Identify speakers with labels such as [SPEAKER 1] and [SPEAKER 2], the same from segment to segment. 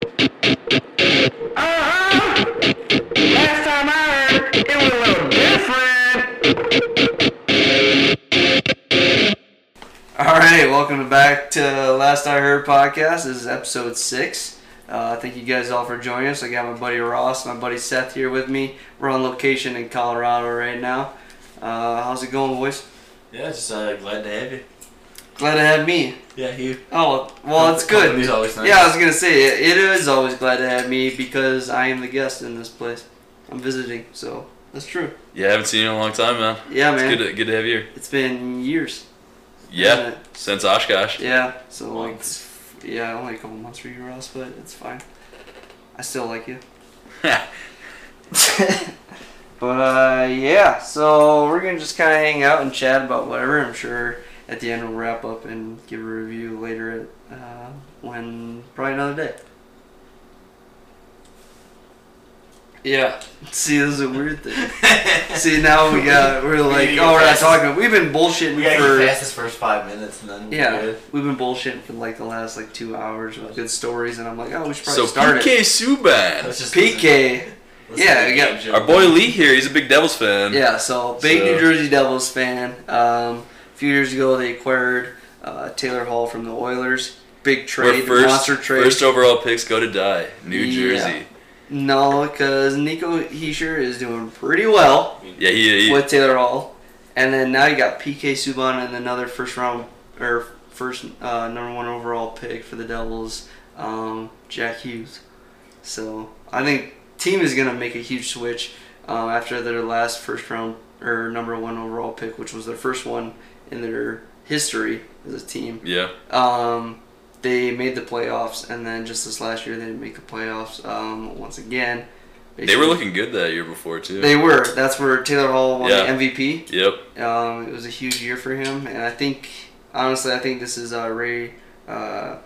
[SPEAKER 1] Uh-huh. welcome back to Last I Heard podcast. This is episode six. Uh, thank you guys all for joining us. I got my buddy Ross, my buddy Seth here with me. We're on location in Colorado right now. Uh, how's it going, boys?
[SPEAKER 2] Yeah, just uh, glad to have you.
[SPEAKER 1] Glad to have me.
[SPEAKER 2] Yeah, you.
[SPEAKER 1] Oh, well, it's good.
[SPEAKER 2] Company's always nice.
[SPEAKER 1] Yeah, I was gonna say it, it is always glad to have me because I am the guest in this place. I'm visiting, so that's true.
[SPEAKER 3] Yeah, I haven't seen you in a long time, man.
[SPEAKER 1] Yeah,
[SPEAKER 3] It's
[SPEAKER 1] man,
[SPEAKER 3] good to, good to have you here.
[SPEAKER 1] it's been years.
[SPEAKER 3] Yeah,
[SPEAKER 1] hasn't it?
[SPEAKER 3] since Oshkosh.
[SPEAKER 1] Yeah. So like,
[SPEAKER 2] Months.
[SPEAKER 1] yeah, only a couple months for you, Ross, but it's fine. I still like you. but uh, yeah, so we're gonna just kind of hang out and chat about whatever. I'm sure at the end we'll wrap up and give a review later at uh, when probably another day. Yeah. See, this is a weird thing. See, now we got we're like,
[SPEAKER 2] We gotta get
[SPEAKER 1] oh, we're not
[SPEAKER 2] past this-
[SPEAKER 1] talking. We've been bullshitting
[SPEAKER 2] we gotta
[SPEAKER 1] for
[SPEAKER 2] get past this first five minutes and then we're
[SPEAKER 1] yeah,
[SPEAKER 2] good.
[SPEAKER 1] we've been bullshitting for like the last like two hours with good stories, and I'm like, oh, we should probably
[SPEAKER 3] so
[SPEAKER 1] start
[SPEAKER 3] PK
[SPEAKER 1] it.
[SPEAKER 3] Subban.
[SPEAKER 2] Let's just
[SPEAKER 1] PK,
[SPEAKER 2] listen
[SPEAKER 1] Yeah,
[SPEAKER 2] to the
[SPEAKER 1] yeah.
[SPEAKER 2] game show.
[SPEAKER 3] Our boy Lee here, he's a big Devils fan.
[SPEAKER 1] yeah. So big
[SPEAKER 3] So-
[SPEAKER 1] New Jersey Devils fan. Um, a few years ago, they acquired uh, Taylor Hall from the Oilers. Big
[SPEAKER 3] Where
[SPEAKER 1] trade,
[SPEAKER 3] first,
[SPEAKER 1] monster trade.
[SPEAKER 3] first overall picks go to die. New
[SPEAKER 1] Yeah.
[SPEAKER 3] Jersey.
[SPEAKER 1] No, because Nico Heischer is doing pretty well
[SPEAKER 3] Yeah, he, he
[SPEAKER 1] with Taylor Hall, and then now you got PK Subban and another first round or first uh, number one overall pick for the Devils, um, Jack Hughes. So I think team is gonna make a huge switch um, after their last first round or number one overall pick, which was their first one in their history as a team.
[SPEAKER 3] yeah.
[SPEAKER 1] Um, they made the playoffs, and then just this last year they didn't make the playoffs um, once again.
[SPEAKER 3] They were looking good that year before too.
[SPEAKER 1] They were. That's where Taylor Hall won
[SPEAKER 3] Yeah.
[SPEAKER 1] the MVP.
[SPEAKER 3] yep.
[SPEAKER 1] Um, it was a huge year for him, and I think honestly, I think this is uh, Ray. Uh,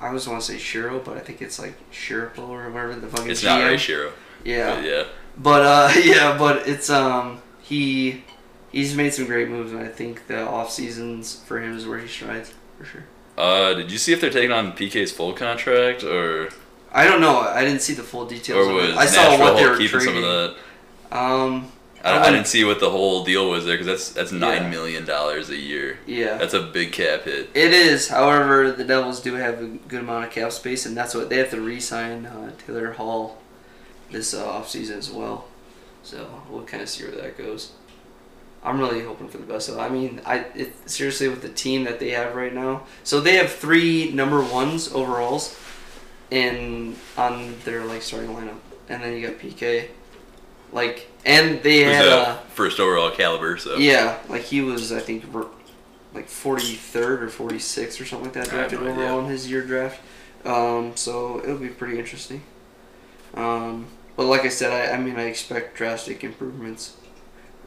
[SPEAKER 1] I always want to say Shiro, but I think it's like Shiro or whatever the fucking.
[SPEAKER 3] It's not
[SPEAKER 1] GM.
[SPEAKER 3] Ray Shiro.
[SPEAKER 1] Yeah,
[SPEAKER 3] But yeah.
[SPEAKER 1] but uh, yeah, but it's um he he's made some great moves, and I think the off seasons for him is where he strides for sure.
[SPEAKER 3] Uh, did you see if they're taking on PK's full contract or
[SPEAKER 1] I don't know. I didn't see the full details.
[SPEAKER 3] or
[SPEAKER 1] of
[SPEAKER 3] was
[SPEAKER 1] it. I saw
[SPEAKER 3] Nashville
[SPEAKER 1] what they were
[SPEAKER 3] keeping
[SPEAKER 1] trading.
[SPEAKER 3] some of that?
[SPEAKER 1] Um, I
[SPEAKER 3] I, I
[SPEAKER 1] wouldn't-
[SPEAKER 3] didn't see what the whole deal was there because that's that's
[SPEAKER 1] Yeah.
[SPEAKER 3] nine million dollars a year.
[SPEAKER 1] yeah.
[SPEAKER 3] That's a big cap hit.
[SPEAKER 1] It is. However, the Devils do have a good amount of cap space, and that's what they have to re-sign uh, Taylor Hall this uh, offseason as well. So we'll kind of see where that goes. I'm really hoping for the best. Though. I mean, I it, seriously with the team that they have right now. So they have three number ones overalls, in on their like starting lineup, and then you got PK, like, and they
[SPEAKER 3] Who's
[SPEAKER 1] had.
[SPEAKER 3] a
[SPEAKER 1] Uh,
[SPEAKER 3] first overall caliber, so
[SPEAKER 1] yeah, like he was, I think, ver- like 43rd or 46th or something like that
[SPEAKER 3] I have
[SPEAKER 1] drafted
[SPEAKER 3] no idea.
[SPEAKER 1] overall in his year draft. Um, so it'll be pretty interesting. Um, but like I said, I, I mean, I expect drastic improvements.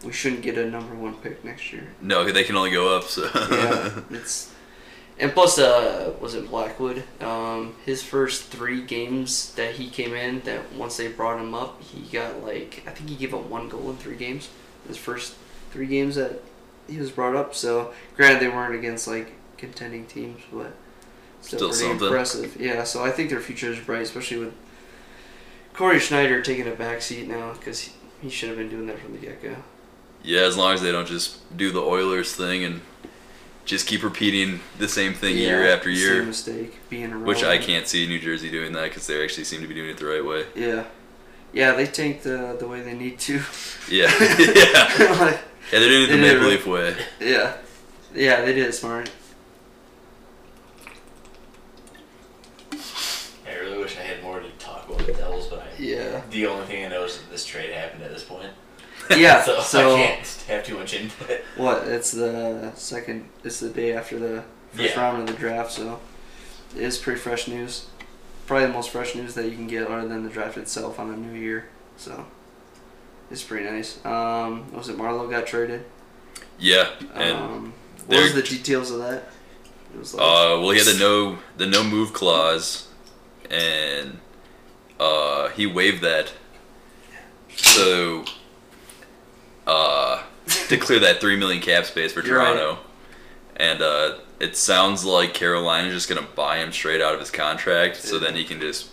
[SPEAKER 1] We shouldn't get a number one pick next year.
[SPEAKER 3] No, they can only go up. So
[SPEAKER 1] Yeah, it's and plus, uh, was it Blackwood? Um, his first three games that he came in, that once they brought him up, he got like I think he gave up one goal in three games. His first three games that he was brought up. So granted, they weren't against like contending teams, but still,
[SPEAKER 3] Still
[SPEAKER 1] pretty
[SPEAKER 3] something.
[SPEAKER 1] impressive. Yeah, so I think their future is bright, especially with Corey Schneider taking a backseat now because he, he should have been doing that from the get go.
[SPEAKER 3] yeah, as long as they don't just do the Oilers thing and just keep repeating the same thing year after year,
[SPEAKER 1] Same mistake, being around.
[SPEAKER 3] which I can't see New Jersey doing that because they actually seem to be doing it the right way.
[SPEAKER 1] Yeah. Yeah, they tank the the way they need to.
[SPEAKER 3] Yeah, yeah, yeah.
[SPEAKER 1] Like,
[SPEAKER 3] They're doing it the
[SPEAKER 1] They
[SPEAKER 3] Maple
[SPEAKER 1] did.
[SPEAKER 3] Leaf way.
[SPEAKER 1] yeah. Yeah, they did it smart.
[SPEAKER 2] I really wish I had more to talk about the Devils, but I,
[SPEAKER 1] Yeah.
[SPEAKER 2] the only thing I know is that this trade happened at this point.
[SPEAKER 1] Yeah.
[SPEAKER 2] so,
[SPEAKER 1] so
[SPEAKER 2] I can't have too much input.
[SPEAKER 1] what? It's the second it's the day after the first
[SPEAKER 2] Yeah.
[SPEAKER 1] round of the draft, so it is pretty fresh news. Probably the most fresh news that you can get other than the draft itself on a new year. So it's pretty nice. Um was it Marlowe got traded?
[SPEAKER 3] Yeah, and
[SPEAKER 1] um what was
[SPEAKER 3] they're-
[SPEAKER 1] the details of that? It was like
[SPEAKER 3] uh, well, he had the no the no move clause, and uh, he waived that. So, uh, to clear that three million cap space for
[SPEAKER 1] You're right.
[SPEAKER 3] Toronto, and uh, it sounds like Carolina's just gonna buy him straight out of his contract, so then he can just,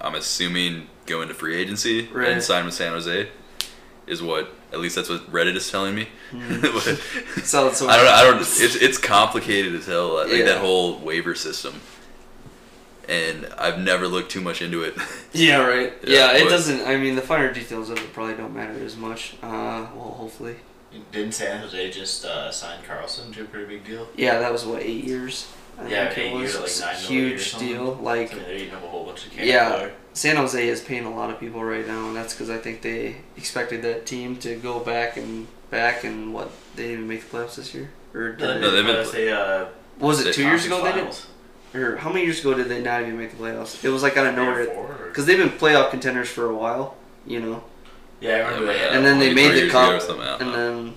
[SPEAKER 3] I'm assuming, go into free agency
[SPEAKER 1] Right.
[SPEAKER 3] and sign with San Jose, is what at least that's what Reddit is telling me.
[SPEAKER 1] hmm.
[SPEAKER 3] But-
[SPEAKER 1] Solid source.
[SPEAKER 3] I don't. I don't. It's it's complicated as hell. Like
[SPEAKER 1] Yeah.
[SPEAKER 3] that whole waiver system, and I've never looked too much into it.
[SPEAKER 1] Yeah, right.
[SPEAKER 3] Yeah,
[SPEAKER 1] Yeah, it
[SPEAKER 3] but-
[SPEAKER 1] doesn't. I mean, the finer details of it probably don't matter as much. Uh, well, hopefully.
[SPEAKER 2] Didn't San Jose just uh, sign Carlson to a pretty big deal?
[SPEAKER 1] Yeah, that was what eight years. I
[SPEAKER 2] Yeah,
[SPEAKER 1] think
[SPEAKER 2] eight
[SPEAKER 1] it was
[SPEAKER 2] years, like nine million or
[SPEAKER 1] huge
[SPEAKER 2] something.
[SPEAKER 1] deal. Like
[SPEAKER 2] So they're eating up a whole bunch of cash.
[SPEAKER 1] Yeah. San Jose is paying a lot of people right now, and that's because I think they expected that team to go back and back and what they didn't even make the playoffs this year or did
[SPEAKER 3] No,
[SPEAKER 1] they,
[SPEAKER 3] they've been-
[SPEAKER 2] say, uh,
[SPEAKER 1] what was it two years ago they did
[SPEAKER 2] conference
[SPEAKER 1] or how many years ago did they not even make the playoffs? It was like out of
[SPEAKER 2] finals. Three or
[SPEAKER 1] nowhere
[SPEAKER 2] four, or-
[SPEAKER 1] because they've been playoff contenders for a while, you know,
[SPEAKER 2] Yeah, I remember they had
[SPEAKER 1] and then they
[SPEAKER 3] like
[SPEAKER 1] made
[SPEAKER 3] uh, three
[SPEAKER 1] the
[SPEAKER 3] years ago or
[SPEAKER 1] cup,
[SPEAKER 3] something, I don't
[SPEAKER 1] and
[SPEAKER 3] know.
[SPEAKER 1] then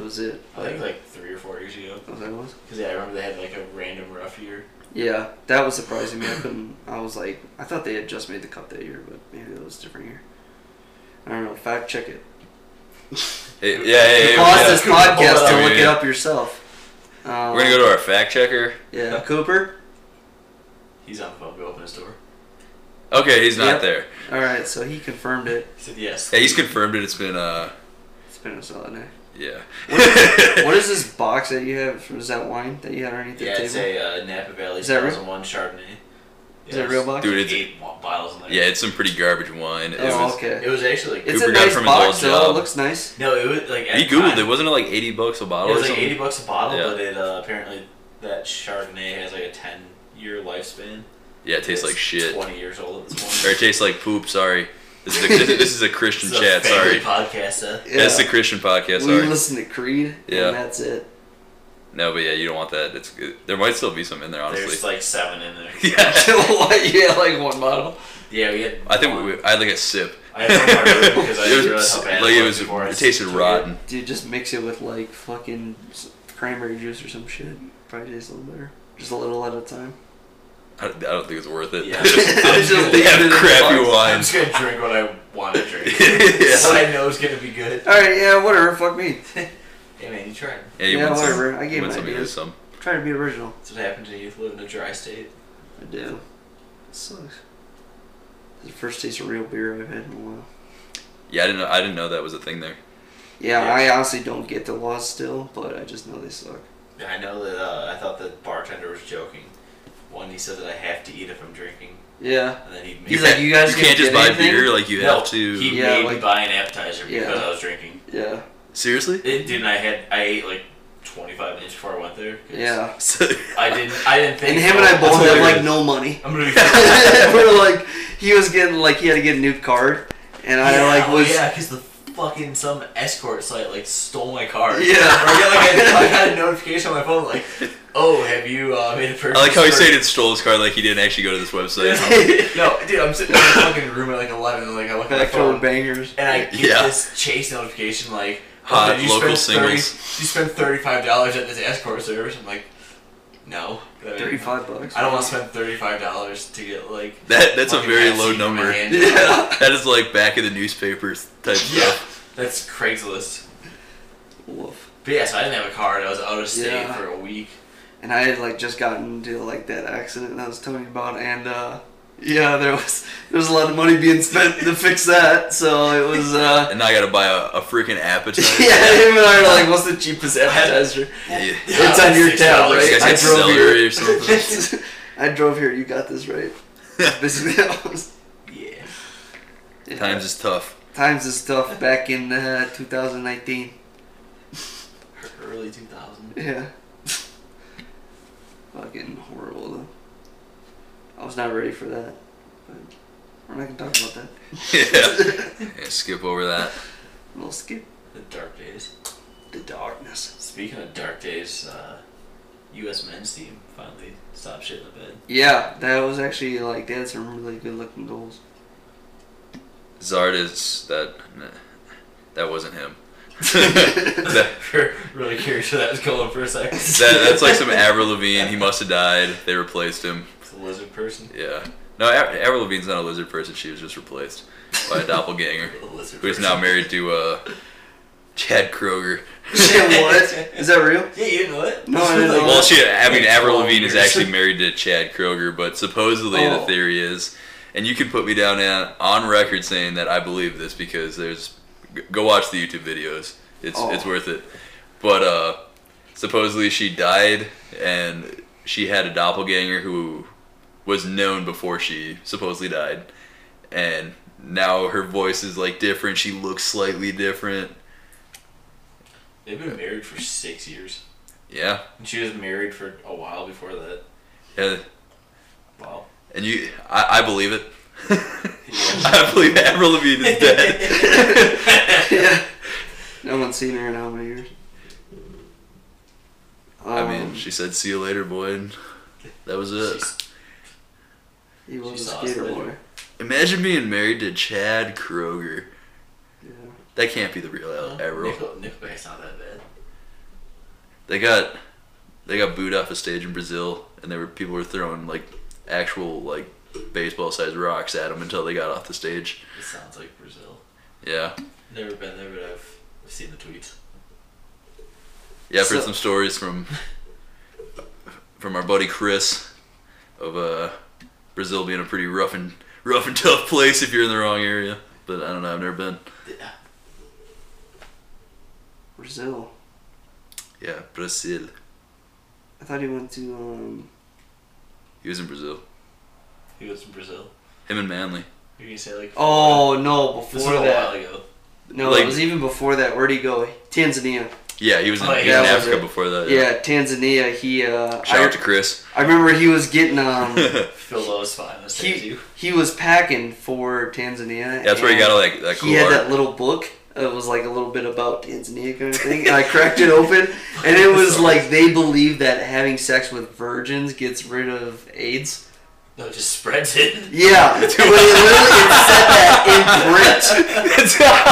[SPEAKER 1] it was it.
[SPEAKER 2] I think like three or four years ago.
[SPEAKER 1] Was Oh, that what it was?
[SPEAKER 2] Because yeah, I remember they had like a random rough year.
[SPEAKER 1] Yeah, that was surprising me. I couldn't. I was like, I thought they had just made the cup that year, but maybe it was a different year. I don't know. Fact check it.
[SPEAKER 3] Hey, yeah, hey, hey,
[SPEAKER 1] Pause
[SPEAKER 3] yeah.
[SPEAKER 1] this
[SPEAKER 2] Cooper, pull
[SPEAKER 1] podcast
[SPEAKER 2] that
[SPEAKER 1] to
[SPEAKER 3] up.
[SPEAKER 1] look
[SPEAKER 3] Yeah.
[SPEAKER 1] it up yourself. Um,
[SPEAKER 3] We're gonna go to our fact checker.
[SPEAKER 1] Yeah, Cooper.
[SPEAKER 2] He's on the phone. Go open his door.
[SPEAKER 3] Okay, he's not
[SPEAKER 1] Yep.
[SPEAKER 3] there.
[SPEAKER 1] All right, so he confirmed it.
[SPEAKER 2] He said yes.
[SPEAKER 3] Yeah, he's confirmed it. It's been uh,
[SPEAKER 1] It's been a solid night.
[SPEAKER 3] yeah.
[SPEAKER 1] What is this box that you have? Is that wine that you had underneath the
[SPEAKER 2] Yeah,
[SPEAKER 1] table?
[SPEAKER 2] it's a uh, Napa Valley
[SPEAKER 1] Is that real?
[SPEAKER 2] 2001 Chardonnay.
[SPEAKER 1] Is it a real box?
[SPEAKER 3] Dude,
[SPEAKER 2] Dude,
[SPEAKER 3] it's-
[SPEAKER 2] eight wa- bottles in there.
[SPEAKER 3] yeah, it's some pretty garbage wine. It
[SPEAKER 1] oh,
[SPEAKER 3] was,
[SPEAKER 1] okay.
[SPEAKER 2] It was actually like
[SPEAKER 1] it's
[SPEAKER 3] Cooper
[SPEAKER 1] a
[SPEAKER 3] got it
[SPEAKER 1] nice
[SPEAKER 3] from his old
[SPEAKER 1] box though. It
[SPEAKER 3] job.
[SPEAKER 1] looks nice.
[SPEAKER 2] no, it was like at
[SPEAKER 3] He
[SPEAKER 2] the
[SPEAKER 3] googled
[SPEAKER 2] time,
[SPEAKER 3] it. Wasn't it like eighty bucks a
[SPEAKER 2] It
[SPEAKER 3] bottle or
[SPEAKER 2] was like
[SPEAKER 3] something?
[SPEAKER 2] eighty bucks a bottle,
[SPEAKER 3] Yeah.
[SPEAKER 2] but it uh, apparently that Chardonnay has like a ten year lifespan.
[SPEAKER 3] Yeah, it tastes
[SPEAKER 2] It's
[SPEAKER 3] like shit. Or
[SPEAKER 2] Twenty years old at this
[SPEAKER 3] it
[SPEAKER 2] point.
[SPEAKER 3] tastes like poop. Sorry. This is a, this, this is a Christian
[SPEAKER 2] It's a
[SPEAKER 3] chat. Sorry.
[SPEAKER 2] family podcast. Uh,
[SPEAKER 1] Yeah.
[SPEAKER 3] That's the Christian podcast.
[SPEAKER 1] we
[SPEAKER 3] Sorry.
[SPEAKER 1] listen to Creed.
[SPEAKER 3] Yeah.
[SPEAKER 1] And that's it.
[SPEAKER 3] No, but yeah, you don't want that. It's it- there might still be some in there,
[SPEAKER 2] There's
[SPEAKER 3] honestly.
[SPEAKER 2] like seven in there.
[SPEAKER 3] yeah.
[SPEAKER 1] What? yeah, like one bottle.
[SPEAKER 2] Yeah, we had.
[SPEAKER 3] I think
[SPEAKER 2] one.
[SPEAKER 3] we, I had like a sip.
[SPEAKER 2] I had one in my room because I
[SPEAKER 3] It
[SPEAKER 2] didn't
[SPEAKER 3] was-
[SPEAKER 2] realize how bad
[SPEAKER 3] like
[SPEAKER 2] it
[SPEAKER 3] it was,
[SPEAKER 2] was. before I
[SPEAKER 3] it tasted
[SPEAKER 2] took
[SPEAKER 3] rotten.
[SPEAKER 1] Dude, just mix it with like fucking s- cranberry juice or some shit. Probably tastes a little better. Just a little at a time.
[SPEAKER 3] I, don't- I don't think it's worth it.
[SPEAKER 2] Yeah.
[SPEAKER 1] It's just
[SPEAKER 3] they
[SPEAKER 1] leaving
[SPEAKER 3] have
[SPEAKER 1] it in
[SPEAKER 3] crappy
[SPEAKER 1] the
[SPEAKER 2] I'm
[SPEAKER 3] wine.
[SPEAKER 2] just gonna drink what I want to drink. So
[SPEAKER 3] yeah.
[SPEAKER 2] I know it's gonna be good.
[SPEAKER 1] All right, yeah, whatever. Fuck me.
[SPEAKER 2] Hey man, you tried.
[SPEAKER 3] Yeah, you
[SPEAKER 1] Yeah,
[SPEAKER 3] win
[SPEAKER 1] whatever,
[SPEAKER 3] Some,
[SPEAKER 1] I gave
[SPEAKER 3] you win
[SPEAKER 1] an
[SPEAKER 3] some, you
[SPEAKER 1] idea.
[SPEAKER 3] lose some.
[SPEAKER 1] Try to be original.
[SPEAKER 2] That's what happens when you live in a dry state.
[SPEAKER 1] I do. Sucks. It's the first taste of real beer I've had in a while.
[SPEAKER 3] Yeah, I didn't know. I didn't know that was a thing there.
[SPEAKER 1] Yeah,
[SPEAKER 2] Yeah.
[SPEAKER 1] I honestly don't get the laws still, but I just know they suck.
[SPEAKER 2] I know that uh, I thought the bartender was joking. One, he said that I have to eat if I'm drinking,
[SPEAKER 1] Yeah.
[SPEAKER 2] and then he made
[SPEAKER 1] He's like, you guys
[SPEAKER 3] You can't
[SPEAKER 1] gonna
[SPEAKER 3] just
[SPEAKER 1] get
[SPEAKER 3] buy
[SPEAKER 1] anything?
[SPEAKER 3] beer. Like you
[SPEAKER 2] no,
[SPEAKER 3] have to.
[SPEAKER 2] He
[SPEAKER 1] Yeah,
[SPEAKER 2] made me
[SPEAKER 1] like-
[SPEAKER 2] buy an appetizer
[SPEAKER 1] Yeah.
[SPEAKER 2] because I was drinking.
[SPEAKER 1] Yeah.
[SPEAKER 3] Seriously?
[SPEAKER 2] It didn't. I had. I ate like 25 minutes before I went there. 'cause
[SPEAKER 1] Yeah.
[SPEAKER 3] So-
[SPEAKER 2] I didn't. I didn't think.
[SPEAKER 1] And him and I
[SPEAKER 2] so.
[SPEAKER 1] both have
[SPEAKER 3] hilarious.
[SPEAKER 1] like no money.
[SPEAKER 2] I'm gonna be.
[SPEAKER 1] we were like, he was getting like he had to get a new card, and I
[SPEAKER 2] yeah,
[SPEAKER 1] like
[SPEAKER 2] oh,
[SPEAKER 1] was
[SPEAKER 2] yeah, because the fucking some escort site like stole my card.
[SPEAKER 1] Yeah.
[SPEAKER 2] or I got, like I, I got a notification on my phone like, oh, have you uh, made a purchase?
[SPEAKER 3] I like how he
[SPEAKER 2] for-"
[SPEAKER 3] said it stole his card. Like he didn't actually go to this website.
[SPEAKER 2] no, dude, I'm sitting in my fucking room at like 11, and like I look at my
[SPEAKER 1] backdoor
[SPEAKER 2] phone,
[SPEAKER 1] bangers.
[SPEAKER 2] and I get
[SPEAKER 3] Yeah.
[SPEAKER 2] this chase notification like, "Oh,
[SPEAKER 3] Hot
[SPEAKER 2] did you
[SPEAKER 3] local
[SPEAKER 2] spend 30
[SPEAKER 3] singles.
[SPEAKER 2] you spent thirty-five dollars at this escort service. I'm like, no, I mean,
[SPEAKER 1] Thirty-five bucks.
[SPEAKER 2] I don't want to spend thirty-five dollars to get like.
[SPEAKER 3] That that's a
[SPEAKER 2] fucking
[SPEAKER 3] very
[SPEAKER 2] Pepsi
[SPEAKER 3] low
[SPEAKER 2] in my
[SPEAKER 3] number.
[SPEAKER 2] hand.
[SPEAKER 1] Yeah.
[SPEAKER 3] That is like back of the newspapers type
[SPEAKER 2] Yeah,
[SPEAKER 3] stuff.
[SPEAKER 2] that's Craigslist.
[SPEAKER 1] Woof.
[SPEAKER 2] But yeah, so I didn't have a card. I was out of state
[SPEAKER 1] Yeah.
[SPEAKER 2] for a week.
[SPEAKER 1] And I had like just gotten into like that accident that I was telling you about, and uh, yeah, there was there was a lot of money being spent to fix that, so it was. Uh,
[SPEAKER 3] And now I gotta buy a, a freaking appetizer.
[SPEAKER 1] yeah, him and I were like, "What's the cheapest appetizer?"
[SPEAKER 3] Yeah.
[SPEAKER 1] It's on your tab,
[SPEAKER 3] You
[SPEAKER 1] right?
[SPEAKER 3] guys
[SPEAKER 1] I
[SPEAKER 3] got
[SPEAKER 1] drove
[SPEAKER 3] celery or something.
[SPEAKER 1] I drove here. You got this right. Basically, that was.
[SPEAKER 2] Yeah.
[SPEAKER 1] Yeah.
[SPEAKER 3] Times is tough.
[SPEAKER 1] Times is tough back in uh, 2019.
[SPEAKER 2] Early 2000.
[SPEAKER 1] Yeah. Fucking horrible though. I was not ready for that. But we're not gonna talk about that.
[SPEAKER 3] yeah. Yeah, Skip over that.
[SPEAKER 1] We'll skip
[SPEAKER 2] The dark days.
[SPEAKER 1] the darkness.
[SPEAKER 2] Speaking of dark days, uh, U.S. men's team finally stopped shit in the bed.
[SPEAKER 1] Yeah, that was actually like they had some really good looking goals.
[SPEAKER 3] Zardes, that nah, that wasn't him. that,
[SPEAKER 2] really curious where that was going for a second.
[SPEAKER 3] that- that's like some Avril Lavigne. He must have died. They replaced him.
[SPEAKER 2] It's a lizard person.
[SPEAKER 3] Yeah. No, Av- Avril Lavigne's not a lizard person. She was just replaced by a doppelganger
[SPEAKER 2] A lizard
[SPEAKER 3] who's
[SPEAKER 2] person.
[SPEAKER 3] now married to uh, Chad Kroger.
[SPEAKER 1] what? Is that real?
[SPEAKER 2] Yeah, you didn't know it?
[SPEAKER 1] No, I didn't know
[SPEAKER 3] Well, she, I mean,
[SPEAKER 2] Like
[SPEAKER 3] Avril
[SPEAKER 2] 12
[SPEAKER 3] Lavigne is
[SPEAKER 2] years.
[SPEAKER 3] actually married to Chad Kroger, but supposedly the
[SPEAKER 1] Oh.
[SPEAKER 3] theory is, and you can put me down on, on record saying that I believe this because there's G- Go watch the YouTube videos. It's
[SPEAKER 1] Oh.
[SPEAKER 3] it's worth it. But uh, supposedly she died, and she had a doppelganger who was known before she supposedly died, and now her voice is like different. She looks slightly different.
[SPEAKER 2] They've been married for six years.
[SPEAKER 3] Yeah,
[SPEAKER 2] And she was married for a while before that.
[SPEAKER 3] yeah.
[SPEAKER 2] Wow.
[SPEAKER 3] And you, I, I believe it. I believe Avril Lavigne is dead.
[SPEAKER 1] yeah. No one's seen her in how many years?
[SPEAKER 3] I
[SPEAKER 1] Um,
[SPEAKER 3] mean, she said, "See you later, boy." and That was it.
[SPEAKER 2] She's-
[SPEAKER 1] he was
[SPEAKER 2] she
[SPEAKER 1] a
[SPEAKER 2] saw us
[SPEAKER 1] skater
[SPEAKER 2] later.
[SPEAKER 1] boy.
[SPEAKER 3] Imagine being married to Chad Kroger.
[SPEAKER 1] Yeah.
[SPEAKER 3] That can't be the real Al- Avril.
[SPEAKER 2] Nickel- Nickelback's not that bad.
[SPEAKER 3] They got they got booed off a stage in Brazil, and there were people were throwing like actual like baseball sized rocks at them until they got off the stage.
[SPEAKER 2] It sounds like Brazil.
[SPEAKER 3] Yeah,
[SPEAKER 2] Never been there, but I've I've seen the tweets.
[SPEAKER 3] yeah. I've heard
[SPEAKER 1] So-
[SPEAKER 3] some stories from from our buddy Chris of uh, Brazil being a pretty rough and rough and tough place if you're in the wrong area. But I don't know. I've never been.
[SPEAKER 2] Yeah.
[SPEAKER 1] Brazil.
[SPEAKER 3] Yeah, Brazil.
[SPEAKER 1] I thought he went to um
[SPEAKER 3] He was in Brazil.
[SPEAKER 2] He was from Brazil.
[SPEAKER 3] Him and Manly.
[SPEAKER 2] You can say like.
[SPEAKER 1] Oh no,
[SPEAKER 2] this
[SPEAKER 1] before
[SPEAKER 2] was a while
[SPEAKER 1] that.
[SPEAKER 2] ago.
[SPEAKER 1] No,
[SPEAKER 3] Like-
[SPEAKER 1] it was even before that. Where'd he go? Tanzania.
[SPEAKER 3] Yeah, he was in,
[SPEAKER 2] Oh,
[SPEAKER 3] he was
[SPEAKER 2] yeah,
[SPEAKER 3] in
[SPEAKER 1] that was
[SPEAKER 3] Africa
[SPEAKER 1] it.
[SPEAKER 3] before that.
[SPEAKER 1] Yeah, Tanzania. He uh
[SPEAKER 3] Shout out
[SPEAKER 1] I,
[SPEAKER 3] to Chris.
[SPEAKER 1] I remember he was getting um
[SPEAKER 3] That's
[SPEAKER 2] Phil Lowe's fine. That's
[SPEAKER 1] he,
[SPEAKER 2] you.
[SPEAKER 1] he was packing for Tanzania.
[SPEAKER 3] where he
[SPEAKER 1] and-
[SPEAKER 3] got all that, that cool
[SPEAKER 1] he had
[SPEAKER 3] art.
[SPEAKER 1] that little book. It was like a little bit about Tanzania kind of thing, and I cracked it open, and it was like they believe that having sex with virgins gets rid of AIDS.
[SPEAKER 2] No, just spreads it.
[SPEAKER 1] Yeah, but it literally it said that in print.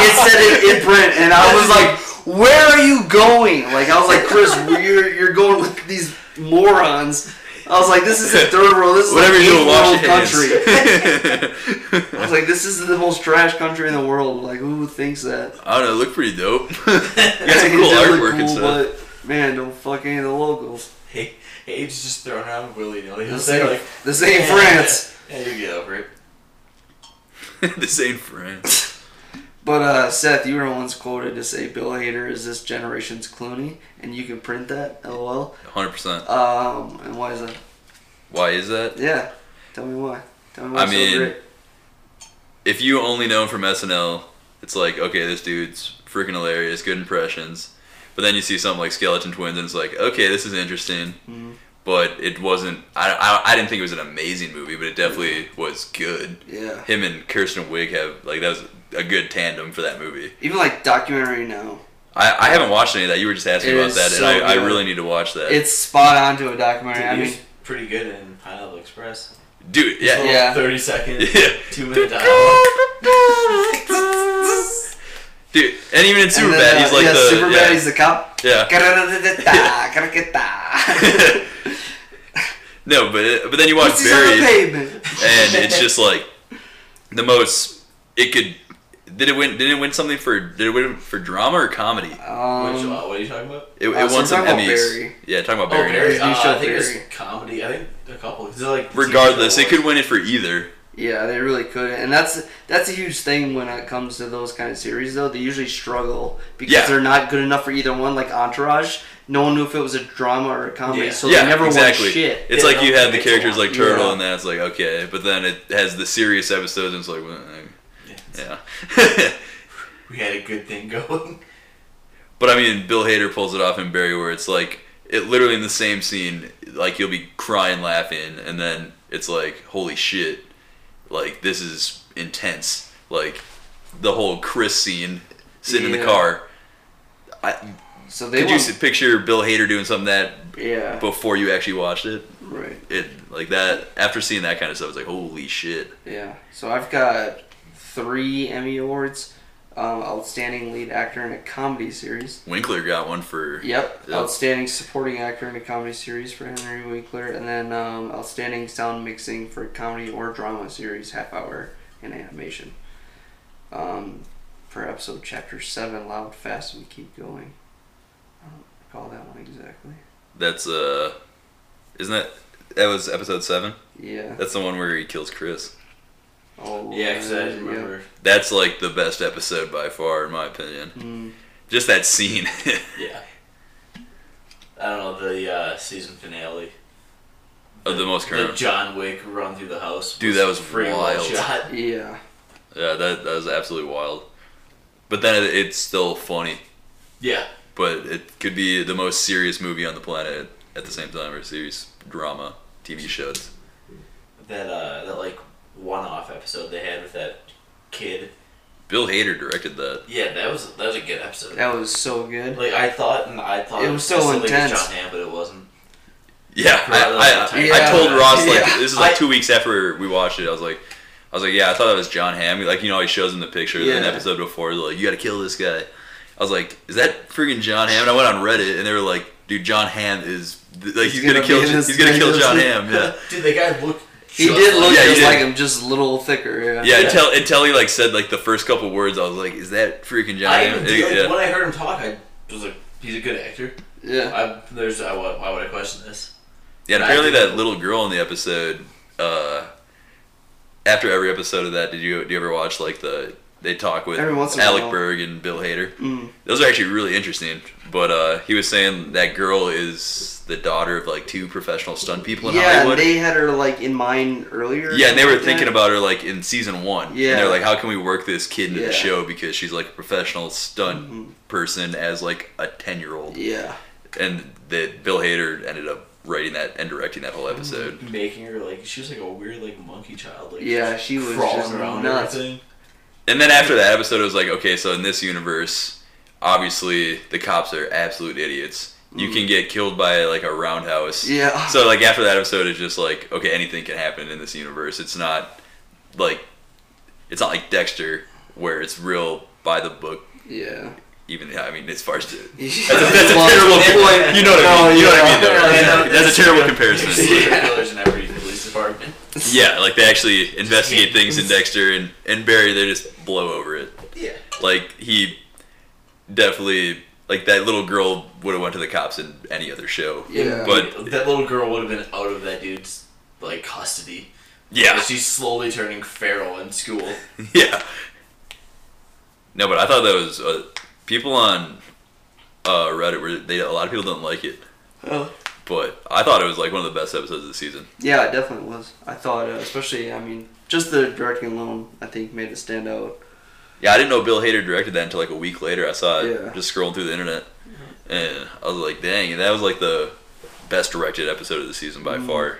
[SPEAKER 1] It said it in print, and I was like, "Where are you going?" Like I was like, "Chris, you're you're going with these morons." I was like, "This is the third world. This is
[SPEAKER 3] Whatever
[SPEAKER 1] like
[SPEAKER 3] you do,
[SPEAKER 1] eighth
[SPEAKER 3] wash
[SPEAKER 1] world
[SPEAKER 3] your hands.
[SPEAKER 1] country." I was like, "This is the most trash country in the world. Like who thinks that?"
[SPEAKER 3] I don't know. It looked pretty dope. you got some
[SPEAKER 1] It
[SPEAKER 3] cool
[SPEAKER 1] did look
[SPEAKER 3] artwork and
[SPEAKER 1] cool,
[SPEAKER 3] stuff.
[SPEAKER 1] But man, don't fuck any of the locals.
[SPEAKER 2] Hey, age is just thrown around willy nilly.
[SPEAKER 1] This ain't, this ain't France.
[SPEAKER 2] Yeah, you get over it.
[SPEAKER 3] this ain't France.
[SPEAKER 1] But uh, Seth, you were once quoted to say Bill Hader is this generation's Clooney, and you can print that. LOL.
[SPEAKER 3] 100%.
[SPEAKER 1] Um, and why is that?
[SPEAKER 3] Why is that?
[SPEAKER 1] Yeah, tell me why. Tell me why
[SPEAKER 3] I
[SPEAKER 1] it's
[SPEAKER 3] mean-
[SPEAKER 1] so great.
[SPEAKER 3] If you only know him from SNL, it's like, okay, this dude's freaking hilarious, good impressions. But then you see something like Skeleton Twins, and it's like, okay, this is interesting.
[SPEAKER 1] Mhm.
[SPEAKER 3] But it wasn't, I, I, I didn't think it was an amazing movie, but it definitely was good.
[SPEAKER 1] Yeah.
[SPEAKER 3] him and Kirsten Wiig have like that was a good tandem for that movie.
[SPEAKER 1] Even like documentary now,
[SPEAKER 3] I, I haven't watched any of that. You were just asking
[SPEAKER 1] It
[SPEAKER 3] about
[SPEAKER 1] is
[SPEAKER 3] that,
[SPEAKER 1] so
[SPEAKER 3] and I, I
[SPEAKER 1] good.
[SPEAKER 3] really need to watch that.
[SPEAKER 1] it's spot on to a documentary.
[SPEAKER 2] Dude,
[SPEAKER 1] I
[SPEAKER 2] he
[SPEAKER 1] mean,
[SPEAKER 2] was pretty good in Pineapple Express.
[SPEAKER 3] Dude,
[SPEAKER 2] His
[SPEAKER 3] yeah,
[SPEAKER 2] little
[SPEAKER 1] Yeah.
[SPEAKER 2] Thirty second,
[SPEAKER 3] yeah.
[SPEAKER 2] two minute dialogue.
[SPEAKER 3] Dude, and even in
[SPEAKER 1] and
[SPEAKER 3] Superbad,
[SPEAKER 1] then, uh,
[SPEAKER 3] he's like
[SPEAKER 1] yeah,
[SPEAKER 3] the
[SPEAKER 1] Superbad.
[SPEAKER 3] yeah,
[SPEAKER 1] He's the cop.
[SPEAKER 3] yeah. no, but it, but then you watch
[SPEAKER 1] Pussies on the
[SPEAKER 3] Barry,
[SPEAKER 1] pavement.
[SPEAKER 3] and it's just like the most it could. Did it win? Did it win something for? Did it win for drama or comedy?
[SPEAKER 1] Um,
[SPEAKER 2] Which, uh, what are you talking about?
[SPEAKER 3] It,
[SPEAKER 1] Uh,
[SPEAKER 3] it
[SPEAKER 1] so
[SPEAKER 3] won
[SPEAKER 1] we're
[SPEAKER 3] some
[SPEAKER 1] talking about
[SPEAKER 3] Emmys.
[SPEAKER 1] Barry.
[SPEAKER 3] Yeah, talking about
[SPEAKER 2] Oh,
[SPEAKER 3] Barry.
[SPEAKER 2] Barry.
[SPEAKER 1] Barry's new
[SPEAKER 2] Uh,
[SPEAKER 1] show,
[SPEAKER 2] I think it's
[SPEAKER 1] Barry.
[SPEAKER 2] comedy. I think a couple. Is it like TV
[SPEAKER 3] Regardless,
[SPEAKER 2] show?
[SPEAKER 3] it could win it for either.
[SPEAKER 1] Yeah, they really could, and that's that's a huge thing when it comes to those kind of series. Though they usually struggle because
[SPEAKER 3] Yeah.
[SPEAKER 1] they're not good enough for either one. Like Entourage, no one knew if it was a drama or a comedy,
[SPEAKER 2] Yeah.
[SPEAKER 1] so
[SPEAKER 3] yeah,
[SPEAKER 1] they never
[SPEAKER 3] exactly.
[SPEAKER 1] won shit.
[SPEAKER 3] It's
[SPEAKER 2] Yeah,
[SPEAKER 3] like you
[SPEAKER 2] no,
[SPEAKER 3] had the
[SPEAKER 2] it's
[SPEAKER 3] characters
[SPEAKER 2] a lot.
[SPEAKER 3] like Turtle,
[SPEAKER 1] Yeah.
[SPEAKER 3] and then it's like okay, but then it has the serious episodes, and it's like, well, eh,
[SPEAKER 2] Yeah.
[SPEAKER 3] yeah.
[SPEAKER 2] We had a good thing going.
[SPEAKER 3] but I mean, Bill Hader pulls it off in Barry, where it's like it literally in the same scene, like you'll be crying, laughing, and then it's like, holy shit, like this is intense. Like the whole Chris scene, sitting in the
[SPEAKER 1] Yeah.
[SPEAKER 3] car. I,
[SPEAKER 1] So they
[SPEAKER 3] could
[SPEAKER 1] won.
[SPEAKER 3] you s- picture Bill Hader doing something that
[SPEAKER 1] yeah,
[SPEAKER 3] before you actually watched it?
[SPEAKER 1] right.
[SPEAKER 3] it like that after seeing that kind of stuff it's like holy shit
[SPEAKER 1] Yeah. So I've got three Emmy awards: um, outstanding lead actor in a comedy series.
[SPEAKER 3] winkler got one for
[SPEAKER 1] Yep.
[SPEAKER 3] Yep.
[SPEAKER 1] Outstanding supporting actor in a comedy series for Henry Winkler, and then um, outstanding sound mixing for a comedy or drama series, half hour, and animation. Um, for episode chapter seven, loud, fast, we keep going. I don't recall that one exactly.
[SPEAKER 3] that's uh isn't that that was episode seven
[SPEAKER 1] Yeah.
[SPEAKER 3] that's the one where he kills chris
[SPEAKER 1] Oh,
[SPEAKER 2] Yeah, because I
[SPEAKER 1] there you go.
[SPEAKER 2] remember.
[SPEAKER 3] That's like the best episode by far, in my opinion.
[SPEAKER 1] Mm,
[SPEAKER 3] Just that scene.
[SPEAKER 2] Yeah. I don't know the uh, season finale.
[SPEAKER 3] Of the most
[SPEAKER 2] The
[SPEAKER 3] current.
[SPEAKER 2] John Wick run through the house.
[SPEAKER 3] Dude, that was
[SPEAKER 2] pretty well
[SPEAKER 3] wild.
[SPEAKER 2] Shot.
[SPEAKER 1] yeah.
[SPEAKER 3] yeah, that that was absolutely wild. But then it, it's still funny.
[SPEAKER 2] Yeah.
[SPEAKER 3] But it could be the most serious movie on the planet at the same time, or serious drama TV shows.
[SPEAKER 2] That uh, that like one-off episode they had with that kid.
[SPEAKER 3] Bill Hader directed that.
[SPEAKER 2] Yeah, that was that was a good episode.
[SPEAKER 1] That was so good.
[SPEAKER 2] Like I thought, and I thought
[SPEAKER 1] It was so
[SPEAKER 2] specifically to
[SPEAKER 1] intense.
[SPEAKER 2] John Hamm, but it wasn't.
[SPEAKER 3] Yeah, I, I, I
[SPEAKER 1] Yeah.
[SPEAKER 3] told Ross like
[SPEAKER 1] Yeah.
[SPEAKER 3] this is like
[SPEAKER 2] I-
[SPEAKER 3] two weeks after we watched it. I was like, I was like, yeah, I thought that was John Hamm. Like you know, he shows him the picture in an
[SPEAKER 1] Yeah.
[SPEAKER 3] episode before. they're like, you got to kill this guy. I was like, is that freaking John Hamm? And I went on Reddit and they were like, dude, John Hamm is th- like he's,
[SPEAKER 1] He's
[SPEAKER 3] gonna,
[SPEAKER 1] gonna
[SPEAKER 3] kill
[SPEAKER 1] be in this
[SPEAKER 3] he's gonna kill John
[SPEAKER 1] video.
[SPEAKER 3] Hamm. Yeah,
[SPEAKER 2] Dude, the guy looked.
[SPEAKER 1] He
[SPEAKER 2] just
[SPEAKER 1] did look
[SPEAKER 3] Yeah, he
[SPEAKER 1] just
[SPEAKER 3] did.
[SPEAKER 1] like him, just a little thicker. Yeah.
[SPEAKER 3] yeah.
[SPEAKER 2] Yeah.
[SPEAKER 3] Until until he like said like the first couple words, I was like, is that freaking John
[SPEAKER 2] I
[SPEAKER 3] Hamm?
[SPEAKER 2] even like,
[SPEAKER 3] yeah.
[SPEAKER 2] when I heard him talk, I was like, he's a good actor.
[SPEAKER 1] Yeah.
[SPEAKER 2] I there's I, wa- why would I question this?
[SPEAKER 3] Yeah, and
[SPEAKER 2] I
[SPEAKER 3] apparently
[SPEAKER 2] didn't-
[SPEAKER 3] that little girl in the episode. Uh, after every episode of that, did you do you ever watch like the they talk with
[SPEAKER 1] Every once in a
[SPEAKER 3] Alec
[SPEAKER 1] while.
[SPEAKER 3] Berg and Bill Hader?
[SPEAKER 1] Mm.
[SPEAKER 3] Those are actually really interesting. But uh, he was saying that girl is the daughter of like two professional stunt people in
[SPEAKER 1] Yeah,
[SPEAKER 3] Hollywood.
[SPEAKER 1] they had her like in mind earlier. or
[SPEAKER 3] yeah, and they were
[SPEAKER 1] something like
[SPEAKER 3] thinking
[SPEAKER 1] that.
[SPEAKER 3] about her like in season one. and
[SPEAKER 1] Yeah.
[SPEAKER 3] they're like, how can we work this kid into
[SPEAKER 1] Yeah.
[SPEAKER 3] the show because she's like a professional stunt
[SPEAKER 1] Mhm.
[SPEAKER 3] person as like a ten year old.
[SPEAKER 1] Yeah.
[SPEAKER 3] And that Bill Hader ended up writing that and directing that whole episode.
[SPEAKER 2] Making her like she was like a weird like monkey child. Like,
[SPEAKER 1] Yeah, she was
[SPEAKER 2] crawling
[SPEAKER 1] just
[SPEAKER 2] around
[SPEAKER 1] nuts.
[SPEAKER 2] everything.
[SPEAKER 3] And then after that episode, it was like, okay, so in this universe, obviously the cops are absolute idiots. You can get killed by like a roundhouse.
[SPEAKER 1] Yeah.
[SPEAKER 3] So like after that episode, it's just like, okay, anything can happen in this universe. It's not like it's not like Dexter where it's real by the book.
[SPEAKER 1] Yeah.
[SPEAKER 3] Even I mean, as far as to, that's
[SPEAKER 1] That's
[SPEAKER 3] a, that's a terrible point. You know what I mean? You know what I mean? Though.
[SPEAKER 2] yeah.
[SPEAKER 3] That's a terrible
[SPEAKER 2] There's
[SPEAKER 3] comparison.
[SPEAKER 2] serial killers in every police department.
[SPEAKER 3] Yeah, like they actually investigate things in Dexter and and Barry, they just blow over it.
[SPEAKER 2] Yeah.
[SPEAKER 3] like he definitely like that little girl would have went to the cops in any other show.
[SPEAKER 1] Yeah.
[SPEAKER 3] But-
[SPEAKER 2] that little girl would have been out of that dude's like custody.
[SPEAKER 3] Yeah,
[SPEAKER 2] She's slowly turning feral in school.
[SPEAKER 3] yeah. No, but I thought that was uh, people on uh, Reddit were they a lot of people didn't like it,
[SPEAKER 1] Oh.
[SPEAKER 3] but I thought it was like one of the best episodes of the season.
[SPEAKER 1] Yeah, it definitely was. I thought, uh, especially, I mean, just the directing alone, I think, made it stand out.
[SPEAKER 3] Yeah, I didn't know Bill Hader directed that until like a week later. I saw it
[SPEAKER 1] Yeah. Mm-hmm.
[SPEAKER 3] just scrolling through the internet, and I was like, dang, that was like the best directed episode of the season by
[SPEAKER 1] Mm.
[SPEAKER 3] far.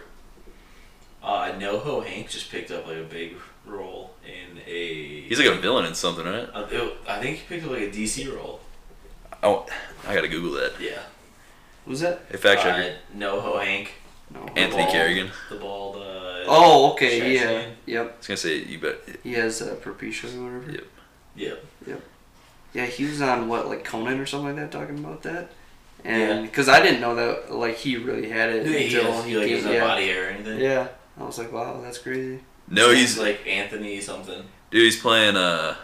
[SPEAKER 2] Uh, NoHo Hank just picked up like a big role in a.
[SPEAKER 3] He's like a villain in something, right?
[SPEAKER 2] Uh, it- I think he picked up like a DC role.
[SPEAKER 3] Oh, I gotta Google that.
[SPEAKER 2] Yeah.
[SPEAKER 1] Was that?
[SPEAKER 3] Hey, fact checker.
[SPEAKER 2] Uh, NoHo Hank.
[SPEAKER 1] No.
[SPEAKER 3] Anthony
[SPEAKER 2] bald-
[SPEAKER 3] Kerrigan.
[SPEAKER 2] The bald. Uh,
[SPEAKER 1] Oh, okay,
[SPEAKER 2] Shaq's
[SPEAKER 1] yeah.
[SPEAKER 2] name.
[SPEAKER 1] Yep.
[SPEAKER 3] I was gonna say you bet.
[SPEAKER 1] He has uh, Propecia or whatever.
[SPEAKER 3] Yep.
[SPEAKER 2] Yeah.
[SPEAKER 1] Yeah, he was on, what, like Conan or something like that, talking about that? And, because I didn't know that, like, he really had it
[SPEAKER 2] He,
[SPEAKER 1] until
[SPEAKER 2] has, he like
[SPEAKER 1] came-
[SPEAKER 2] has no
[SPEAKER 1] yeah.
[SPEAKER 2] body hair or anything.
[SPEAKER 1] Yeah. I was like, wow, that's crazy.
[SPEAKER 3] No, he's
[SPEAKER 2] like Anthony something.
[SPEAKER 3] dude. He's playing uh,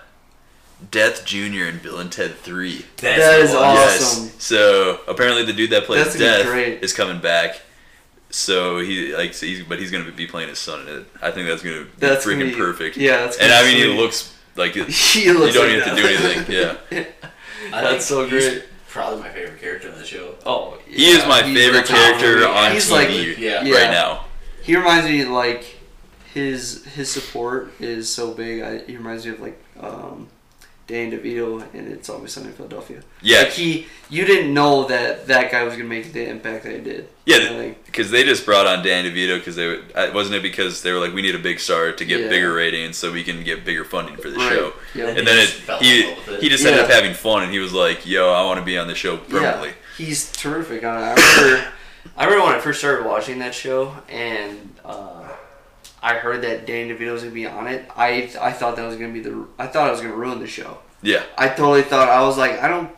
[SPEAKER 3] Death Junior in Bill and Ted Three.
[SPEAKER 2] That's
[SPEAKER 1] That
[SPEAKER 2] the
[SPEAKER 1] is
[SPEAKER 2] one.
[SPEAKER 1] awesome.
[SPEAKER 3] So apparently the dude that plays
[SPEAKER 1] That's gonna be
[SPEAKER 3] Death
[SPEAKER 1] great.
[SPEAKER 3] is coming back. So he like so he's but he's gonna be playing his son in it. I think that's gonna be
[SPEAKER 1] That's gonna
[SPEAKER 3] freaking
[SPEAKER 1] be-
[SPEAKER 3] perfect.
[SPEAKER 1] Yeah, that's
[SPEAKER 3] And
[SPEAKER 1] gonna
[SPEAKER 3] I
[SPEAKER 1] be
[SPEAKER 3] mean he
[SPEAKER 1] sweet.
[SPEAKER 3] looks like it-
[SPEAKER 1] He looks
[SPEAKER 3] you don't
[SPEAKER 1] like
[SPEAKER 3] even have to do
[SPEAKER 1] that.
[SPEAKER 3] anything. Yeah.
[SPEAKER 2] I
[SPEAKER 1] That's so
[SPEAKER 2] think he's
[SPEAKER 1] great.
[SPEAKER 2] Probably my favorite character in the show.
[SPEAKER 1] Oh,
[SPEAKER 3] He is my
[SPEAKER 1] he's
[SPEAKER 3] favorite
[SPEAKER 1] the top
[SPEAKER 3] character
[SPEAKER 1] one.
[SPEAKER 3] on TV
[SPEAKER 1] He's Like,
[SPEAKER 2] Yeah.
[SPEAKER 1] Yeah.
[SPEAKER 3] right now.
[SPEAKER 1] he reminds me like his his support is so big. I, he reminds me of like um, Danny DeVito, and it's always sunny in Philadelphia.
[SPEAKER 3] Yeah.
[SPEAKER 1] like he you didn't know that that guy was gonna make the impact that he did.
[SPEAKER 3] Yeah,
[SPEAKER 1] You know, like,
[SPEAKER 3] because they just brought on Dan DeVito because they were- uh, wasn't it because they were like we need a big star to get
[SPEAKER 1] Yeah.
[SPEAKER 3] bigger ratings so we can get bigger funding for the
[SPEAKER 1] Right.
[SPEAKER 3] show.
[SPEAKER 1] Yep.
[SPEAKER 3] And,
[SPEAKER 2] And
[SPEAKER 3] then
[SPEAKER 2] he
[SPEAKER 3] it,
[SPEAKER 2] just fell in
[SPEAKER 3] he
[SPEAKER 2] love with it.
[SPEAKER 3] he just ended up
[SPEAKER 1] Yeah.
[SPEAKER 3] having fun and he was like, "Yo, I want to be on the show permanently."
[SPEAKER 1] Yeah, he's terrific on it. I remember, I remember when I first started watching that show, and uh, I heard that Danny DeVito was gonna be on it. I I thought that was gonna be the I thought I was gonna ruin the show.
[SPEAKER 3] Yeah.
[SPEAKER 1] I totally thought I was like, I don't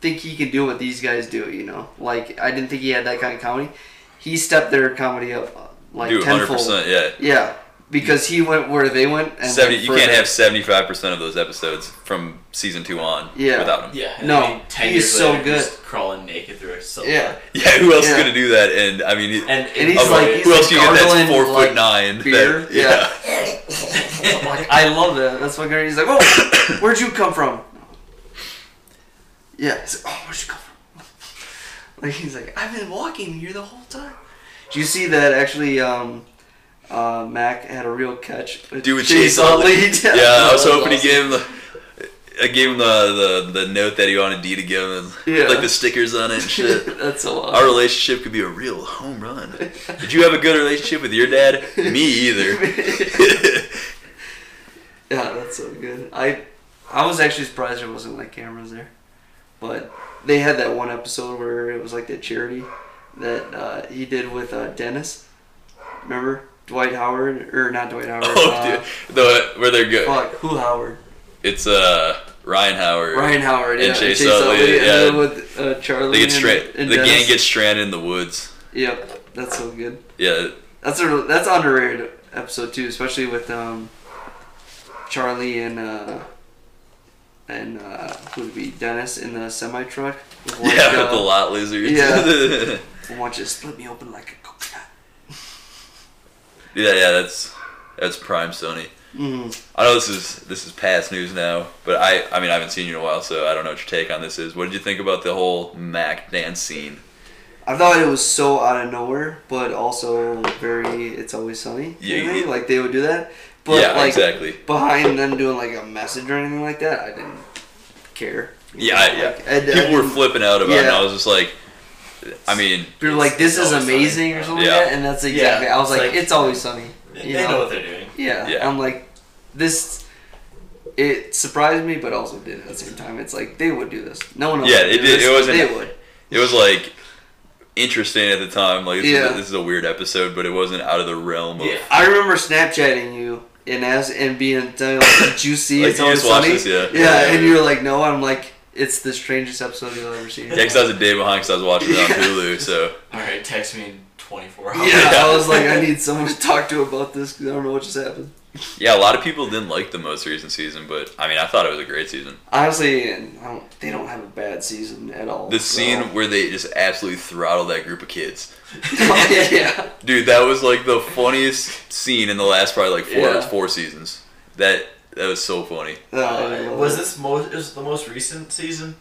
[SPEAKER 1] think he can do what these guys do. You know, like I didn't think he had that kind of comedy. He stepped their comedy up uh, like
[SPEAKER 3] dude, hundred
[SPEAKER 1] tenfold.
[SPEAKER 3] percent. Yeah,
[SPEAKER 1] Yeah, because he went where they went. And
[SPEAKER 3] seventy.
[SPEAKER 1] then
[SPEAKER 3] You can't
[SPEAKER 1] further.
[SPEAKER 3] have seventy five percent of those episodes from season two on
[SPEAKER 1] Yeah.
[SPEAKER 3] without him.
[SPEAKER 2] Yeah.
[SPEAKER 1] No,
[SPEAKER 2] I mean, 10
[SPEAKER 1] he
[SPEAKER 2] years
[SPEAKER 1] is so
[SPEAKER 2] later, he's
[SPEAKER 1] good.
[SPEAKER 2] Crawling naked through a cell.
[SPEAKER 1] Yeah.
[SPEAKER 3] Yeah, who else is
[SPEAKER 1] Yeah.
[SPEAKER 3] gonna do that? And I mean,
[SPEAKER 2] And,
[SPEAKER 1] And he's
[SPEAKER 3] of-
[SPEAKER 1] like-
[SPEAKER 3] who else
[SPEAKER 1] like
[SPEAKER 3] do you get that's
[SPEAKER 1] gargling,
[SPEAKER 3] four
[SPEAKER 1] like,
[SPEAKER 3] foot nine?
[SPEAKER 1] beer.
[SPEAKER 3] that- yeah.
[SPEAKER 2] Oh my
[SPEAKER 1] I love that. That's why Gary's like, oh, where'd you come from? Yeah. He's like, oh, where'd you come from? Like he's like, I've been walking here the whole time. Do you see that actually? Um, uh, Mac had a real catch. with
[SPEAKER 3] Do a
[SPEAKER 1] Chase
[SPEAKER 3] chase on
[SPEAKER 1] Utley.
[SPEAKER 3] lead. Yeah, I was
[SPEAKER 1] That
[SPEAKER 3] hoping he
[SPEAKER 1] awesome.
[SPEAKER 3] gave him the. I gave him the, the, the note that he wanted D to give him,
[SPEAKER 1] Yeah.
[SPEAKER 3] like the stickers on it and shit.
[SPEAKER 1] That's so
[SPEAKER 3] Our
[SPEAKER 1] awesome.
[SPEAKER 3] relationship could be a real home run. Did you have a good relationship with your dad? Me either.
[SPEAKER 1] yeah, that's so good. I I was actually surprised there wasn't like cameras there, but they had that one episode where it was like that charity that uh, he did with uh, Dennis. Remember Dwight Howard or not Dwight Howard?
[SPEAKER 3] oh,
[SPEAKER 1] uh,
[SPEAKER 3] dude, the where they're good.
[SPEAKER 1] Fuck, who Howard?
[SPEAKER 3] It's uh Ryan Howard.
[SPEAKER 1] Ryan Howard.
[SPEAKER 3] And
[SPEAKER 1] yeah,
[SPEAKER 3] Chase
[SPEAKER 1] Utley,
[SPEAKER 3] Utley,
[SPEAKER 1] and
[SPEAKER 3] yeah.
[SPEAKER 1] then with uh, Charlie.
[SPEAKER 3] They get
[SPEAKER 1] and-
[SPEAKER 3] stranded.
[SPEAKER 1] and
[SPEAKER 3] The gang
[SPEAKER 1] Dennis.
[SPEAKER 3] gets stranded in the woods.
[SPEAKER 1] Yep, that's so good.
[SPEAKER 3] Yeah,
[SPEAKER 1] That's a that's an underrated episode too, especially with um, Charlie and uh, and uh, who would it be Dennis in the semi truck.
[SPEAKER 3] yeah, with the lot losers.
[SPEAKER 1] uh, yeah.
[SPEAKER 3] yeah,
[SPEAKER 1] I want you to split me open like a coconut.
[SPEAKER 3] yeah. That's that's prime Sony.
[SPEAKER 1] Mm.
[SPEAKER 3] I know this is this is past news now, but I I mean I haven't seen you in a while, so I don't know what your take on this is. What did you think about the whole Mac dance scene?
[SPEAKER 1] I thought it was so out of nowhere, but also very "It's Always Sunny."
[SPEAKER 3] Yeah,
[SPEAKER 1] thing,
[SPEAKER 3] you-
[SPEAKER 1] like they would do that. But
[SPEAKER 3] yeah,
[SPEAKER 1] like
[SPEAKER 3] exactly.
[SPEAKER 1] behind them doing like a message or anything like that, I didn't care.
[SPEAKER 3] Yeah, I- yeah.
[SPEAKER 1] Like, I- I
[SPEAKER 3] People were
[SPEAKER 1] didn't-
[SPEAKER 3] flipping out about it. and
[SPEAKER 1] yeah.
[SPEAKER 3] I was just like, I mean,
[SPEAKER 1] People were like, "This is
[SPEAKER 2] Always Sunny.
[SPEAKER 1] amazing" or something
[SPEAKER 3] Yeah.
[SPEAKER 1] like that, and that's exactly. I was
[SPEAKER 2] it's
[SPEAKER 1] like,
[SPEAKER 2] like-
[SPEAKER 1] "It's always sunny."
[SPEAKER 2] They
[SPEAKER 1] You
[SPEAKER 2] know.
[SPEAKER 1] know?
[SPEAKER 2] what they're doing.
[SPEAKER 1] Yeah.
[SPEAKER 3] Yeah.
[SPEAKER 1] I'm like, this. It surprised me, but also did at the same time. It's like they would do this. No one else.
[SPEAKER 3] Yeah,
[SPEAKER 1] would
[SPEAKER 3] it
[SPEAKER 1] do
[SPEAKER 3] did-
[SPEAKER 1] This,
[SPEAKER 3] it
[SPEAKER 1] but
[SPEAKER 3] wasn't-
[SPEAKER 1] They would.
[SPEAKER 3] it was like interesting at the time. Like this,
[SPEAKER 1] Yeah.
[SPEAKER 3] is, a, this is a weird episode, but it wasn't out of the realm of.
[SPEAKER 2] Yeah.
[SPEAKER 1] I remember Snapchatting you and as and being telling you, like, "Did you see
[SPEAKER 3] Like,
[SPEAKER 1] it's
[SPEAKER 3] you
[SPEAKER 1] always
[SPEAKER 3] just watched
[SPEAKER 1] sunny?"
[SPEAKER 3] this, yeah.
[SPEAKER 1] Yeah,
[SPEAKER 3] Yeah.
[SPEAKER 1] and you're like, "No," I'm like, "It's the strangest episode you'll ever see."
[SPEAKER 3] Yeah, 'cause I was a day behind because I was watching it on
[SPEAKER 1] Yeah.
[SPEAKER 3] Hulu. So
[SPEAKER 2] All right, text me in 24 hours.
[SPEAKER 1] Yeah, I was like, I need someone to talk to about this because I don't know what just happened.
[SPEAKER 3] yeah, a lot of people didn't like the most recent season, but I mean, I thought it was a great season.
[SPEAKER 1] Honestly, and I don't, they don't have a bad season at all.
[SPEAKER 3] The
[SPEAKER 1] so-
[SPEAKER 3] scene where they just absolutely throttle that group of kids,
[SPEAKER 1] Oh, yeah.
[SPEAKER 3] dude, that was like the funniest scene in the last probably like four
[SPEAKER 1] Yeah.
[SPEAKER 3] four seasons. That that was so funny.
[SPEAKER 1] No, I
[SPEAKER 2] Uh,
[SPEAKER 1] love
[SPEAKER 2] was
[SPEAKER 1] it.
[SPEAKER 2] this most? Is the most recent season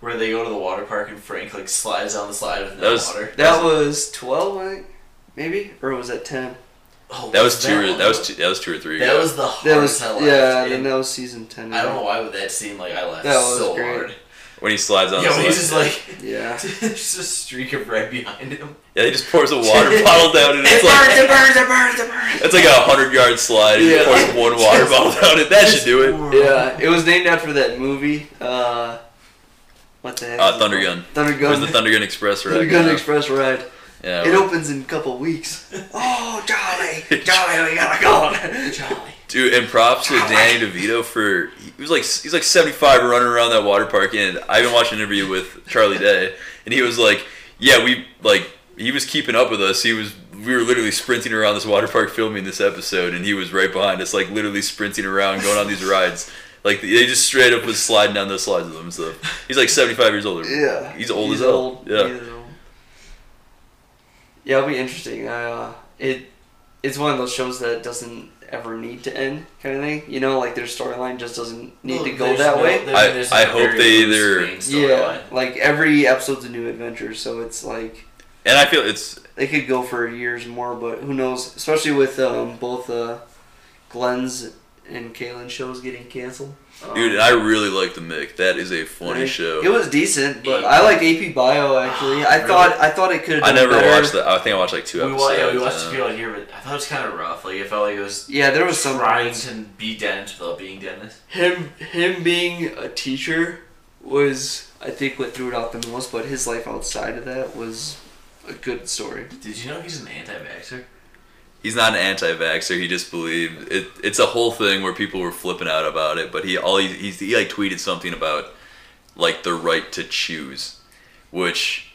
[SPEAKER 2] where they go to the water park and Frank like slides down the slide with
[SPEAKER 3] That
[SPEAKER 2] no
[SPEAKER 3] was-
[SPEAKER 2] water?
[SPEAKER 1] That was twelve, I think, maybe, or was that ten?
[SPEAKER 2] Oh,
[SPEAKER 3] That was two.
[SPEAKER 2] one?
[SPEAKER 3] Or, that was two, that was two or three.
[SPEAKER 2] That
[SPEAKER 3] ago.
[SPEAKER 2] was the hardest
[SPEAKER 1] That was
[SPEAKER 2] I laughed.
[SPEAKER 1] yeah.
[SPEAKER 2] in-
[SPEAKER 1] Then that was season ten.
[SPEAKER 2] I don't know why, but that seemed like I laughed
[SPEAKER 1] That was
[SPEAKER 2] so
[SPEAKER 1] great.
[SPEAKER 2] hard.
[SPEAKER 3] when he slides on.
[SPEAKER 2] Yeah,
[SPEAKER 3] the
[SPEAKER 2] when he's
[SPEAKER 3] slide.
[SPEAKER 2] just like,
[SPEAKER 1] Yeah.
[SPEAKER 2] just a streak of red behind him.
[SPEAKER 3] yeah, he just pours a water bottle down and it's like
[SPEAKER 1] it burns! It burns! It burns!
[SPEAKER 3] it's like a hundred yard slide. And
[SPEAKER 1] Yeah. Oh,
[SPEAKER 3] He pours one water bottle down it. That should do it.
[SPEAKER 1] Yeah, it was named after that movie. Uh, what the heck?
[SPEAKER 3] Uh,
[SPEAKER 1] is it called?
[SPEAKER 3] Thunder Gun.
[SPEAKER 1] Thunder
[SPEAKER 3] Where's
[SPEAKER 1] Gun.
[SPEAKER 3] the Thunder Gun Express right
[SPEAKER 1] Thunder Gun Express ride.
[SPEAKER 3] Yeah,
[SPEAKER 1] It opens in a couple weeks. Oh, Charlie, Charlie, we gotta go.
[SPEAKER 2] Jolly.
[SPEAKER 3] Dude, and props to Danny DeVito for he was like he's like 75 running around that water park, and I even watched an interview with Charlie Day, and he was like, "Yeah, we like he was keeping up with us. He was we were literally sprinting around this water park filming this episode, and he was right behind us, like literally sprinting around going on these rides." Like they just straight up was sliding down those slides with him. So he's like 75 years old.
[SPEAKER 1] Yeah.
[SPEAKER 3] he's old as hell. Yeah,
[SPEAKER 1] He is old. Yeah, it'll be interesting. Uh, it it's one of those shows that doesn't ever need to end, kind of thing. You know, like their storyline just doesn't need to go that way.
[SPEAKER 3] I- I hope they either-
[SPEAKER 1] Yeah, like every episode's a new adventure, so it's like
[SPEAKER 3] and I feel it's
[SPEAKER 1] they could go for years more, but who knows? Especially with um, both uh, Glenn's and Kalen's shows getting canceled. Um,
[SPEAKER 3] dude. I really like the Mick. That is a funny
[SPEAKER 1] I-
[SPEAKER 3] show.
[SPEAKER 1] It was decent, but I liked AP Bio actually. I
[SPEAKER 2] Really?
[SPEAKER 1] thought I thought it could.
[SPEAKER 3] I never watched that. I think I watched like two
[SPEAKER 2] We
[SPEAKER 3] episodes.
[SPEAKER 2] watched, yeah, we watched
[SPEAKER 3] uh,
[SPEAKER 2] a few out here, but I thought it was kind of rough. Like it felt like it was
[SPEAKER 1] Yeah, there was some
[SPEAKER 2] trying to be Dennis without being Dennis.
[SPEAKER 1] him him being a teacher was I think what threw it out the most, but his life outside of that was a good story.
[SPEAKER 2] Did you know he's an anti-vaxxer?
[SPEAKER 3] He's not an anti-vaxxer. He just believed it. It's a whole thing where people were flipping out about it. But he all he, he's, he like tweeted something about like the right to choose, which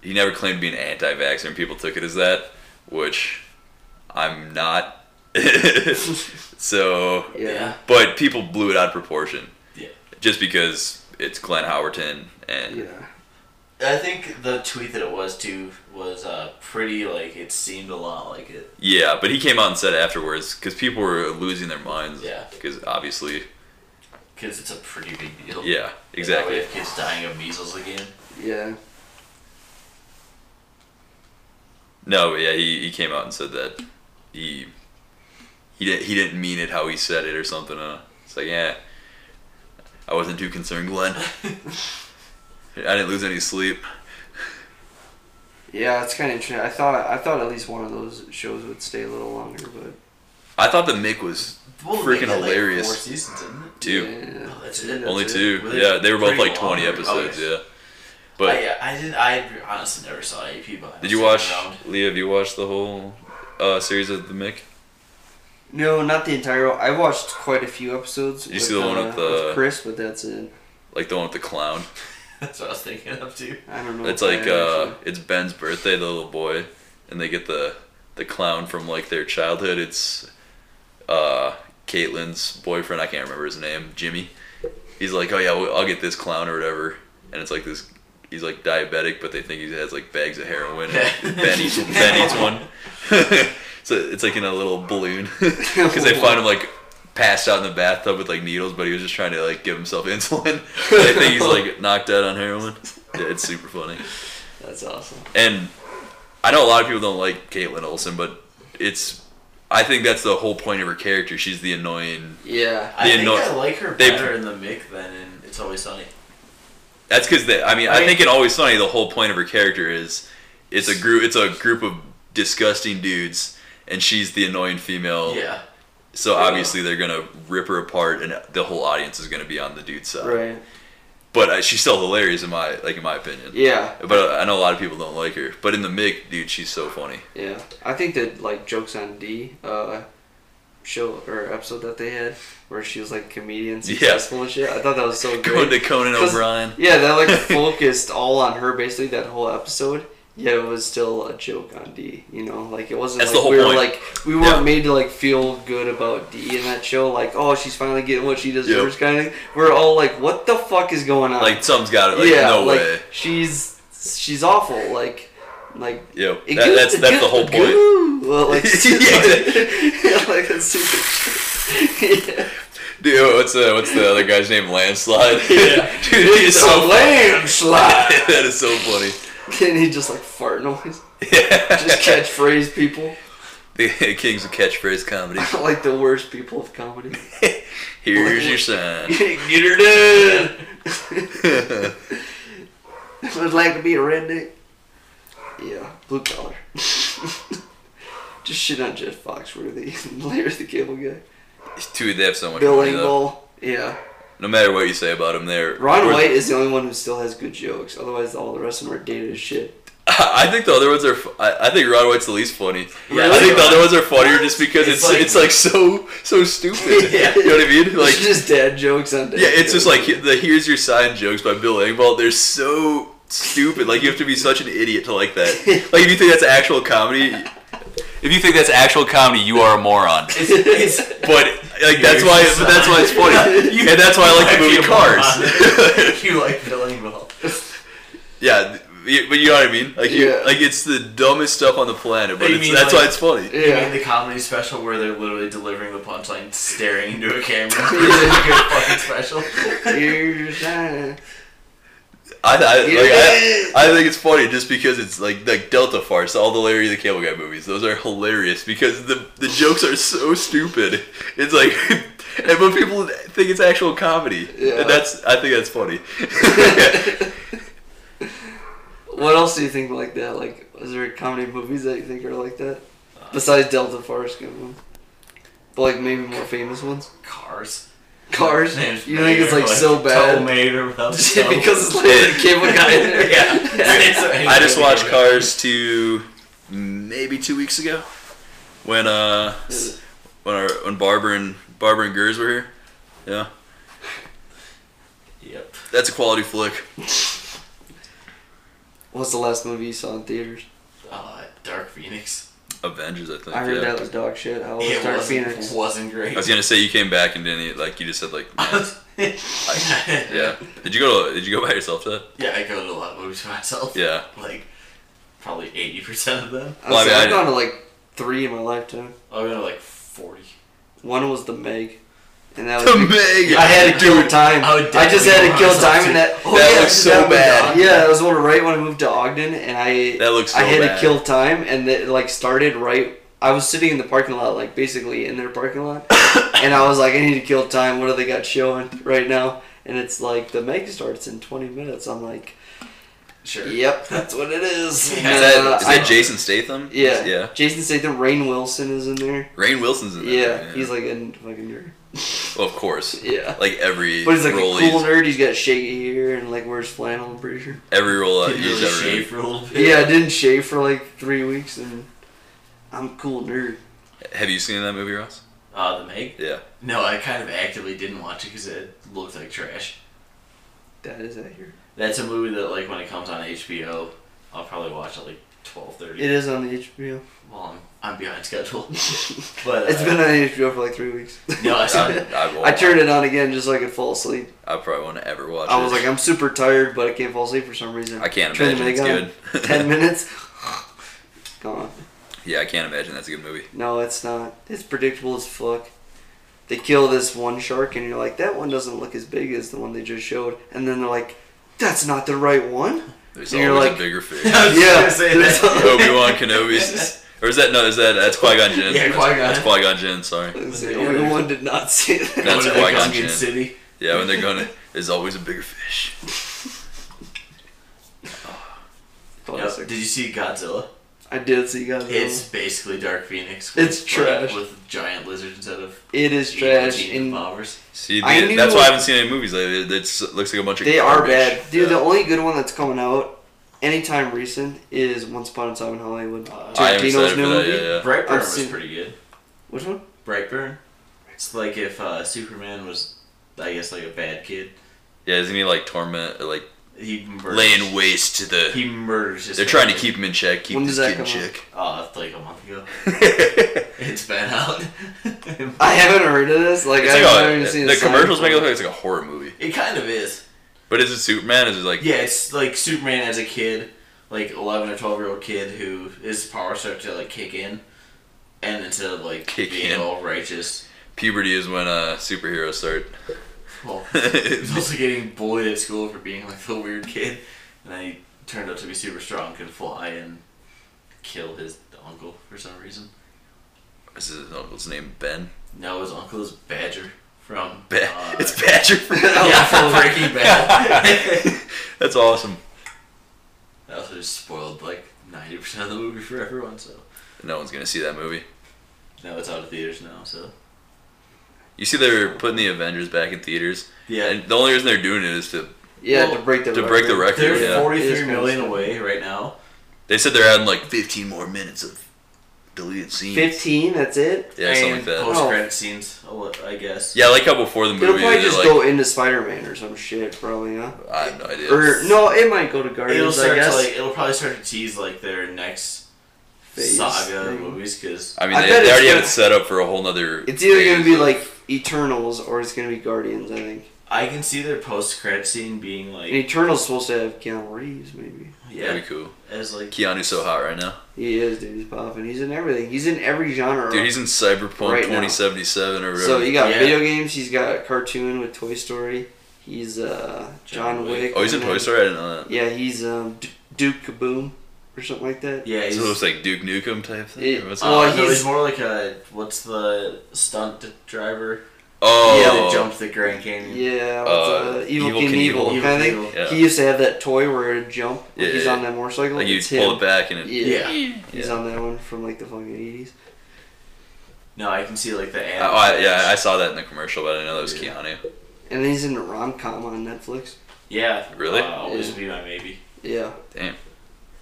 [SPEAKER 3] he never claimed to be an anti-vaxxer, and people took it as that, which I'm not. so,
[SPEAKER 1] Yeah.
[SPEAKER 3] but people blew it out of proportion.
[SPEAKER 2] Yeah.
[SPEAKER 3] Just because it's Glenn Howerton and
[SPEAKER 1] Yeah.
[SPEAKER 2] I think the tweet that it was too was uh, pretty like it seemed a lot like it.
[SPEAKER 3] Yeah, but he came out and said afterwards because people were losing their minds.
[SPEAKER 2] Yeah.
[SPEAKER 3] Because obviously.
[SPEAKER 2] Because it's a pretty big deal.
[SPEAKER 3] Yeah.
[SPEAKER 2] And that way
[SPEAKER 3] Exactly.
[SPEAKER 2] If kids dying of measles again.
[SPEAKER 1] Yeah.
[SPEAKER 3] No. Yeah. He, he came out and said that he he didn't he didn't mean it how he said it or something. Uh, it's like yeah. I wasn't too concerned, Glenn. I didn't lose any sleep.
[SPEAKER 1] Yeah, it's kind of interesting. I thought I thought at least one of those shows would stay a little longer, but
[SPEAKER 3] I thought the Mick was
[SPEAKER 2] Well,
[SPEAKER 3] Freaking
[SPEAKER 2] they had, like,
[SPEAKER 3] hilarious.
[SPEAKER 2] Four seasons, didn't it?
[SPEAKER 3] two,
[SPEAKER 1] Yeah,
[SPEAKER 2] Oh, that's it?
[SPEAKER 3] only
[SPEAKER 1] that's it.
[SPEAKER 3] two.
[SPEAKER 2] Were they
[SPEAKER 3] yeah, they were both
[SPEAKER 2] pretty
[SPEAKER 3] like twenty
[SPEAKER 2] long? Oh,
[SPEAKER 3] episodes.
[SPEAKER 2] Okay.
[SPEAKER 3] Yeah. But
[SPEAKER 2] I, I didn't. I honestly never saw AP behind.
[SPEAKER 3] did you
[SPEAKER 2] the
[SPEAKER 3] watch
[SPEAKER 2] scenes around.
[SPEAKER 3] Leah? Have you watched the whole uh, series of the Mick?
[SPEAKER 1] No, not the entire. I watched quite a few episodes. uh,
[SPEAKER 3] You see the one with the-
[SPEAKER 1] Chris, but that's it.
[SPEAKER 3] Like the one with the clown.
[SPEAKER 2] That's what I was thinking of too.
[SPEAKER 1] I don't know.
[SPEAKER 3] It's
[SPEAKER 1] if I
[SPEAKER 3] like uh,
[SPEAKER 1] actually-
[SPEAKER 3] it's Ben's birthday, the little boy, and they get the the clown from like their childhood. It's uh, Caitlin's boyfriend. I can't remember his name. Jimmy. He's like, oh yeah, well, I'll get this clown or whatever, and it's like this. He's like diabetic, but they think he has like bags of heroin. And ben eats Ben eats one. so it's like in a little balloon because they find him like passed out in the bathtub with like needles, but he was just trying to like give himself insulin. I think he's like knocked out on heroin. Yeah, it's super funny.
[SPEAKER 1] that's awesome.
[SPEAKER 3] And I know a lot of people don't like Caitlin Olsen, but it's I think that's the whole point of her character. She's the annoying.
[SPEAKER 1] Yeah,
[SPEAKER 2] I
[SPEAKER 3] They
[SPEAKER 2] think
[SPEAKER 3] annoy-
[SPEAKER 2] I like her
[SPEAKER 3] they-
[SPEAKER 2] better in the Mick than in It's Always Sunny.
[SPEAKER 3] That's because I mean I,
[SPEAKER 1] I mean-
[SPEAKER 3] think in Always Sunny the whole point of her character is it's a group it's a group of disgusting dudes and she's the annoying female.
[SPEAKER 2] Yeah.
[SPEAKER 3] So obviously they're gonna rip her apart and the whole audience is gonna be on the dude's side.
[SPEAKER 1] right.
[SPEAKER 3] But uh, she's still hilarious in my like in my opinion.
[SPEAKER 1] Yeah,
[SPEAKER 3] But uh, I know a lot of people don't like her. But in the Mick, dude, she's so funny.
[SPEAKER 1] yeah. I think that like jokes on D uh, show or episode that they had where she was like comedian
[SPEAKER 3] Yeah.
[SPEAKER 1] successful and shit. I thought that was so
[SPEAKER 3] Going to
[SPEAKER 1] great.
[SPEAKER 3] Conan
[SPEAKER 1] 'Cause-
[SPEAKER 3] O'Brien.
[SPEAKER 1] Yeah, that like focused all on her basically that whole episode. Yet it was still a joke on D. You know, like it wasn't
[SPEAKER 3] That's
[SPEAKER 1] like
[SPEAKER 3] the whole
[SPEAKER 1] we were
[SPEAKER 3] point.
[SPEAKER 1] like we weren't
[SPEAKER 3] Yeah.
[SPEAKER 1] made to like feel good about D in that show. Like, oh, she's finally getting what she
[SPEAKER 3] Yep.
[SPEAKER 1] deserves, kind of thing. We're all like, what the fuck is going on?
[SPEAKER 3] Like something's got it. Like
[SPEAKER 1] yeah,
[SPEAKER 3] no
[SPEAKER 1] like
[SPEAKER 3] way.
[SPEAKER 1] she's she's awful. Like, like
[SPEAKER 3] Yeah,
[SPEAKER 1] it
[SPEAKER 3] that,
[SPEAKER 1] gives
[SPEAKER 3] that's
[SPEAKER 1] the
[SPEAKER 3] that's
[SPEAKER 1] goo-
[SPEAKER 3] the whole point.
[SPEAKER 1] goo. Well, like,
[SPEAKER 3] Yeah,
[SPEAKER 1] yeah, like that's super. yeah.
[SPEAKER 3] Dude, what's the what's the other guy's name? Landslide.
[SPEAKER 2] Yeah.
[SPEAKER 3] dude, he is
[SPEAKER 1] It's
[SPEAKER 3] so
[SPEAKER 1] a
[SPEAKER 3] funny.
[SPEAKER 1] landslide.
[SPEAKER 3] that is so funny.
[SPEAKER 1] Can he just like fart noise?
[SPEAKER 3] Yeah.
[SPEAKER 1] Just catchphrase people.
[SPEAKER 3] the kings of catchphrase comedy.
[SPEAKER 1] like the worst people of comedy.
[SPEAKER 3] Here's your sign.
[SPEAKER 1] Get her done. Would like to be a redneck. Yeah, blue collar. Just shit on Jeff Foxworthy, Larry the Cable Guy,
[SPEAKER 3] dude, they have so much
[SPEAKER 1] Bill
[SPEAKER 3] money though.
[SPEAKER 1] Engvall. Yeah,
[SPEAKER 3] No matter what you say about them, they're
[SPEAKER 1] Ron
[SPEAKER 3] we're-
[SPEAKER 1] White is the only one who still has good jokes. Otherwise, all the rest of them are dated as shit.
[SPEAKER 3] I think the other ones are. fu- I, I think Ron White's the least funny.
[SPEAKER 2] Yeah,
[SPEAKER 3] I think the
[SPEAKER 2] Ron-
[SPEAKER 3] other ones are funnier just because it's it's
[SPEAKER 2] It's
[SPEAKER 3] like,
[SPEAKER 2] like-
[SPEAKER 3] so so stupid.
[SPEAKER 2] Yeah.
[SPEAKER 3] You know what I mean? Like
[SPEAKER 1] it's just dad jokes on dad.
[SPEAKER 3] yeah, it's just
[SPEAKER 1] jokes.
[SPEAKER 3] like the "Here's Your Sign" jokes by Bill Engvall. They're so stupid. Like you have to be such an idiot to like that. Like if you think that's actual comedy, if you think that's actual comedy, you are a moron.
[SPEAKER 2] It's, it's,
[SPEAKER 3] But like that's
[SPEAKER 2] Here's
[SPEAKER 3] why
[SPEAKER 2] your
[SPEAKER 3] but that's why it's
[SPEAKER 2] sign.
[SPEAKER 3] funny,
[SPEAKER 2] You-
[SPEAKER 3] and that's why I like the
[SPEAKER 2] Might be
[SPEAKER 3] movie
[SPEAKER 2] a
[SPEAKER 3] Cars.
[SPEAKER 2] moron. you like Bill Engvall.
[SPEAKER 3] Yeah, th- but you know what I mean. Like, you,
[SPEAKER 1] Yeah.
[SPEAKER 3] like it's the dumbest stuff on the planet, but
[SPEAKER 2] You
[SPEAKER 3] it's,
[SPEAKER 2] mean,
[SPEAKER 3] that's
[SPEAKER 2] like-
[SPEAKER 3] why it's funny.
[SPEAKER 2] You
[SPEAKER 1] Yeah.
[SPEAKER 2] mean the comedy special where they're literally delivering the punchline, staring into a camera?
[SPEAKER 1] Yeah.
[SPEAKER 2] Good fucking special.
[SPEAKER 1] Here's your sign.
[SPEAKER 3] I, I, like,
[SPEAKER 1] Yeah.
[SPEAKER 3] I, I think it's funny just because it's like like Delta Farce, all the Larry the Cable Guy movies. Those are hilarious because the the jokes are so stupid. It's like, and but people think it's actual comedy,
[SPEAKER 1] Yeah.
[SPEAKER 3] and that's I think that's funny.
[SPEAKER 1] What else do you think like that? Like, is there comedy movies that you think are like that? Besides Delta Force, good one. But like maybe more famous ones.
[SPEAKER 2] Cars.
[SPEAKER 1] Cars.
[SPEAKER 2] Name's
[SPEAKER 1] You think it's
[SPEAKER 2] Mater,
[SPEAKER 1] like so bad?
[SPEAKER 2] Tell Mater without
[SPEAKER 1] Just
[SPEAKER 2] telling.
[SPEAKER 1] because it's like the cable guy in there.
[SPEAKER 2] Yeah. It's a-
[SPEAKER 3] I just watched Cars two, maybe two weeks ago, when uh when our when Barber and Barber and Gers were here. Yeah,
[SPEAKER 2] Yep.
[SPEAKER 3] that's a quality flick.
[SPEAKER 1] What's the last movie you saw in theaters?
[SPEAKER 2] Uh, Dark Phoenix.
[SPEAKER 3] Avengers, I think.
[SPEAKER 1] I heard
[SPEAKER 3] yeah.
[SPEAKER 1] that was dog shit. I was
[SPEAKER 2] It
[SPEAKER 1] Dark
[SPEAKER 2] wasn't,
[SPEAKER 1] Phoenix.
[SPEAKER 2] wasn't great.
[SPEAKER 3] I was gonna say you came back and didn't eat, like you just said like man. yeah. Did you go to, did you go by yourself to that?
[SPEAKER 2] Yeah, I go to a lot of movies by myself.
[SPEAKER 3] Yeah.
[SPEAKER 2] Like, probably 80% of them.
[SPEAKER 1] I
[SPEAKER 3] Well, I mean,
[SPEAKER 1] have
[SPEAKER 3] I-
[SPEAKER 1] gone to like three in my lifetime.
[SPEAKER 2] I've been to like 40.
[SPEAKER 1] One was the Meg, and that was
[SPEAKER 3] The Meg.
[SPEAKER 1] I had to kill time.
[SPEAKER 2] I
[SPEAKER 1] I,
[SPEAKER 2] would
[SPEAKER 1] just
[SPEAKER 2] definitely
[SPEAKER 1] had to
[SPEAKER 2] go
[SPEAKER 1] kill
[SPEAKER 2] myself
[SPEAKER 1] time
[SPEAKER 2] too.
[SPEAKER 1] in that. Oh,
[SPEAKER 3] That
[SPEAKER 1] yeah,
[SPEAKER 3] looks so
[SPEAKER 1] that was-
[SPEAKER 3] bad.
[SPEAKER 1] Yeah, that was one right when I moved to Ogden, and I
[SPEAKER 3] That looks so
[SPEAKER 1] I had
[SPEAKER 3] bad.
[SPEAKER 1] to kill time, and it like started right. I was sitting in the parking lot, like basically in their parking lot, and I was like, I need to kill time. What do they got showing right now? And it's like the Meg starts in 20 minutes. I'm like,
[SPEAKER 2] Sure.
[SPEAKER 1] yep, that's what it is.
[SPEAKER 2] Is
[SPEAKER 3] Is
[SPEAKER 1] And,
[SPEAKER 3] that,
[SPEAKER 1] uh,
[SPEAKER 3] is that
[SPEAKER 1] I-
[SPEAKER 3] Jason Statham?
[SPEAKER 1] Yeah,
[SPEAKER 3] Yeah.
[SPEAKER 1] Jason Statham, Rain Wilson is in there.
[SPEAKER 3] Rain Wilson's in that.
[SPEAKER 1] Yeah,
[SPEAKER 3] thing,
[SPEAKER 1] he's like a fucking nerd.
[SPEAKER 3] Well, of course.
[SPEAKER 1] Yeah.
[SPEAKER 3] Like every
[SPEAKER 1] But he's like
[SPEAKER 3] role
[SPEAKER 1] a cool
[SPEAKER 3] he's,
[SPEAKER 1] nerd. He's got shaggy hair and like wears flannel. I'm pretty sure.
[SPEAKER 3] every role
[SPEAKER 2] Didn't
[SPEAKER 3] he's
[SPEAKER 2] really
[SPEAKER 3] ever in.
[SPEAKER 2] shave for a little bit.
[SPEAKER 1] Yeah, I didn't shave for like three weeks, and I'm a cool nerd.
[SPEAKER 3] Have you seen that movie, Ross?
[SPEAKER 2] Uh, the Meg?
[SPEAKER 3] Yeah.
[SPEAKER 2] No, I kind of actively didn't watch it because it looked like trash.
[SPEAKER 1] That is accurate.
[SPEAKER 2] That's a movie that, like, when it comes on HBO, I'll probably watch at like 12.30.
[SPEAKER 1] It is on the HBO.
[SPEAKER 2] Well, I'm, I'm behind schedule. but, uh,
[SPEAKER 1] It's been on HBO for like three weeks.
[SPEAKER 2] No, I saw
[SPEAKER 3] I,
[SPEAKER 2] it.
[SPEAKER 3] I, won't
[SPEAKER 1] I turned it on again just so I could fall asleep.
[SPEAKER 3] I probably won't ever watch
[SPEAKER 1] I was
[SPEAKER 3] it.
[SPEAKER 1] like, I'm super tired, but I can't fall asleep for some reason.
[SPEAKER 3] Oh, I can't
[SPEAKER 1] Turn the
[SPEAKER 3] imagine it's good.
[SPEAKER 1] mic on, Ten minutes. Gone.
[SPEAKER 3] yeah, I can't imagine that's a good movie.
[SPEAKER 1] No, it's not. It's predictable as fuck. They kill this one shark, and you're like, that one doesn't look as big as the one they just showed. And then they're like, that's not the right one.
[SPEAKER 3] There's
[SPEAKER 1] And you're
[SPEAKER 3] always a
[SPEAKER 1] like-
[SPEAKER 3] bigger fish.
[SPEAKER 2] I was
[SPEAKER 1] Yeah,
[SPEAKER 2] gonna say
[SPEAKER 1] there's
[SPEAKER 2] that.
[SPEAKER 1] a-
[SPEAKER 3] Obi Wan Kenobi's, or is that no? Is that that's Qui Gon Jinn?
[SPEAKER 2] Yeah, Qui-Gon.
[SPEAKER 3] That's Qui Gon Jinn. Sorry.
[SPEAKER 1] It's
[SPEAKER 2] Yeah,
[SPEAKER 1] The only
[SPEAKER 2] there's-
[SPEAKER 1] one did not see that.
[SPEAKER 3] That's
[SPEAKER 2] Going to
[SPEAKER 3] Qui-Gon
[SPEAKER 2] Gungan
[SPEAKER 3] Jinn.
[SPEAKER 2] City.
[SPEAKER 3] Yeah, when they're gonna, there's always a bigger fish.
[SPEAKER 2] Yep.
[SPEAKER 1] Classic.
[SPEAKER 2] Did you see Godzilla?
[SPEAKER 1] I did see guys.
[SPEAKER 2] It's basically Dark Phoenix.
[SPEAKER 1] It's
[SPEAKER 2] like,
[SPEAKER 1] trash.
[SPEAKER 2] with giant lizards instead of
[SPEAKER 1] it is
[SPEAKER 2] evil
[SPEAKER 1] trash.
[SPEAKER 2] genie
[SPEAKER 1] And
[SPEAKER 2] bombers.
[SPEAKER 3] See,
[SPEAKER 1] I
[SPEAKER 3] the,
[SPEAKER 1] knew-
[SPEAKER 3] that's why I haven't seen any movies lately. It it's- it looks like a bunch of
[SPEAKER 1] they are
[SPEAKER 3] garbage.
[SPEAKER 1] bad, dude. The
[SPEAKER 3] Yeah.
[SPEAKER 1] only good one that's coming out anytime recent is Once Upon a Time in Hollywood.
[SPEAKER 2] Uh,
[SPEAKER 3] I am excited
[SPEAKER 1] Tarantino's
[SPEAKER 3] for
[SPEAKER 1] new
[SPEAKER 3] that.
[SPEAKER 1] movie.
[SPEAKER 3] Yeah, yeah.
[SPEAKER 2] Brightburn
[SPEAKER 1] I've
[SPEAKER 2] was
[SPEAKER 1] seen-
[SPEAKER 2] pretty good.
[SPEAKER 1] Which one?
[SPEAKER 2] Brightburn. It's like if uh, Superman was, I guess, like a bad kid.
[SPEAKER 3] Yeah, isn't he like torment, like
[SPEAKER 2] He murders.
[SPEAKER 3] laying waste to the?
[SPEAKER 2] He murders. His
[SPEAKER 3] they're trying to
[SPEAKER 2] family.
[SPEAKER 3] keep him in check. Keep
[SPEAKER 1] When
[SPEAKER 3] this
[SPEAKER 1] does that
[SPEAKER 3] kid in
[SPEAKER 1] come
[SPEAKER 3] check.
[SPEAKER 1] out?
[SPEAKER 2] Uh, like a month ago.
[SPEAKER 3] it's
[SPEAKER 2] It's been out.
[SPEAKER 1] I haven't heard of this. Like I haven't
[SPEAKER 3] like
[SPEAKER 1] even
[SPEAKER 3] a,
[SPEAKER 1] seen
[SPEAKER 3] the
[SPEAKER 1] a sign
[SPEAKER 3] commercials
[SPEAKER 1] for
[SPEAKER 3] make it
[SPEAKER 1] it.
[SPEAKER 3] look like it's like a horror movie.
[SPEAKER 2] It kind of is.
[SPEAKER 3] But is it Superman? Is it like
[SPEAKER 2] Yeah, it's like Superman as a kid, like eleven or twelve year old kid who his powers start to like kick in, and instead of like
[SPEAKER 3] Kick
[SPEAKER 2] being
[SPEAKER 3] in.
[SPEAKER 2] all righteous,
[SPEAKER 3] puberty is when uh, superheroes start?
[SPEAKER 2] well,
[SPEAKER 1] Oh.
[SPEAKER 2] he's also getting bullied at school for being like the weird kid, and then he turned out to be super strong, could fly, and kill his uncle for some reason.
[SPEAKER 3] This is his uncle's name, Ben.
[SPEAKER 2] No, his uncle is Badger from.
[SPEAKER 3] Ba-
[SPEAKER 2] uh,
[SPEAKER 3] it's Badger from
[SPEAKER 2] yeah, from Breaking Bad.
[SPEAKER 3] That's awesome.
[SPEAKER 2] I also just spoiled like ninety percent of the movie for everyone, so
[SPEAKER 3] No one's gonna see that movie.
[SPEAKER 2] now it's out of theaters now. So
[SPEAKER 3] You see, they're putting the Avengers back in theaters,
[SPEAKER 2] yeah,
[SPEAKER 3] and the only reason they're doing it is to.
[SPEAKER 1] Yeah,
[SPEAKER 2] Well,
[SPEAKER 1] to break the
[SPEAKER 3] to break the record.
[SPEAKER 2] They're
[SPEAKER 3] Yeah.
[SPEAKER 2] 43 million
[SPEAKER 1] It's
[SPEAKER 2] away right now.
[SPEAKER 3] They said they're adding like 15 more minutes of deleted scenes.
[SPEAKER 1] Fifteen. That's it.
[SPEAKER 3] Yeah, something like
[SPEAKER 2] And
[SPEAKER 3] that.
[SPEAKER 2] Post-credit scenes, oh, I guess.
[SPEAKER 3] Yeah, I like how before the
[SPEAKER 1] Oh, It'll
[SPEAKER 3] movie,
[SPEAKER 1] probably
[SPEAKER 3] they're
[SPEAKER 1] just
[SPEAKER 3] like,
[SPEAKER 1] go into Spider Man or some shit, probably, huh?
[SPEAKER 3] I have no idea.
[SPEAKER 1] Or no, it might go to Guardians.
[SPEAKER 2] It'll start
[SPEAKER 1] I guess.
[SPEAKER 2] to like. It'll probably start to tease like their next
[SPEAKER 1] Phase
[SPEAKER 2] saga of
[SPEAKER 1] thing.
[SPEAKER 2] movies because
[SPEAKER 3] I mean,
[SPEAKER 1] I
[SPEAKER 3] they,
[SPEAKER 1] bet
[SPEAKER 3] they
[SPEAKER 1] it's
[SPEAKER 3] already have it
[SPEAKER 1] gonna-
[SPEAKER 3] set up for a whole nother.
[SPEAKER 1] It's either
[SPEAKER 3] phase
[SPEAKER 1] gonna be
[SPEAKER 3] of-
[SPEAKER 1] like Eternals or it's gonna be Guardians. I think.
[SPEAKER 2] I can see their post-credit scene being like
[SPEAKER 1] And Eternals supposed to have Keanu Reeves, maybe.
[SPEAKER 2] yeah,
[SPEAKER 3] That'd be cool.
[SPEAKER 2] as like
[SPEAKER 3] Keanu's so hot right now.
[SPEAKER 1] He is, dude. He's popping. He's in everything. He's in every genre.
[SPEAKER 3] Dude, he's in Cyberpunk
[SPEAKER 1] Right now.
[SPEAKER 3] 2077 or whatever.
[SPEAKER 1] so you got
[SPEAKER 2] Yeah.
[SPEAKER 1] video games. He's got cartoon with Toy Story. He's uh, John,
[SPEAKER 2] John Wick.
[SPEAKER 1] Wick.
[SPEAKER 3] oh, he's in
[SPEAKER 1] and
[SPEAKER 3] Toy
[SPEAKER 1] then-
[SPEAKER 3] Story? I didn't know that.
[SPEAKER 1] Yeah, he's um, D- Duke Kaboom or something like that.
[SPEAKER 2] yeah. He's,
[SPEAKER 3] so it's like Duke Nukem type thing?
[SPEAKER 1] It- Oh,
[SPEAKER 3] or what's
[SPEAKER 2] uh,
[SPEAKER 3] that?
[SPEAKER 1] well,
[SPEAKER 2] no,
[SPEAKER 1] he's-
[SPEAKER 2] he's more like a what's the stunt driver?
[SPEAKER 3] oh,
[SPEAKER 2] that jumped the Grand Canyon.
[SPEAKER 1] Yeah, what's,
[SPEAKER 3] Uh,
[SPEAKER 1] uh, Evil,
[SPEAKER 3] Evil
[SPEAKER 1] Knievel,
[SPEAKER 3] Knievel.
[SPEAKER 1] kind of thing.
[SPEAKER 2] Evil Knievel.
[SPEAKER 3] Yeah.
[SPEAKER 1] He used to have that toy where it jump.
[SPEAKER 3] Yeah,
[SPEAKER 1] like he's
[SPEAKER 3] yeah,
[SPEAKER 1] on that motorcycle.
[SPEAKER 3] like you
[SPEAKER 1] it's
[SPEAKER 3] pull
[SPEAKER 1] him.
[SPEAKER 3] it back and it.
[SPEAKER 1] Yeah.
[SPEAKER 2] Yeah.
[SPEAKER 1] He's
[SPEAKER 3] Yeah.
[SPEAKER 1] on that one from like the fucking 80s.
[SPEAKER 2] No, I can see like the.
[SPEAKER 3] Oh, I, yeah, I saw that in the commercial, but I didn't know that was
[SPEAKER 2] Yeah.
[SPEAKER 3] Keanu.
[SPEAKER 1] And then he's in a rom com on Netflix.
[SPEAKER 2] yeah.
[SPEAKER 3] Really?
[SPEAKER 2] Uh, always
[SPEAKER 1] Yeah.
[SPEAKER 2] be my maybe.
[SPEAKER 1] Yeah.
[SPEAKER 3] Damn.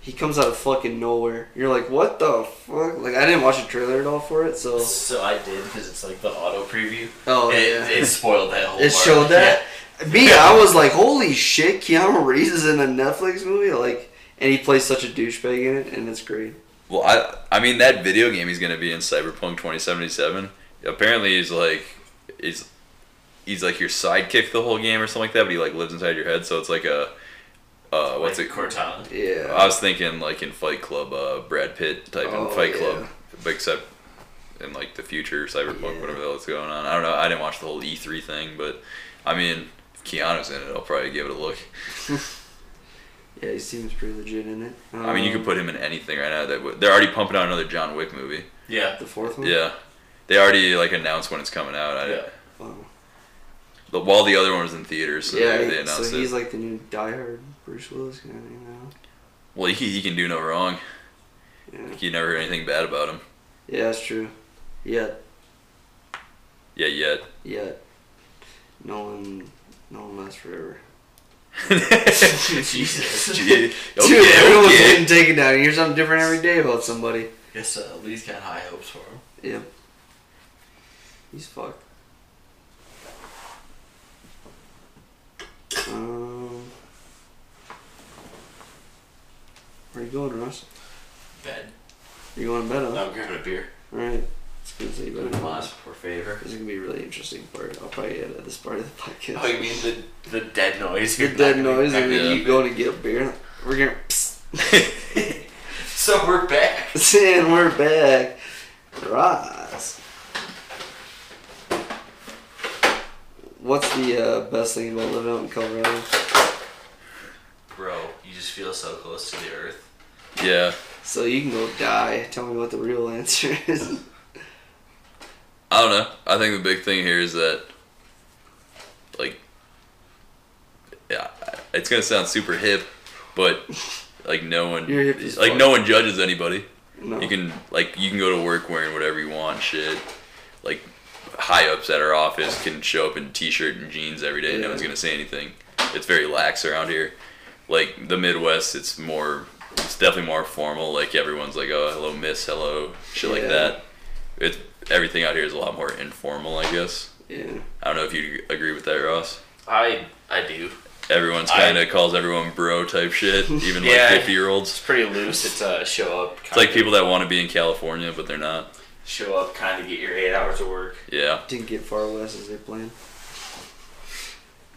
[SPEAKER 1] He comes out of fucking nowhere. You're like, what the fuck? Like, I didn't watch a trailer at all for it, so.
[SPEAKER 2] So I did because it's like the auto preview.
[SPEAKER 1] Oh,
[SPEAKER 2] it,
[SPEAKER 1] yeah.
[SPEAKER 2] it spoiled that whole.
[SPEAKER 1] It
[SPEAKER 2] part.
[SPEAKER 1] showed that? Me, I was like, holy shit, Keanu Reeves is in a Netflix movie? Like, and he plays such a douchebag in it, and it's great.
[SPEAKER 3] Well, I I mean that video game he's gonna be in Cyberpunk 2077. Apparently, he's like he's he's like your sidekick the whole game or something like that. But he like lives inside your head, so it's like a uh, what's
[SPEAKER 2] like
[SPEAKER 3] it?
[SPEAKER 2] Cortana.
[SPEAKER 1] Yeah.
[SPEAKER 3] I was thinking like in Fight Club, uh, Brad Pitt type
[SPEAKER 1] Oh,
[SPEAKER 3] in Fight
[SPEAKER 1] yeah.
[SPEAKER 3] Club, but except in like the future Cyberpunk,
[SPEAKER 1] Yeah.
[SPEAKER 3] whatever the hell is going on. I don't know. I didn't watch the whole E3 thing, but I mean, if Keanu's in it, I'll probably give it a look.
[SPEAKER 1] yeah, he seems pretty legit in it.
[SPEAKER 3] I mean, you
[SPEAKER 1] Um,
[SPEAKER 3] could put him in anything right now. That w- they're already pumping out another John Wick movie.
[SPEAKER 2] Yeah.
[SPEAKER 1] the fourth one.
[SPEAKER 3] Yeah, they already like announced when it's coming out. I,
[SPEAKER 2] Yeah.
[SPEAKER 1] Wow.
[SPEAKER 3] the, while the other one was in theaters, so
[SPEAKER 1] yeah.
[SPEAKER 3] they,
[SPEAKER 1] he-
[SPEAKER 3] they announced
[SPEAKER 1] so
[SPEAKER 3] it.
[SPEAKER 1] he's like the new diehard Bruce Willis kind of thing now.
[SPEAKER 3] well, he, he can do no wrong.
[SPEAKER 1] Yeah.
[SPEAKER 3] You never hear anything bad about him.
[SPEAKER 1] Yeah, that's true. Yeah.
[SPEAKER 3] Yeah, yet.
[SPEAKER 1] Yeah. Nolan. Nolan lasts forever.
[SPEAKER 2] Jesus.
[SPEAKER 3] Gee,
[SPEAKER 1] Dude, everyone's
[SPEAKER 3] okay.
[SPEAKER 1] getting taken down. You hear something different every day about somebody.
[SPEAKER 2] Guess uh, Lee's got high hopes for him.
[SPEAKER 1] Yep. He's fucked. Um, where you going, Russ?
[SPEAKER 2] Bed.
[SPEAKER 1] You going to bed? Huh?
[SPEAKER 2] I'm grabbing a beer.
[SPEAKER 1] Alright. It's gonna say better.
[SPEAKER 2] Good last for favor.
[SPEAKER 1] This is gonna be a really interesting part. I'll probably edit this part of the podcast.
[SPEAKER 2] Oh, you mean the the dead noise?
[SPEAKER 1] the dead noise and
[SPEAKER 3] back
[SPEAKER 1] then
[SPEAKER 3] up.
[SPEAKER 1] you go to get a beer. We're gonna psst,
[SPEAKER 2] So we're back.
[SPEAKER 1] and we're back. Ross. What's the uh, best thing about living out in Colorado?
[SPEAKER 2] Bro, you just feel so close to the earth.
[SPEAKER 3] Yeah,
[SPEAKER 1] So you can go die. Tell me what the real answer is.
[SPEAKER 3] I don't know. I think the big thing here is that, like, yeah, it's gonna sound super hip, but like no one,
[SPEAKER 1] You're hip as
[SPEAKER 3] like
[SPEAKER 1] fuck.
[SPEAKER 3] no one judges anybody.
[SPEAKER 1] No.
[SPEAKER 3] You can like you can go to work wearing whatever you want, shit. Like high ups at our office can show up in t-shirt and jeans every day. No one's
[SPEAKER 1] Yeah.
[SPEAKER 3] gonna say anything. It's very lax around here. Like the Midwest, it's more, it's definitely more formal. Like everyone's like, oh, hello, miss, hello, shit like
[SPEAKER 1] Yeah.
[SPEAKER 3] that. It everything out here is a lot more informal, I guess.
[SPEAKER 1] yeah.
[SPEAKER 3] I don't know if you agree with that, Ross.
[SPEAKER 2] I I do.
[SPEAKER 3] Everyone's
[SPEAKER 2] I-
[SPEAKER 3] kind of calls everyone bro type shit, even
[SPEAKER 2] Yeah.
[SPEAKER 3] like fifty year olds.
[SPEAKER 2] It's pretty loose. It's uh, show up.
[SPEAKER 3] It's like people that want to be in California but they're not.
[SPEAKER 2] show up, kind of get your eight hours of work.
[SPEAKER 3] Yeah.
[SPEAKER 1] Didn't get far west as they planned.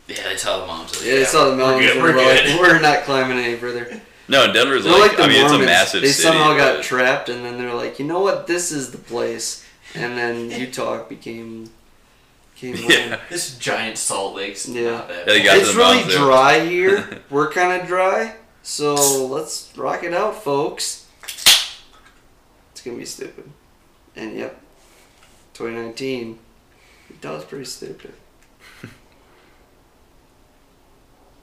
[SPEAKER 2] Yeah, they tell the moms.
[SPEAKER 1] Yeah, I saw the mountains.
[SPEAKER 2] We're
[SPEAKER 1] and
[SPEAKER 2] good. We're
[SPEAKER 1] We're, like,
[SPEAKER 2] good.
[SPEAKER 1] we're not climbing any further.
[SPEAKER 3] No, Denver's
[SPEAKER 1] They're like
[SPEAKER 3] like,
[SPEAKER 1] the
[SPEAKER 3] I mean,
[SPEAKER 1] Mormons.
[SPEAKER 3] it's a massive
[SPEAKER 1] they
[SPEAKER 3] city.
[SPEAKER 1] somehow got
[SPEAKER 3] but-
[SPEAKER 1] trapped, and then they're like, you know what? This is the place. And then Utah became came
[SPEAKER 3] yeah,
[SPEAKER 1] home.
[SPEAKER 2] This giant Salt Lake's
[SPEAKER 1] Yeah.
[SPEAKER 2] not that
[SPEAKER 3] Yeah, they
[SPEAKER 2] bad.
[SPEAKER 3] got to
[SPEAKER 1] It's
[SPEAKER 3] the
[SPEAKER 1] really
[SPEAKER 3] mountains there.
[SPEAKER 1] dry here. We're kind of dry, so let's rock it out, folks. It's gonna be stupid. And yep, 2019. Utah's pretty stupid.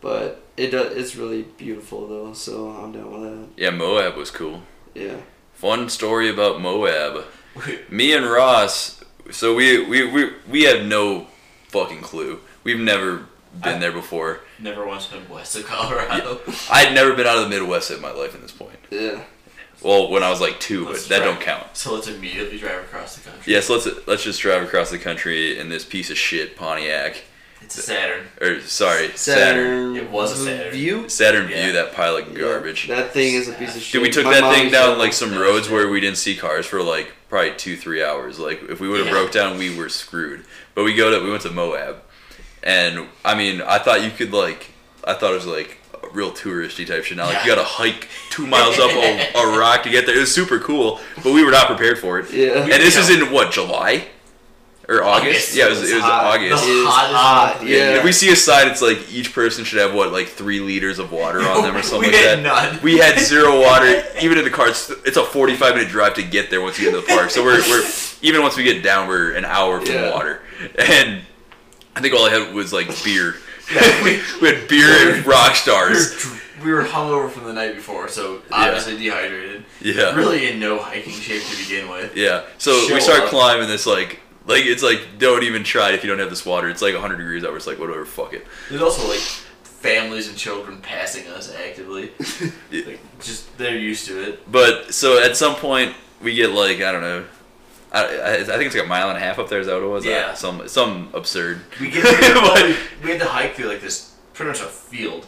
[SPEAKER 1] But it does, it's really beautiful though, so I'm down with
[SPEAKER 3] yeah, Moab was cool.
[SPEAKER 1] that. Yeah.
[SPEAKER 3] Fun story about Moab.
[SPEAKER 2] Wait,
[SPEAKER 3] Me and Ross, so we we we, we have no fucking clue. We've never been
[SPEAKER 2] I-
[SPEAKER 3] there before.
[SPEAKER 2] Never once been west of Colorado.
[SPEAKER 3] I'd never been out of the Midwest at my life at this point.
[SPEAKER 1] Yeah.
[SPEAKER 3] Well, when I was like two, but
[SPEAKER 2] Let's
[SPEAKER 3] that
[SPEAKER 2] try.
[SPEAKER 3] don't count.
[SPEAKER 2] So let's immediately drive across the country.
[SPEAKER 3] Yes, let's let's just drive across the country in this piece of shit Pontiac
[SPEAKER 2] It's a Saturn.
[SPEAKER 3] or sorry Saturn
[SPEAKER 1] Saturn.
[SPEAKER 2] It was a Saturn.
[SPEAKER 1] View.
[SPEAKER 3] Saturn View
[SPEAKER 2] Yeah.
[SPEAKER 3] that pile of
[SPEAKER 1] Yeah,
[SPEAKER 3] garbage.
[SPEAKER 1] that thing is a piece of shit.
[SPEAKER 3] Dude, we took
[SPEAKER 1] My
[SPEAKER 3] that
[SPEAKER 1] mom
[SPEAKER 3] thing
[SPEAKER 1] used
[SPEAKER 3] down
[SPEAKER 1] to-
[SPEAKER 3] like some roads where we didn't see cars for like probably two, three hours. Like if we would have
[SPEAKER 2] Yeah.
[SPEAKER 3] broke down, we were screwed. But we go to we went to Moab, and I mean, I thought you could like, I thought it was like a real touristy type shit. Now like you
[SPEAKER 2] Yeah.
[SPEAKER 3] got to hike two miles up a, a rock to get there. It was super cool, but we were not prepared for it.
[SPEAKER 1] Yeah.
[SPEAKER 3] And this is in what July or August?
[SPEAKER 2] August.
[SPEAKER 3] Yeah, it was, it was
[SPEAKER 1] hot.
[SPEAKER 3] August.
[SPEAKER 1] It is
[SPEAKER 2] Hot as
[SPEAKER 1] hot,
[SPEAKER 2] hell.
[SPEAKER 1] Yeah.
[SPEAKER 3] If we see a sign, it's like each person should have what, like three liters of water on them or something
[SPEAKER 2] we
[SPEAKER 3] like
[SPEAKER 2] had
[SPEAKER 3] that.
[SPEAKER 2] none.
[SPEAKER 3] We had zero water, even in the car. It's it's a forty-five minute drive to get there once you get to the park. So we're, we're even once we get down, we're an hour from
[SPEAKER 1] Yeah.
[SPEAKER 3] water, and I think all I had was like beer.
[SPEAKER 2] Yeah, we-
[SPEAKER 3] we had beer and rock stars.
[SPEAKER 2] We were hungover from the night before, so obviously dehydrated.
[SPEAKER 3] Yeah.
[SPEAKER 2] Really in no hiking shape to begin with.
[SPEAKER 3] Yeah. So
[SPEAKER 2] Show
[SPEAKER 3] we start
[SPEAKER 2] up.
[SPEAKER 3] climbing this like like it's like don't even try it if you don't have this water. It's like hundred degrees out. We're just like whatever, fuck it.
[SPEAKER 2] There's also like families and children passing us actively.
[SPEAKER 3] Yeah.
[SPEAKER 2] like, just they're used to it.
[SPEAKER 3] But so at some point we get like I don't know. I, I, I think it's like a mile and a half up there. Is that what it was?
[SPEAKER 2] Yeah.
[SPEAKER 3] Uh, some some absurd.
[SPEAKER 2] We get we,
[SPEAKER 3] But-
[SPEAKER 2] we had to hike through like this pretty much a field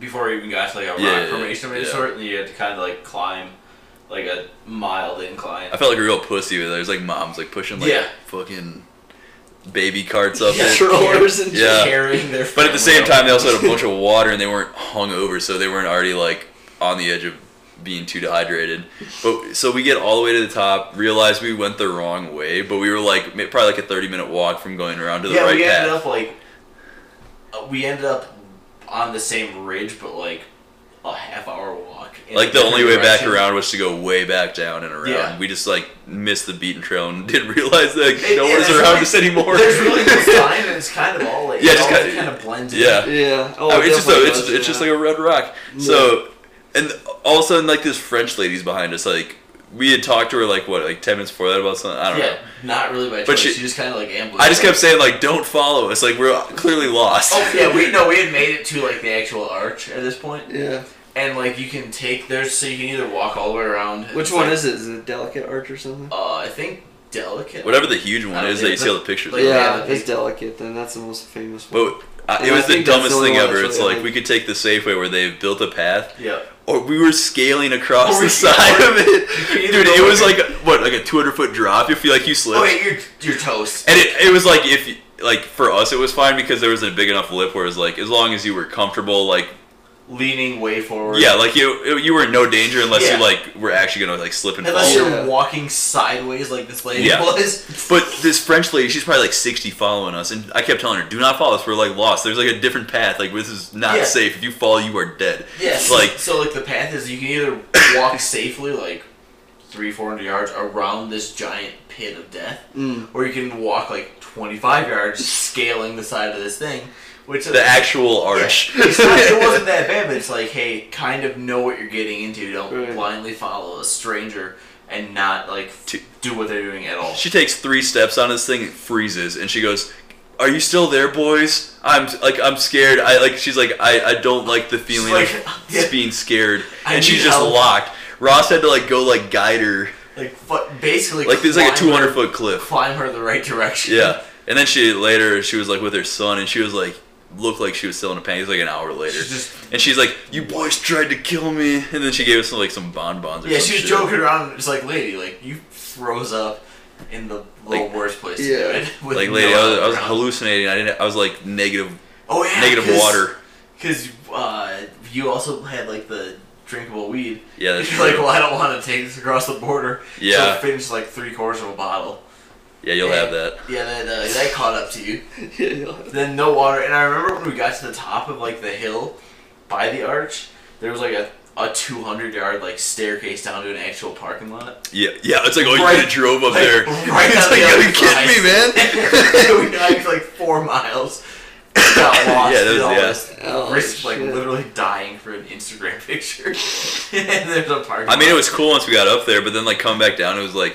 [SPEAKER 2] before we even got to like a rock
[SPEAKER 3] Yeah,
[SPEAKER 2] formation of any
[SPEAKER 3] yeah.
[SPEAKER 2] sort, and you had to kind of like climb like a mild incline.
[SPEAKER 3] I felt like a real pussy with it. There's like moms like pushing like
[SPEAKER 2] Yeah.
[SPEAKER 3] fucking baby carts up it.
[SPEAKER 1] Strollers and
[SPEAKER 3] Yeah.
[SPEAKER 2] Carrying their
[SPEAKER 3] But at the same
[SPEAKER 2] family
[SPEAKER 3] time, they
[SPEAKER 2] up.
[SPEAKER 3] also had a bunch of water and they weren't hungover, so they weren't already like on the edge of being too dehydrated. But so we get all the way to the top, realize we went the wrong way, but we were like ma- probably like a thirty minute walk from going around to the
[SPEAKER 2] yeah,
[SPEAKER 3] right
[SPEAKER 2] we ended
[SPEAKER 3] path.
[SPEAKER 2] up like uh, we ended up on the same ridge, but like a half hour walk. in
[SPEAKER 3] Like
[SPEAKER 2] a
[SPEAKER 3] the only way
[SPEAKER 2] different
[SPEAKER 3] back
[SPEAKER 2] direction.
[SPEAKER 3] around was to go way back down and around.
[SPEAKER 2] Yeah.
[SPEAKER 3] We just like missed the beaten trail and didn't realize that like,
[SPEAKER 2] It-
[SPEAKER 3] no
[SPEAKER 2] yeah,
[SPEAKER 3] one's
[SPEAKER 2] there's
[SPEAKER 3] around
[SPEAKER 2] really-
[SPEAKER 3] us anymore.
[SPEAKER 2] There's really good time, and it's kind of all like
[SPEAKER 3] Yeah,
[SPEAKER 2] it
[SPEAKER 3] just
[SPEAKER 2] all
[SPEAKER 3] kinda-
[SPEAKER 2] kind of blends.
[SPEAKER 3] yeah.
[SPEAKER 2] in.
[SPEAKER 1] Yeah. Oh,
[SPEAKER 3] I mean, it's just a,
[SPEAKER 1] definitely
[SPEAKER 3] it's,
[SPEAKER 1] does,
[SPEAKER 3] it's just
[SPEAKER 1] yeah.
[SPEAKER 3] like a red rock. So, and all of a sudden, like this French lady's behind us. Like we had talked to her like what like ten minutes before that about something. I don't know.
[SPEAKER 2] yeah, not really by choice.
[SPEAKER 3] But
[SPEAKER 2] she,
[SPEAKER 3] she-
[SPEAKER 2] just kind of like ambushed.
[SPEAKER 3] I just
[SPEAKER 2] us.
[SPEAKER 3] kept saying like, "Don't follow us." Like we're clearly lost.
[SPEAKER 2] Oh yeah, we no, we had made it to like the actual arch at this point,
[SPEAKER 1] yeah.
[SPEAKER 2] and like you can take there's so you can either walk all the way around.
[SPEAKER 1] Which one is it? Is it delicate arch or something?
[SPEAKER 2] Uh, I think delicate.
[SPEAKER 3] Whatever the huge
[SPEAKER 2] I
[SPEAKER 3] one
[SPEAKER 2] don't
[SPEAKER 3] is that you
[SPEAKER 2] think-
[SPEAKER 3] see all the pictures.
[SPEAKER 2] like,
[SPEAKER 3] of.
[SPEAKER 1] yeah,
[SPEAKER 2] yeah,
[SPEAKER 1] it's
[SPEAKER 2] they-
[SPEAKER 1] delicate. Then that's the most famous one.
[SPEAKER 3] But I, it
[SPEAKER 1] Yeah, I
[SPEAKER 3] was the
[SPEAKER 1] think that's the
[SPEAKER 3] dumbest
[SPEAKER 1] only
[SPEAKER 3] thing
[SPEAKER 1] one
[SPEAKER 3] ever.
[SPEAKER 1] that's
[SPEAKER 3] It's
[SPEAKER 1] really
[SPEAKER 3] like we could take the safe way where they've built a path,
[SPEAKER 2] Yeah.
[SPEAKER 3] or we were scaling across
[SPEAKER 1] Oh,
[SPEAKER 2] Or we-
[SPEAKER 3] the side of it,
[SPEAKER 2] can either
[SPEAKER 3] dude.
[SPEAKER 2] go
[SPEAKER 3] It was
[SPEAKER 2] like-
[SPEAKER 3] like a- what, like a two hundred foot drop. You feel like you slipped.
[SPEAKER 2] Oh wait, you're you're toast.
[SPEAKER 3] And it, it was like if you- like for us it was fine because there was a big enough lip where it was like as long as you were comfortable like
[SPEAKER 2] Leaning way forward.
[SPEAKER 3] yeah like you you were in no danger unless
[SPEAKER 2] Yeah.
[SPEAKER 3] you like were actually gonna like slip and
[SPEAKER 2] Unless
[SPEAKER 3] fall.
[SPEAKER 2] you're
[SPEAKER 1] Yeah.
[SPEAKER 2] walking sideways like this lady
[SPEAKER 3] Yeah.
[SPEAKER 2] was.
[SPEAKER 3] But this French lady she's probably like sixty following us and I kept telling her do not follow us we're like lost there's like a different path like this is not
[SPEAKER 2] Yeah.
[SPEAKER 3] safe if you fall you are dead.
[SPEAKER 2] Yes.
[SPEAKER 3] Like
[SPEAKER 2] so, like the path is you can either walk safely like three, four hundred yards around this giant pit of death,
[SPEAKER 1] Mm.
[SPEAKER 2] or you can walk like twenty five yards scaling the side of this thing, which
[SPEAKER 3] the actual arch.
[SPEAKER 2] It's not- it wasn't that bad, but it's like, hey, kind of know what you're getting into. Don't
[SPEAKER 1] Right.
[SPEAKER 2] blindly follow a stranger and not like f-
[SPEAKER 3] To-
[SPEAKER 2] do what they're doing at all.
[SPEAKER 3] She takes three steps on this thing, it freezes, and she goes, "Are you still there, boys? I'm like I'm scared. I like she's like I, I don't like the feeling
[SPEAKER 2] like,
[SPEAKER 3] of
[SPEAKER 2] yeah.
[SPEAKER 3] being scared."
[SPEAKER 2] I
[SPEAKER 3] and she's
[SPEAKER 2] need
[SPEAKER 3] just
[SPEAKER 2] help.
[SPEAKER 3] locked. Ross had to like go like guide her
[SPEAKER 2] Like fu- basically,
[SPEAKER 3] like there's like a
[SPEAKER 2] climb
[SPEAKER 3] 200
[SPEAKER 2] her-
[SPEAKER 3] foot cliff.
[SPEAKER 2] Climb her the right direction.
[SPEAKER 3] Yeah, and then she later she was like with her son, and she was like looked like she was still in a panic. It was, like an hour later.
[SPEAKER 2] She's just
[SPEAKER 3] and she's like, "You boys tried to kill me," and then she gave us some, like some bonbons. Or
[SPEAKER 2] yeah,
[SPEAKER 3] some
[SPEAKER 2] she was
[SPEAKER 3] shit.
[SPEAKER 2] joking around. It's like, lady, like you froze up in the little
[SPEAKER 3] Like-
[SPEAKER 2] worst place to do
[SPEAKER 1] yeah.
[SPEAKER 2] it. with
[SPEAKER 3] Like, lady,
[SPEAKER 2] no
[SPEAKER 3] I was, I was
[SPEAKER 2] ground.
[SPEAKER 3] hallucinating. I didn't. I was like negative,
[SPEAKER 2] Oh yeah,
[SPEAKER 3] negative water.
[SPEAKER 2] Because uh, you also had like the drinkable weed.
[SPEAKER 3] Yeah,
[SPEAKER 2] You're
[SPEAKER 3] that's
[SPEAKER 2] like,
[SPEAKER 3] true.
[SPEAKER 2] well, I don't want to take this across the border.
[SPEAKER 3] Yeah.
[SPEAKER 2] So I finished like three quarters of a bottle.
[SPEAKER 3] Yeah, you'll have that.
[SPEAKER 2] Yeah, that, uh, that caught up to you.
[SPEAKER 1] yeah.
[SPEAKER 2] Then no water. And I remember when we got to the top of like the hill by the arch, there was like a, a 200 yard like staircase down to an actual parking lot.
[SPEAKER 3] Yeah, yeah. It's like, oh,
[SPEAKER 2] Right-
[SPEAKER 3] you could have drove up
[SPEAKER 2] like,
[SPEAKER 3] there.
[SPEAKER 2] Right
[SPEAKER 3] it's
[SPEAKER 2] on the
[SPEAKER 3] like, are
[SPEAKER 2] other
[SPEAKER 3] you kidding me, man?
[SPEAKER 2] side. we hiked like four miles. Got lost.
[SPEAKER 3] Yeah, that
[SPEAKER 2] did
[SPEAKER 3] was-
[SPEAKER 2] all
[SPEAKER 3] yeah.
[SPEAKER 2] this.
[SPEAKER 1] Oh,
[SPEAKER 2] risked like
[SPEAKER 1] shit.
[SPEAKER 2] literally dying for an Instagram picture. and there's a parking
[SPEAKER 3] I mean, it
[SPEAKER 2] lot.
[SPEAKER 3] was cool once we got up there, but then like coming back down, it was like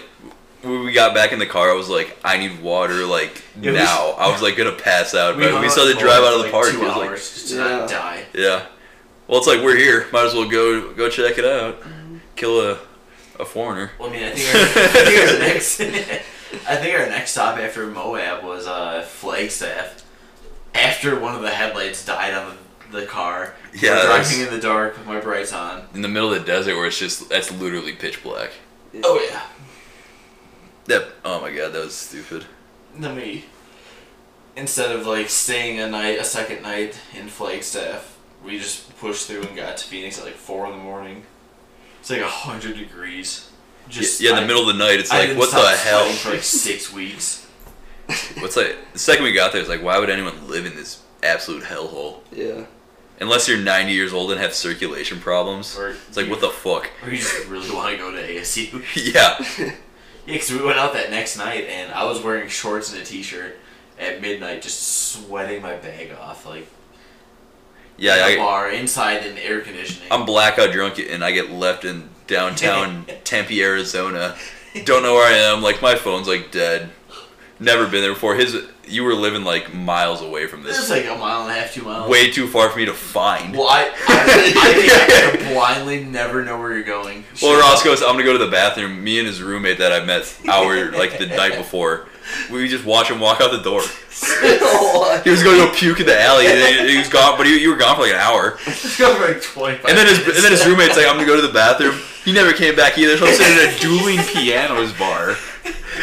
[SPEAKER 3] when we got back in the car, I was like, I need water like
[SPEAKER 2] Yeah, we-
[SPEAKER 3] now. I was like gonna pass out, but we
[SPEAKER 2] hung
[SPEAKER 3] saw
[SPEAKER 2] out
[SPEAKER 3] the
[SPEAKER 2] for,
[SPEAKER 3] drive out of the
[SPEAKER 2] like,
[SPEAKER 3] park. It
[SPEAKER 2] Two
[SPEAKER 3] was
[SPEAKER 2] hours
[SPEAKER 3] like,
[SPEAKER 2] just to not
[SPEAKER 1] Yeah.
[SPEAKER 2] die.
[SPEAKER 3] yeah. Well, it's like we're here. Might as well go go check it out.
[SPEAKER 2] Mm-hmm.
[SPEAKER 3] Kill a a foreigner.
[SPEAKER 2] Well, I mean, I think our, I think our next, I think our next stop after Moab was uh, Flagstaff. After one of the headlights died on the, the car,
[SPEAKER 3] Yeah,
[SPEAKER 2] we're
[SPEAKER 3] that was-
[SPEAKER 2] driving in the dark with my brights on.
[SPEAKER 3] In the middle of the desert, where it's just that's literally pitch black.
[SPEAKER 2] Oh yeah,
[SPEAKER 3] That oh my god, that was stupid.
[SPEAKER 2] let me. Instead of like staying a night, a second night in Flagstaff, we just pushed through and got to Phoenix at like four in the morning. It's like hundred degrees. Just
[SPEAKER 3] yeah, in the
[SPEAKER 2] I-
[SPEAKER 3] middle of the night, it's
[SPEAKER 2] I
[SPEAKER 3] like
[SPEAKER 2] didn't
[SPEAKER 3] what the
[SPEAKER 2] stop
[SPEAKER 3] hell?
[SPEAKER 2] sweating For like six weeks.
[SPEAKER 3] What's like the second we got there, it's like why would anyone live in this absolute hellhole?
[SPEAKER 1] Yeah.
[SPEAKER 3] Unless you're 90 years old and have circulation problems.
[SPEAKER 2] Or
[SPEAKER 3] It's like, what the fuck?
[SPEAKER 2] Or you just really want to go to ASU. Yeah,
[SPEAKER 3] yeah.
[SPEAKER 2] because we went out that next night and I was wearing shorts and a t-shirt at midnight, just sweating my bag off, like
[SPEAKER 3] Yeah,
[SPEAKER 2] in the
[SPEAKER 3] I,
[SPEAKER 2] bar inside in air conditioning.
[SPEAKER 3] I'm blackout drunk and I get left in downtown Tempe, Arizona. Don't know where I am. Like, my phone's like dead. Never been there before. His, You were living like miles away from
[SPEAKER 2] this is
[SPEAKER 3] this.
[SPEAKER 2] like a mile and a half, two miles.
[SPEAKER 3] Way too far for me to find.
[SPEAKER 2] Well, I, I, I think I could blindly never know where you're going.
[SPEAKER 3] Well, Ross goes, I'm gonna go to the bathroom. Me and his roommate that I met hour like the night before We just watch him walk out the door.
[SPEAKER 1] What?
[SPEAKER 3] He was going to go puke in the alley. And then he was gone, but he, you were gone for like an hour.
[SPEAKER 2] It's got like 25
[SPEAKER 3] And then his and
[SPEAKER 2] minutes.
[SPEAKER 3] then his roommate's like, "I'm gonna go to the bathroom." He never came back either. So I'm sitting at a dueling pianos bar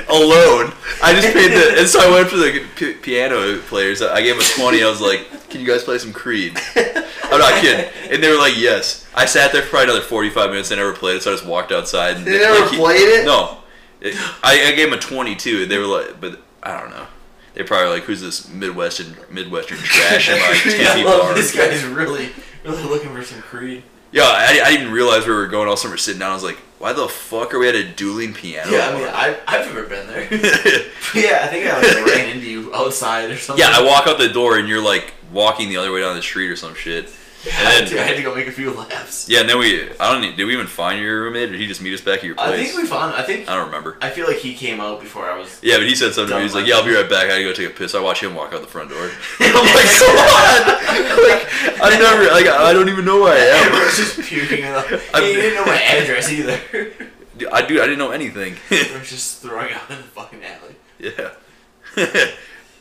[SPEAKER 3] alone. I just paid the and so I went up to the p- piano players. I gave them a twenty. I was like, "Can you guys play some Creed?" I'm not kidding. And they were like, "Yes." I sat there for probably another forty-five minutes. They never played it, so I just walked outside. And
[SPEAKER 1] They never
[SPEAKER 3] like, he-
[SPEAKER 1] played it?
[SPEAKER 3] No, It- I, I gave them a twenty-two, and they were like, "But I don't know." They're probably like, "Who's this Midwestern Midwestern trash in my
[SPEAKER 2] I
[SPEAKER 3] taffy
[SPEAKER 2] love
[SPEAKER 3] bar?"
[SPEAKER 2] this guy's really, really looking for some Creed.
[SPEAKER 3] Yeah, I, I didn't even realize where we were going. All summer sitting down, I was like, "Why the fuck are we at a dueling piano?"
[SPEAKER 2] Yeah, I mean,
[SPEAKER 3] bar?
[SPEAKER 2] I, I've never been there. yeah, I think I like ran into you outside or something.
[SPEAKER 3] yeah. I walk out the door, and you're like walking the other way down the street or some shit.
[SPEAKER 2] I had,
[SPEAKER 3] And
[SPEAKER 2] to, I
[SPEAKER 3] then,
[SPEAKER 2] had to go make a few laps.
[SPEAKER 3] yeah, and then we. I don't. Need, did we even find your roommate? Or did he just meet us back at your place?
[SPEAKER 2] I think we found. I think
[SPEAKER 3] I don't remember.
[SPEAKER 2] I feel like he came out before I was.
[SPEAKER 3] Yeah, but he said something. to me, He was like, "Yeah, I'll be right back. I gotta go take a piss." I watch him walk out the front door. I'm like, "Come on!" Like, I never. Like, I don't even know where I
[SPEAKER 2] Everyone
[SPEAKER 3] am.
[SPEAKER 2] was just puking. And like,
[SPEAKER 3] Oh, I'm-
[SPEAKER 2] he didn't know my address either. we
[SPEAKER 3] Dude, I dude, I didn't know anything.
[SPEAKER 2] were just throwing out in the fucking alley.
[SPEAKER 3] Yeah.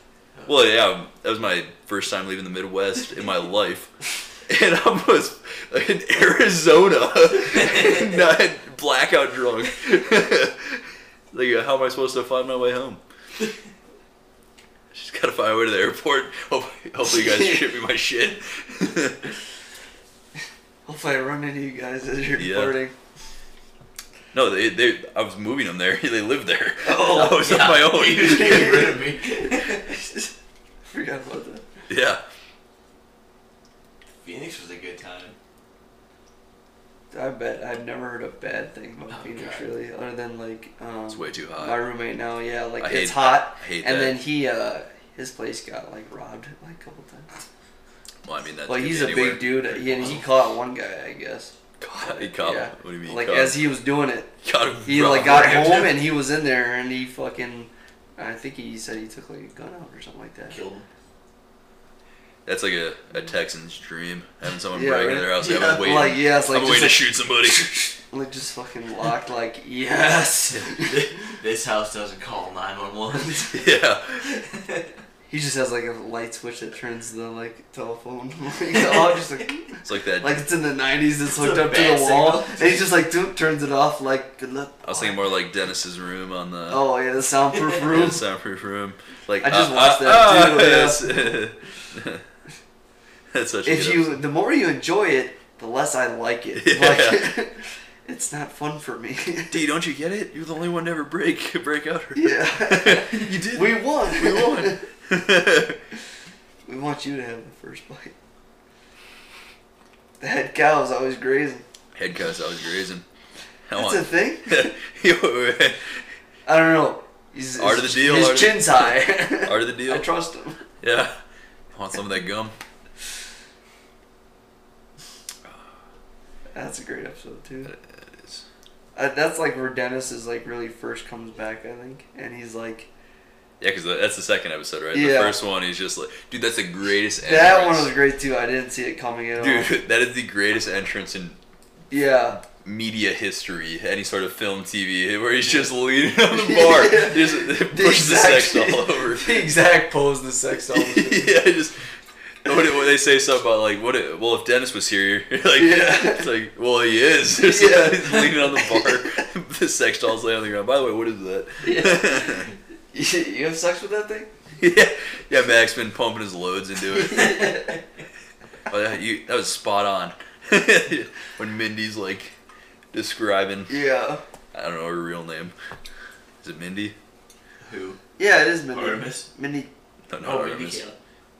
[SPEAKER 3] well, yeah, that was my first time leaving the Midwest in my life. And I was in Arizona, not blackout drunk. like, how am I supposed to find my way home? Just gotta find my way to the airport. Hope, hopefully, you guys ship me my shit.
[SPEAKER 1] Hopefully, I run into you guys as you're
[SPEAKER 3] Yeah.
[SPEAKER 1] flirting.
[SPEAKER 3] no, they, they, I was moving them there. They lived there.
[SPEAKER 1] Oh,
[SPEAKER 3] I was on my own.
[SPEAKER 2] He was getting rid of me.
[SPEAKER 1] Forgot about that.
[SPEAKER 3] yeah.
[SPEAKER 2] Phoenix was a good time.
[SPEAKER 1] I bet I've never heard a bad thing about
[SPEAKER 2] Oh,
[SPEAKER 1] Phoenix
[SPEAKER 2] God.
[SPEAKER 1] really, other than like um,
[SPEAKER 3] It's way too hot.
[SPEAKER 1] my roommate now. Yeah, like
[SPEAKER 3] I hate-
[SPEAKER 1] it's hot.
[SPEAKER 3] I hate
[SPEAKER 1] and
[SPEAKER 3] that.
[SPEAKER 1] then he, uh, his place got like robbed like a couple times.
[SPEAKER 3] Well, I mean, that's
[SPEAKER 1] like he's a big dude, he, and he caught one guy, I guess.
[SPEAKER 3] He caught,
[SPEAKER 1] Yeah.
[SPEAKER 3] What do you mean?
[SPEAKER 1] Like
[SPEAKER 3] caught?
[SPEAKER 1] as he was doing it,
[SPEAKER 3] Got
[SPEAKER 1] he
[SPEAKER 3] robbed.
[SPEAKER 1] like got
[SPEAKER 2] robbed.
[SPEAKER 1] home and he was in there and he fucking, I think he said he took like a gun out or something like that.
[SPEAKER 2] Killed him.
[SPEAKER 3] That's like a, a Texan's dream. Having someone
[SPEAKER 1] Yeah,
[SPEAKER 3] break
[SPEAKER 1] right?
[SPEAKER 3] into their house.
[SPEAKER 2] Yeah,
[SPEAKER 3] Yeah, I'm waiting.
[SPEAKER 1] Like yes, like
[SPEAKER 3] I'm waiting to
[SPEAKER 1] just,
[SPEAKER 3] shoot somebody.
[SPEAKER 1] like, like just fucking locked. Like yes,
[SPEAKER 2] this house doesn't call 911.
[SPEAKER 3] yeah.
[SPEAKER 1] he just has like a light switch that turns the like telephone. like, all just like.
[SPEAKER 3] It's like that.
[SPEAKER 1] Like it's in the '90s, it's hooked
[SPEAKER 2] a
[SPEAKER 1] up to
[SPEAKER 2] bad
[SPEAKER 1] the wall,
[SPEAKER 2] signal.
[SPEAKER 1] and he just like doop, turns it off. Like good luck.
[SPEAKER 3] I was thinking more like Dennis's room on the
[SPEAKER 1] Oh yeah, the soundproof
[SPEAKER 3] in the
[SPEAKER 1] room.
[SPEAKER 3] soundproof room. Like
[SPEAKER 1] I just
[SPEAKER 3] uh,
[SPEAKER 1] watched
[SPEAKER 3] uh,
[SPEAKER 1] that too,
[SPEAKER 3] uh,
[SPEAKER 1] yeah.
[SPEAKER 3] yes. That's such a
[SPEAKER 1] If
[SPEAKER 3] good
[SPEAKER 1] you,
[SPEAKER 3] episode.
[SPEAKER 1] the more you enjoy it, the less I like it.
[SPEAKER 3] Yeah.
[SPEAKER 1] Like, it's not fun for me.
[SPEAKER 3] D, don't you get it? You're the only one never break break out.
[SPEAKER 1] yeah,
[SPEAKER 3] you did.
[SPEAKER 1] we won.
[SPEAKER 3] we won.
[SPEAKER 1] we want you to have the first bite. The head cow is always grazing.
[SPEAKER 3] Head cuss. I was grazing. How
[SPEAKER 1] That's
[SPEAKER 3] on?
[SPEAKER 1] a thing.
[SPEAKER 3] Art
[SPEAKER 1] I don't know. He's,
[SPEAKER 3] Art of
[SPEAKER 1] his-
[SPEAKER 3] the deal,
[SPEAKER 1] His
[SPEAKER 3] art of the-
[SPEAKER 1] chin's high.
[SPEAKER 3] of the deal.
[SPEAKER 1] I trust him.
[SPEAKER 3] Yeah. Want some of that gum?
[SPEAKER 1] That's a great episode too.
[SPEAKER 3] That is-
[SPEAKER 1] Uh, that's like where Dennis is like really first comes back, I think, and he's like,
[SPEAKER 3] Yeah, because that's the second episode, right? The
[SPEAKER 1] Yeah.
[SPEAKER 3] first one, he's just like, dude, that's the greatest entrance.
[SPEAKER 1] that one was great too. I didn't see it coming at all.
[SPEAKER 3] Dude, that is the greatest entrance in
[SPEAKER 1] Yeah,
[SPEAKER 3] media history, any sort of film, TV, where he's just leaning on the bar,
[SPEAKER 1] Yeah.
[SPEAKER 3] just pushes the sex all over.
[SPEAKER 1] The exact pose, the sex all over.
[SPEAKER 3] yeah, just. What, did- what they say something about like what? It, well, if Dennis was here, like
[SPEAKER 1] Yeah.
[SPEAKER 3] it's like well he is. It's like
[SPEAKER 1] Yeah.
[SPEAKER 3] he's leaning on the bar, the sex doll's laying on the ground. By the way, what is that?
[SPEAKER 1] Yeah. You you have sex with that thing?
[SPEAKER 3] yeah, yeah. Mac's been pumping his loads into it. Oh, that, you, that was spot on. when Mindy's like describing,
[SPEAKER 1] yeah.
[SPEAKER 3] I don't know her real name. Is it Mindy?
[SPEAKER 2] Who?
[SPEAKER 1] Yeah, it is Mindy.
[SPEAKER 2] Artemis?
[SPEAKER 1] Mindy.
[SPEAKER 3] No, not
[SPEAKER 2] Oh,
[SPEAKER 3] her name
[SPEAKER 2] Randy
[SPEAKER 3] is-
[SPEAKER 2] Caleb.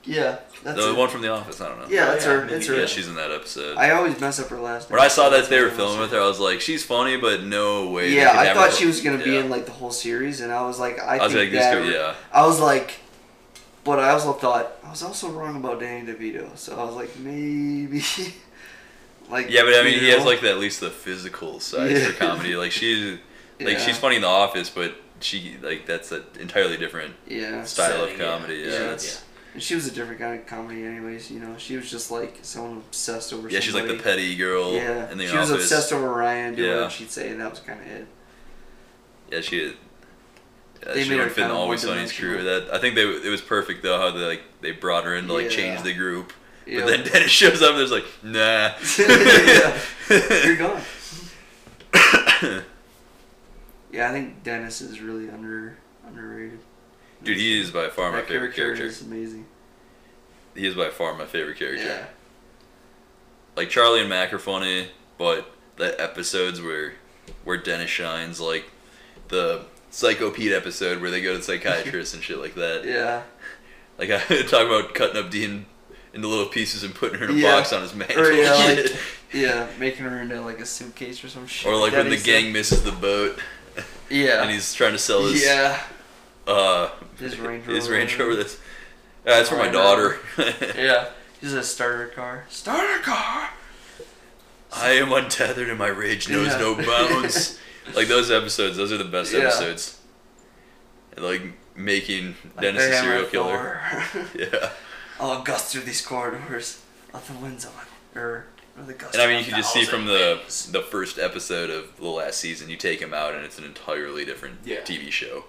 [SPEAKER 1] Yeah, that's
[SPEAKER 3] The
[SPEAKER 1] it.
[SPEAKER 3] one from The Office. I don't know.
[SPEAKER 1] Yeah, that's
[SPEAKER 2] Yeah,
[SPEAKER 1] her.
[SPEAKER 2] Mindy,
[SPEAKER 1] That's
[SPEAKER 3] yeah,
[SPEAKER 1] her.
[SPEAKER 3] she's in that episode.
[SPEAKER 1] I always mess up her last name.
[SPEAKER 3] when I saw that they were filming with her, I was like, she's funny, but no way. they
[SPEAKER 1] Yeah,
[SPEAKER 3] could
[SPEAKER 1] I
[SPEAKER 3] have
[SPEAKER 1] thought
[SPEAKER 3] her-
[SPEAKER 1] she was gonna be
[SPEAKER 3] yeah.
[SPEAKER 1] in like the whole series, and I was like, I,
[SPEAKER 3] I was like,
[SPEAKER 1] think
[SPEAKER 3] this
[SPEAKER 1] that.
[SPEAKER 3] could, yeah.
[SPEAKER 1] I was like, but I also thought I was also wrong about Danny DeVito, so I was like, maybe. like.
[SPEAKER 3] Yeah, but I mean,
[SPEAKER 1] you
[SPEAKER 3] he has
[SPEAKER 1] know?
[SPEAKER 3] like the, at least the physical side
[SPEAKER 1] Yeah.
[SPEAKER 3] for comedy. Like she's, like
[SPEAKER 1] Yeah.
[SPEAKER 3] she's funny in The Office, but she like that's an entirely different
[SPEAKER 1] Yeah.
[SPEAKER 3] style
[SPEAKER 2] Setting,
[SPEAKER 3] of comedy.
[SPEAKER 2] yeah.
[SPEAKER 3] Yeah,
[SPEAKER 1] Yeah,
[SPEAKER 3] that's-
[SPEAKER 1] it's- And she was a different kind of comedy, anyways. You know, she was just like someone obsessed over.
[SPEAKER 3] yeah, she's like the
[SPEAKER 1] somebody.
[SPEAKER 3] petty girl
[SPEAKER 1] Yeah,
[SPEAKER 3] in the
[SPEAKER 1] she
[SPEAKER 3] office.
[SPEAKER 1] was obsessed over Ryan. Doing
[SPEAKER 3] Yeah.
[SPEAKER 1] what she'd say, and that was kind of it.
[SPEAKER 3] Yeah, she. That
[SPEAKER 1] They
[SPEAKER 3] she
[SPEAKER 1] made her
[SPEAKER 3] would fit in
[SPEAKER 1] kinda
[SPEAKER 3] Always Sunny's crew. That I think they it was perfect though how they like they brought her in to like change
[SPEAKER 1] Yeah.
[SPEAKER 3] the group.
[SPEAKER 1] Yeah.
[SPEAKER 3] But then Dennis shows up and there's like, nah.
[SPEAKER 1] Yeah. You're gone. yeah, I think Dennis is really under underrated.
[SPEAKER 3] Dude, he is by far my
[SPEAKER 1] That
[SPEAKER 3] favorite character.
[SPEAKER 1] Is amazing.
[SPEAKER 3] He is by far my favorite character.
[SPEAKER 1] Yeah.
[SPEAKER 3] Like Charlie and Mac are funny, but the episodes where where Dennis shines, like the Psycho Pete episode where they go to the psychiatrist and shit like that.
[SPEAKER 1] Yeah.
[SPEAKER 3] Like I talk about cutting up Dean into little pieces and putting her in a
[SPEAKER 1] Yeah.
[SPEAKER 3] box on his mantle.
[SPEAKER 1] Or, yeah,
[SPEAKER 3] and
[SPEAKER 1] like-
[SPEAKER 3] shit.
[SPEAKER 1] Yeah. Making her into like a suitcase or some shit.
[SPEAKER 3] or like when
[SPEAKER 1] That
[SPEAKER 3] the
[SPEAKER 1] is-
[SPEAKER 3] gang misses the boat
[SPEAKER 1] uh, Yeah.
[SPEAKER 3] and he's trying to sell his
[SPEAKER 1] yeah.
[SPEAKER 3] uh
[SPEAKER 1] His Range
[SPEAKER 3] his
[SPEAKER 1] Rover.
[SPEAKER 3] Range Rover. That's uh, that's for my daughter.
[SPEAKER 1] Yeah. He's a starter car. Starter car.
[SPEAKER 3] I am untethered and my rage knows
[SPEAKER 1] Yeah.
[SPEAKER 3] no bounds. like those episodes, those are the best
[SPEAKER 1] Yeah.
[SPEAKER 3] episodes. And, like making
[SPEAKER 1] Like
[SPEAKER 3] Dennis
[SPEAKER 1] they
[SPEAKER 3] a
[SPEAKER 1] have
[SPEAKER 3] serial
[SPEAKER 1] my
[SPEAKER 3] killer.
[SPEAKER 1] floor.
[SPEAKER 3] Yeah.
[SPEAKER 1] I'll gust through these corridors. Let the winds on. Or, or the gust
[SPEAKER 3] And I mean,
[SPEAKER 1] of
[SPEAKER 3] you
[SPEAKER 1] a
[SPEAKER 3] can just see
[SPEAKER 1] thousand
[SPEAKER 3] from the
[SPEAKER 1] winds.
[SPEAKER 3] the first episode of the last season, you take him out, and it's an entirely different
[SPEAKER 2] Yeah.
[SPEAKER 3] TV show.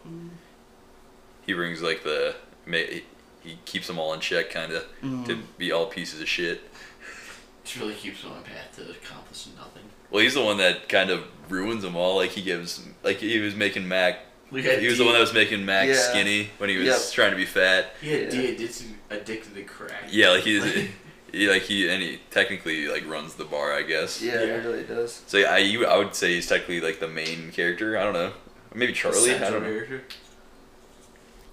[SPEAKER 3] He brings like the ma- he he keeps them all in check, kind of,
[SPEAKER 1] Mm.
[SPEAKER 3] to be all pieces of shit.
[SPEAKER 2] It really keeps me on a path to accomplish nothing.
[SPEAKER 3] Well, he's the one that kind of ruins them all. Like he gives, like he was making Mac.
[SPEAKER 2] We got
[SPEAKER 3] he was
[SPEAKER 2] D-
[SPEAKER 3] the one that was making Mac
[SPEAKER 1] Yeah.
[SPEAKER 3] skinny when he was
[SPEAKER 1] Yep.
[SPEAKER 3] trying to be fat.
[SPEAKER 2] Yeah,
[SPEAKER 1] Yeah.
[SPEAKER 2] D addicted, addicted to crack.
[SPEAKER 3] Yeah, like he's he, like he and he technically like runs the bar, I guess.
[SPEAKER 1] Yeah,
[SPEAKER 2] Yeah.
[SPEAKER 1] it really does.
[SPEAKER 3] So I you I would say he's technically like the main character. I don't know. Maybe Charlie. I don't know.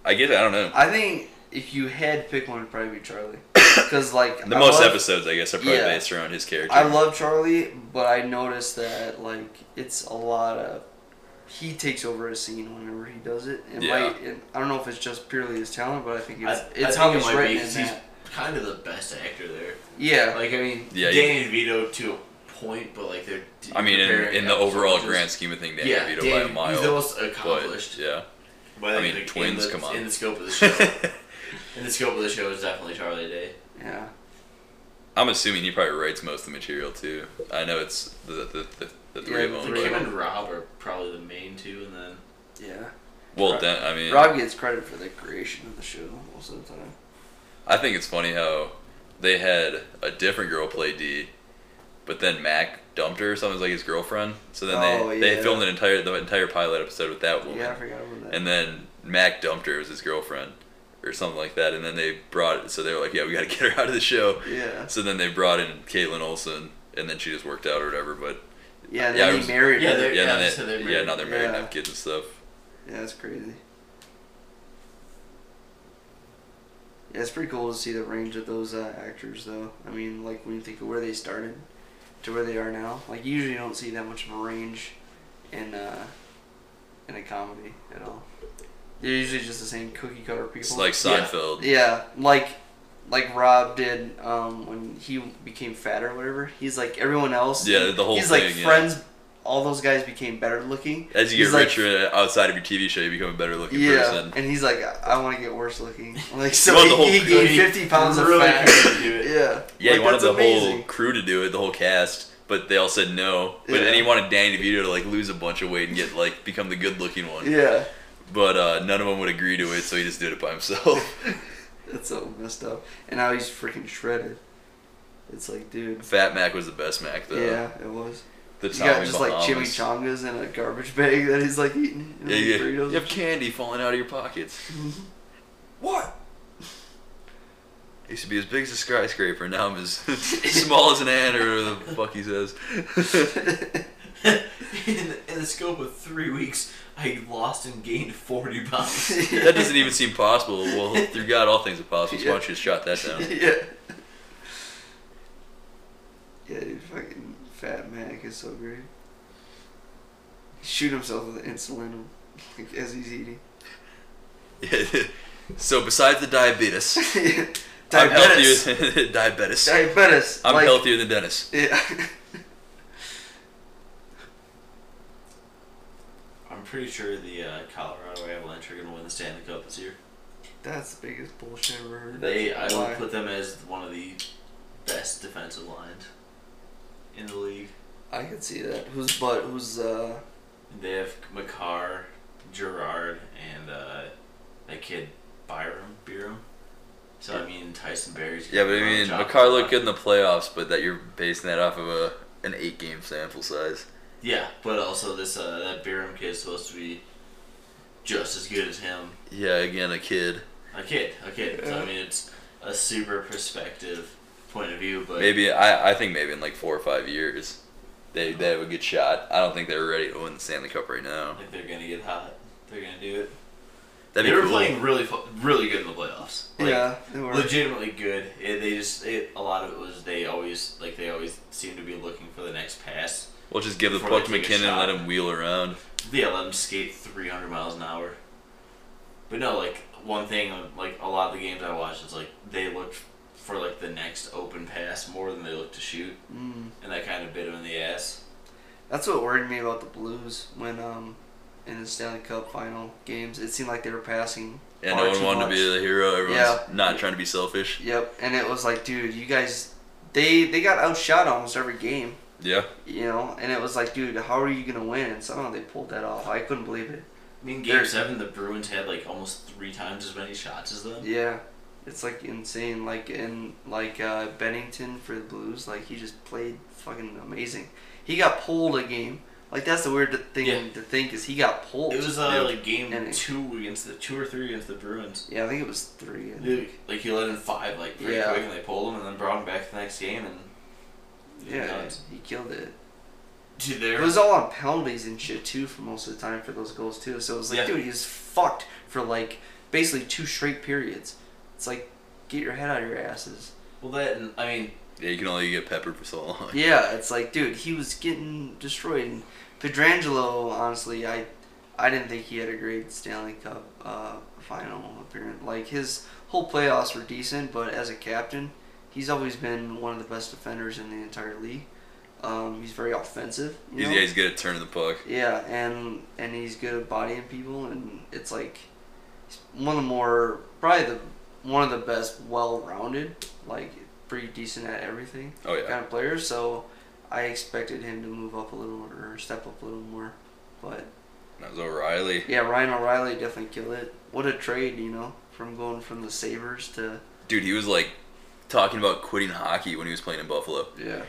[SPEAKER 3] I guess I don't know.
[SPEAKER 1] I think if you had to pick one, it'd probably be Charlie. Because, like,
[SPEAKER 3] The
[SPEAKER 1] I
[SPEAKER 3] most
[SPEAKER 1] love-
[SPEAKER 3] episodes, I guess, are probably
[SPEAKER 1] Yeah.
[SPEAKER 3] based around his character.
[SPEAKER 1] I love Charlie, but I noticed that, like, it's a lot of. He takes over a scene whenever he does it. It
[SPEAKER 3] Yeah.
[SPEAKER 1] might. It, I don't know if it's just purely his talent, but I think
[SPEAKER 2] I,
[SPEAKER 1] it's,
[SPEAKER 2] I
[SPEAKER 1] it's
[SPEAKER 2] think
[SPEAKER 1] how
[SPEAKER 2] it
[SPEAKER 1] he's
[SPEAKER 2] might
[SPEAKER 1] written
[SPEAKER 2] be,
[SPEAKER 1] in
[SPEAKER 2] 'cause
[SPEAKER 1] that.
[SPEAKER 2] he's kind of the best actor there.
[SPEAKER 1] Yeah.
[SPEAKER 2] Like I mean,
[SPEAKER 3] Yeah, you-
[SPEAKER 2] Danny DeVito to a point, but like they're.
[SPEAKER 3] I mean, in,
[SPEAKER 2] comparing
[SPEAKER 3] in the
[SPEAKER 2] apples to
[SPEAKER 3] overall
[SPEAKER 2] oranges.
[SPEAKER 3] grand scheme of things, Danny
[SPEAKER 2] yeah,
[SPEAKER 3] DeVito
[SPEAKER 2] Danny,
[SPEAKER 3] by a mile.
[SPEAKER 2] He's the most
[SPEAKER 3] but
[SPEAKER 2] accomplished.
[SPEAKER 3] yeah,
[SPEAKER 2] But
[SPEAKER 3] I mean,
[SPEAKER 2] think
[SPEAKER 3] twins,
[SPEAKER 2] In the,
[SPEAKER 3] come on.
[SPEAKER 2] In the scope of the show, in the scope of the show is definitely Charlie Day.
[SPEAKER 1] Yeah.
[SPEAKER 3] I'm assuming he probably writes most of the material too. I know it's the the, the, the three
[SPEAKER 1] Yeah,
[SPEAKER 3] of
[SPEAKER 1] the
[SPEAKER 3] them.
[SPEAKER 2] Like
[SPEAKER 1] three
[SPEAKER 3] but-
[SPEAKER 1] of
[SPEAKER 2] him
[SPEAKER 1] them.
[SPEAKER 2] and Rob are probably the main two, and then
[SPEAKER 1] Yeah.
[SPEAKER 3] Well, Dan, I mean,
[SPEAKER 1] Rob gets credit for the creation of the show most of the time.
[SPEAKER 3] I think it's funny how they had a different girl play D, but then Mac dumped her or something like his girlfriend. So then
[SPEAKER 1] Oh,
[SPEAKER 3] they, they
[SPEAKER 1] yeah.
[SPEAKER 3] filmed an entire the entire pilot episode with that woman,
[SPEAKER 1] Yeah, I forgot about that.
[SPEAKER 3] and then Mac dumped her as his girlfriend or something like that. And then they brought it. So they were like, yeah, we got to get her out of the show.
[SPEAKER 1] yeah.
[SPEAKER 3] So then they brought in Caitlin Olsen, and then she just worked out or whatever. But
[SPEAKER 1] Yeah, and
[SPEAKER 3] Yeah,
[SPEAKER 1] then
[SPEAKER 3] I
[SPEAKER 1] he
[SPEAKER 3] was-
[SPEAKER 1] married
[SPEAKER 2] Yeah,
[SPEAKER 1] her.
[SPEAKER 2] they're-
[SPEAKER 3] yeah, then
[SPEAKER 2] so
[SPEAKER 3] they,
[SPEAKER 2] they're
[SPEAKER 3] yeah,
[SPEAKER 2] married.
[SPEAKER 3] now they're married and
[SPEAKER 1] Yeah.
[SPEAKER 3] have kids and stuff.
[SPEAKER 1] Yeah, that's crazy. Yeah, it's pretty cool to see the range of those uh, actors, though. I mean, like when you think of where they started to where they are now, like you usually don't see that much of a range in uh, in a comedy at all. They're usually just the same cookie cutter people.
[SPEAKER 3] It's like Seinfeld.
[SPEAKER 1] yeah, like like Rob did um, when he became fat or whatever. He's like everyone else.
[SPEAKER 3] Yeah, the whole
[SPEAKER 1] He's like
[SPEAKER 3] thing, yeah.
[SPEAKER 1] friends. All those guys became better looking.
[SPEAKER 3] As you get
[SPEAKER 1] He's like,
[SPEAKER 3] richer outside of your TV show, you become a better looking
[SPEAKER 1] yeah,
[SPEAKER 3] person.
[SPEAKER 1] and he's like, I, I want to get worse looking. Like so,
[SPEAKER 3] want
[SPEAKER 1] he,
[SPEAKER 3] the whole
[SPEAKER 1] he
[SPEAKER 3] crew.
[SPEAKER 1] gained fifty pounds of
[SPEAKER 2] Really
[SPEAKER 1] fat.
[SPEAKER 2] couldn't do it.
[SPEAKER 1] yeah,
[SPEAKER 3] Yeah,
[SPEAKER 1] like,
[SPEAKER 3] he wanted
[SPEAKER 1] that's
[SPEAKER 3] the whole
[SPEAKER 1] amazing.
[SPEAKER 3] crew to do it, the whole cast, but they all said no. But
[SPEAKER 1] Yeah.
[SPEAKER 3] then he wanted Danny DeVito to like lose a bunch of weight and get like become the good looking one.
[SPEAKER 1] Yeah,
[SPEAKER 3] But uh, none of them would agree to it, so he just did it by himself.
[SPEAKER 1] that's so messed up. And now he's freaking shredded. It's like, dude.
[SPEAKER 3] Fat Mac was the best Mac though.
[SPEAKER 1] yeah, it was.
[SPEAKER 3] The
[SPEAKER 1] He
[SPEAKER 3] Tommy
[SPEAKER 1] got just like
[SPEAKER 3] Bahamas.
[SPEAKER 1] chimichangas in a garbage bag that he's like eating. and
[SPEAKER 3] Yeah, yeah.
[SPEAKER 1] Doritos.
[SPEAKER 3] You have candy falling out of your pockets. what? I used to be as big as a skyscraper. Now I'm as small as an ant, or whatever the fuck he says.
[SPEAKER 2] in, the, in the scope of three weeks, I lost and gained forty pounds.
[SPEAKER 3] that doesn't even seem possible. Well, through God, all things are possible. So why
[SPEAKER 1] Yeah.
[SPEAKER 3] don't you just shot that down?
[SPEAKER 1] yeah. Yeah, dude, fucking Fat Mac is so great. He shoot himself with insulin like, as he's eating.
[SPEAKER 3] so besides the diabetes,
[SPEAKER 1] diabetes.
[SPEAKER 3] I'm healthier than diabetes.
[SPEAKER 1] diabetes.
[SPEAKER 3] I'm
[SPEAKER 1] like-
[SPEAKER 3] healthier than Dennis.
[SPEAKER 1] Yeah.
[SPEAKER 2] I'm pretty sure the uh, Colorado Avalanche are gonna win the Stanley Cup this year.
[SPEAKER 1] That's the biggest bullshit I've ever heard.
[SPEAKER 2] They, I
[SPEAKER 1] Why?
[SPEAKER 2] would put them as one of the best defensive lines in the league.
[SPEAKER 1] I could see that. Who's but who's uh
[SPEAKER 2] They have McCarr, Gerard and uh, that kid Byram Byram. So I mean Tyson Berry's.
[SPEAKER 3] Yeah, but I mean, Makar looked good in the playoffs, but that you're basing that off of a an eight game sample size.
[SPEAKER 2] Yeah, but also this uh, that Byram kid's supposed to be just as good as him.
[SPEAKER 3] Yeah, again, a kid.
[SPEAKER 2] A kid, a kid. So I mean, it's a super perspective point of view, but
[SPEAKER 3] Maybe I, I think maybe in like four or five years, they they have a good shot. I don't think they're ready to win the Stanley Cup right now.
[SPEAKER 2] like they're gonna get hot. They're gonna do it.
[SPEAKER 3] That'd
[SPEAKER 2] they
[SPEAKER 3] be
[SPEAKER 2] were
[SPEAKER 3] cool.
[SPEAKER 2] playing really, fu- really good in the playoffs. Like,
[SPEAKER 1] yeah, they were.
[SPEAKER 2] legitimately good. It, they just it, a lot of it was they always like they always seem to be looking for the next pass.
[SPEAKER 3] We'll just give the
[SPEAKER 2] Before
[SPEAKER 3] puck to
[SPEAKER 2] they take a
[SPEAKER 3] McKinnon and
[SPEAKER 2] shot.
[SPEAKER 3] let him wheel around.
[SPEAKER 2] Yeah, let them skate 300 miles an hour. But no, like one thing, like a lot of the games I watched is like they looked for like the next open pass more than they looked to shoot,
[SPEAKER 1] Mm.
[SPEAKER 2] and that kind of bit them in the ass.
[SPEAKER 1] That's what worried me about the Blues when um in the Stanley Cup final games. It seemed like they were passing.
[SPEAKER 3] Yeah,
[SPEAKER 1] far
[SPEAKER 3] no one
[SPEAKER 1] too
[SPEAKER 3] wanted
[SPEAKER 1] much.
[SPEAKER 3] to be the hero. Everyone's
[SPEAKER 1] Yeah.
[SPEAKER 3] not trying to be selfish.
[SPEAKER 1] Yep, and it was like, dude, you guys, they they got outshot almost every game.
[SPEAKER 3] Yeah.
[SPEAKER 1] You know, and it was like, dude, how are you gonna win? And somehow they pulled that off. I couldn't believe it.
[SPEAKER 2] I mean, game
[SPEAKER 1] They're-
[SPEAKER 2] seven, the Bruins had like almost three times as many shots as them.
[SPEAKER 1] Yeah, it's like insane. Like in like uh, Bennington for the Blues, like he just played fucking amazing. He got pulled a game. Like that's the weird thing
[SPEAKER 2] Yeah.
[SPEAKER 1] to think is he got pulled.
[SPEAKER 2] It was uh, like game
[SPEAKER 1] And it-
[SPEAKER 2] two against the two or three against the Bruins.
[SPEAKER 1] yeah, I think it was three. I think.
[SPEAKER 2] Dude, like he let in five like pretty
[SPEAKER 1] Yeah.
[SPEAKER 2] quick, and they pulled him, and then brought him back the next game, and
[SPEAKER 1] Yeah, he killed it.
[SPEAKER 2] dude,
[SPEAKER 1] It
[SPEAKER 2] there
[SPEAKER 1] was all on penalties and shit too for most of the time for those goals too. So it was like,
[SPEAKER 2] Yeah.
[SPEAKER 1] dude, he was fucked for like basically two straight periods. It's like, get your head out of your asses.
[SPEAKER 2] well that, and I mean,
[SPEAKER 3] Yeah, you can only get peppered for so long.
[SPEAKER 1] Yeah, it's like, dude, he was getting destroyed. And Pedrangelo, honestly, I, I didn't think he had a great Stanley Cup uh, final appearance. Like his whole playoffs were decent, but as a captain, he's always been one of the best defenders in the entire league. Um, he's very offensive. you
[SPEAKER 3] He's,
[SPEAKER 1] know?
[SPEAKER 3] yeah, he's good at turning the puck.
[SPEAKER 1] Yeah, and and he's good at bodying people, and it's like he's one of the more probably the one of the best well-rounded, like pretty decent at everything
[SPEAKER 3] Oh yeah.
[SPEAKER 1] kind of player. So I expected him to move up a little or step up a little more, but
[SPEAKER 3] That was O'Reilly.
[SPEAKER 1] yeah, Ryan O'Reilly definitely killed it. What a trade, you know, from going from the Sabers to
[SPEAKER 3] Dude, he was like talking about quitting hockey when he was playing in Buffalo.
[SPEAKER 1] yeah.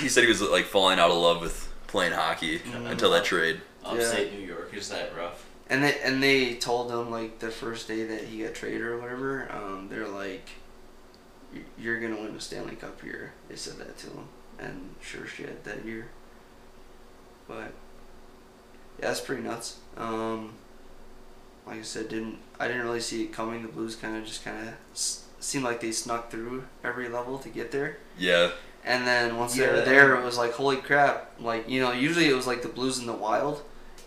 [SPEAKER 3] he said he was like falling out of love with playing hockey until that trade.
[SPEAKER 2] mm, upstate New York is that rough.
[SPEAKER 1] And they and they told him like the first day that he got traded or whatever, um, they're like, "Y- "You're gonna win the Stanley Cup here." They said that to him, and sure shit that year. But yeah, that's pretty nuts. Um, like I said, didn't I didn't really see it coming. The Blues kind of just kind of s- seemed like they snuck through every level to get there.
[SPEAKER 3] Yeah.
[SPEAKER 1] And then once they were
[SPEAKER 2] Yeah.
[SPEAKER 1] there, it was like, holy crap! Like you know, usually it was like the Blues in the Wild,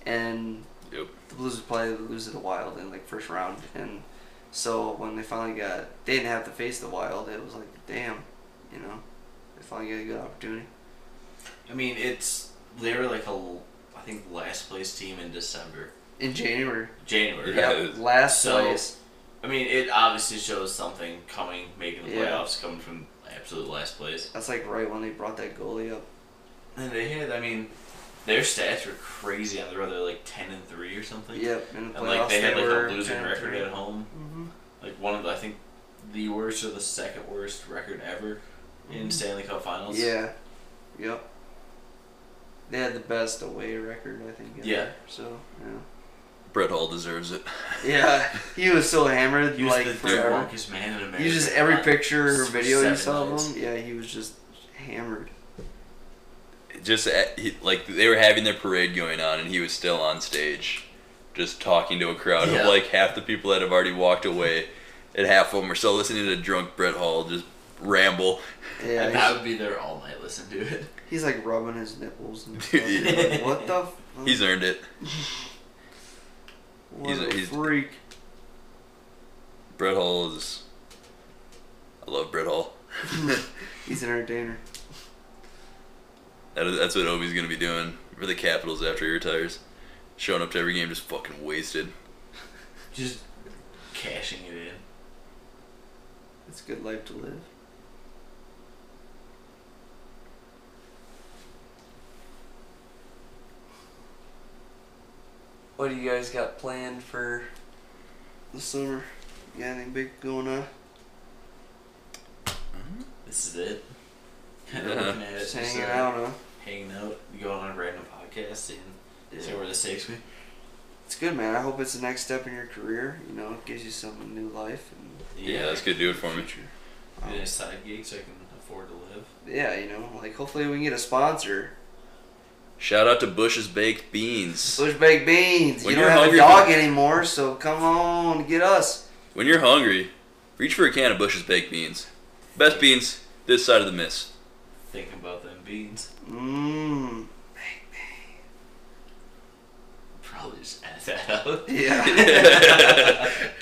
[SPEAKER 1] and
[SPEAKER 3] Yep.
[SPEAKER 1] the Blues would play the Blues of the Wild in like first round, and so when they finally got, they didn't have to face the Wild. It was like, damn, you know, they finally got a good opportunity.
[SPEAKER 2] I mean, it's they were like a l- I think last place team in December,
[SPEAKER 1] In January,
[SPEAKER 2] January.
[SPEAKER 3] Yeah.
[SPEAKER 1] yeah, last
[SPEAKER 2] So-
[SPEAKER 1] place.
[SPEAKER 2] I mean, it obviously shows something coming, making the
[SPEAKER 1] Yeah.
[SPEAKER 2] playoffs, coming from absolute last place.
[SPEAKER 1] That's like right when they brought that goalie up.
[SPEAKER 2] And they had, I mean, their stats were crazy on the road. They're like ten and three or something.
[SPEAKER 1] Yep, in the
[SPEAKER 2] And
[SPEAKER 1] playoffs
[SPEAKER 2] like they had like
[SPEAKER 1] were
[SPEAKER 2] a losing
[SPEAKER 1] 10
[SPEAKER 2] record
[SPEAKER 1] three.
[SPEAKER 2] at home.
[SPEAKER 1] Mhm.
[SPEAKER 2] like one of the, I think the worst or the second worst record ever in
[SPEAKER 1] Mhm.
[SPEAKER 2] Stanley Cup Finals.
[SPEAKER 1] Yeah. Yep. They had the best away record, I think. ever.
[SPEAKER 2] Yeah.
[SPEAKER 1] So yeah.
[SPEAKER 3] Brett Hall deserves it.
[SPEAKER 1] Yeah, he was so hammered,
[SPEAKER 2] he was
[SPEAKER 1] like
[SPEAKER 2] the
[SPEAKER 1] forever.
[SPEAKER 2] darkest man in America.
[SPEAKER 1] He was just every picture or
[SPEAKER 2] Seven
[SPEAKER 1] video you saw
[SPEAKER 2] nights.
[SPEAKER 1] of him. Yeah, he was just hammered.
[SPEAKER 3] Just at, he, like they were having their parade going on, and he was still on stage, just talking to a crowd
[SPEAKER 2] Yeah.
[SPEAKER 3] of like half the people that have already walked away, and half of them are still listening to drunk Brett Hall just ramble.
[SPEAKER 1] Yeah,
[SPEAKER 2] and
[SPEAKER 1] he's,
[SPEAKER 2] I would be there all night listening to it.
[SPEAKER 1] he's, like rubbing his nipples and stuff.
[SPEAKER 3] Dude.
[SPEAKER 1] You're like, what the? F-
[SPEAKER 3] He's earned it.
[SPEAKER 1] what
[SPEAKER 3] he's a-
[SPEAKER 1] a
[SPEAKER 3] he's-
[SPEAKER 1] freak.
[SPEAKER 3] Brett Hall is. I love Brett Hall.
[SPEAKER 1] He's an entertainer.
[SPEAKER 3] That is, that's what Obi's gonna be doing for the Capitals after he retires. Showing up to every game just fucking wasted.
[SPEAKER 2] Just cashing it in.
[SPEAKER 1] It's a good life to live.
[SPEAKER 4] What do you guys got planned for?
[SPEAKER 1] this summer. You got anything big going on?
[SPEAKER 2] This is it.
[SPEAKER 3] Yeah.
[SPEAKER 2] Looking at it,
[SPEAKER 1] Just
[SPEAKER 2] just,
[SPEAKER 1] hanging
[SPEAKER 2] uh,
[SPEAKER 1] out, huh?
[SPEAKER 2] Hanging out. Going on a random podcast and see where this takes me.
[SPEAKER 1] It's good, man. I hope it's the next step in your career. You know, it gives you some new life. And,
[SPEAKER 3] Yeah, that's good to do it for me.
[SPEAKER 1] um,
[SPEAKER 2] Get a side gig so I can afford to live.
[SPEAKER 1] yeah, you know, like hopefully we can get a sponsor.
[SPEAKER 3] Shout out to Bush's Baked Beans.
[SPEAKER 1] Bush Baked Beans.
[SPEAKER 3] When
[SPEAKER 1] you
[SPEAKER 3] you're
[SPEAKER 1] don't have a
[SPEAKER 3] hungry,
[SPEAKER 1] dog
[SPEAKER 3] go-
[SPEAKER 1] anymore, so come on, get us.
[SPEAKER 3] When you're hungry, reach for a can of Bush's Baked Beans. Best beans this side of the mist.
[SPEAKER 2] Thinking about them beans.
[SPEAKER 1] Mmm.
[SPEAKER 2] Probably just add that out.
[SPEAKER 1] Yeah.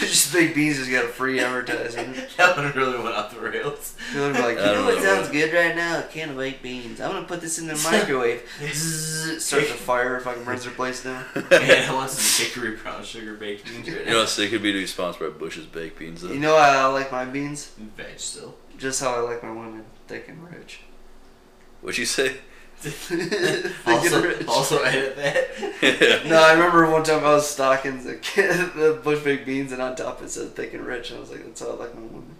[SPEAKER 1] Bush Baked Beans has got a free advertisement.
[SPEAKER 2] that one really went off the rails.
[SPEAKER 1] They're like, you
[SPEAKER 3] I
[SPEAKER 1] know
[SPEAKER 3] don't
[SPEAKER 1] what
[SPEAKER 3] know.
[SPEAKER 1] sounds good right now? A can of baked beans. I'm gonna put this in the microwave. Zzz, starts a fire if I can burns their place down.
[SPEAKER 2] Man, I want some hickory brown sugar baked beans right
[SPEAKER 3] You
[SPEAKER 2] now.
[SPEAKER 3] know what's sick would be to be sponsored by Bush's Baked Beans
[SPEAKER 1] You
[SPEAKER 3] though.
[SPEAKER 1] know how I like my beans?
[SPEAKER 2] Veg still.
[SPEAKER 1] Just how I like my women, thick and rich.
[SPEAKER 3] What'd you say?
[SPEAKER 1] thick and
[SPEAKER 2] Also,
[SPEAKER 1] rich.
[SPEAKER 2] also edit that.
[SPEAKER 1] No, I remember one time I was stocking the, the bush baked beans, and on top it said thick and rich, and I was like, that's how I like my women.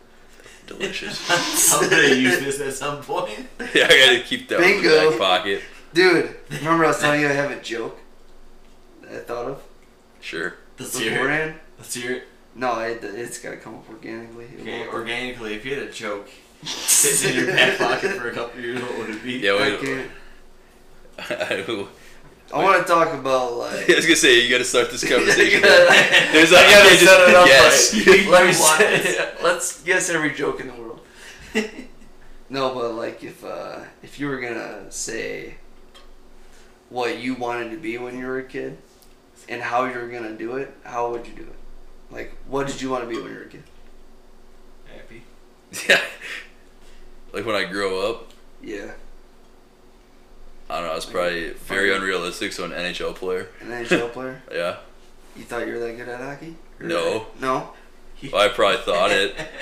[SPEAKER 3] Delicious.
[SPEAKER 2] I'm gonna use this at some point.
[SPEAKER 3] yeah, I gotta keep that one in the
[SPEAKER 1] Bingo.
[SPEAKER 3] back pocket.
[SPEAKER 1] Dude, remember I was telling you I have a joke that I thought of
[SPEAKER 3] Sure.
[SPEAKER 2] Let's hear it.
[SPEAKER 1] beforehand?
[SPEAKER 2] Let's hear it.
[SPEAKER 1] No, it, it's gotta come up organically. It
[SPEAKER 2] Okay,
[SPEAKER 1] won't.
[SPEAKER 2] organically, if you had a joke sits in your back pocket for a couple years, what would it be?
[SPEAKER 3] Yeah,
[SPEAKER 1] I
[SPEAKER 3] wait.
[SPEAKER 1] can't.
[SPEAKER 3] I will-
[SPEAKER 1] I want to talk about
[SPEAKER 3] I
[SPEAKER 1] like.
[SPEAKER 3] was gonna say you gotta start this conversation.
[SPEAKER 1] Yeah.
[SPEAKER 3] There's like,
[SPEAKER 1] I gotta
[SPEAKER 3] yeah, just,
[SPEAKER 1] set it up
[SPEAKER 3] yes.
[SPEAKER 1] right. Let me
[SPEAKER 2] Why?
[SPEAKER 1] say, let's guess every joke in the world. no, but like if uh, if you were gonna say what you wanted to be when you were a kid and how you were gonna do it, how would you do it? Like, what did you want to be when you were a kid?
[SPEAKER 2] Happy.
[SPEAKER 3] Yeah. Like when I grow up,
[SPEAKER 1] Yeah,
[SPEAKER 3] I don't know. I was probably very unrealistic, so an NHL player.
[SPEAKER 1] an NHL player.
[SPEAKER 3] Yeah.
[SPEAKER 1] You thought you were that good at hockey?
[SPEAKER 3] No.
[SPEAKER 1] No.
[SPEAKER 3] I probably thought it.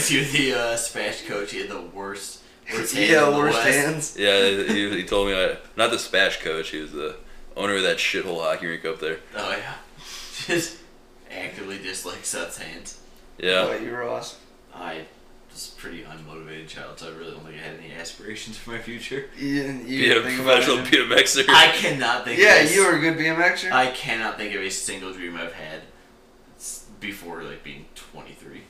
[SPEAKER 2] to the uh, Smash coach, he had the worst. worst hand
[SPEAKER 1] yeah,
[SPEAKER 2] in the
[SPEAKER 1] worst
[SPEAKER 2] West.
[SPEAKER 1] hands.
[SPEAKER 3] yeah, he, he told me I not the Spash coach. He was the owner of that shithole hockey rink up there.
[SPEAKER 2] Oh yeah, just actively dislike Seth's hands.
[SPEAKER 3] Yeah.
[SPEAKER 1] But you were awesome.
[SPEAKER 2] I was a pretty unmotivated child, so I really don't think I had any aspirations for my future.
[SPEAKER 1] You, didn't- you
[SPEAKER 3] Be a
[SPEAKER 1] didn't think about
[SPEAKER 3] professional
[SPEAKER 1] it.
[SPEAKER 3] BMXer.
[SPEAKER 2] I cannot think.
[SPEAKER 1] Yeah,
[SPEAKER 2] of a
[SPEAKER 1] you were a good BMXer.
[SPEAKER 2] E I cannot think of a single dream I've had s- before like being 23.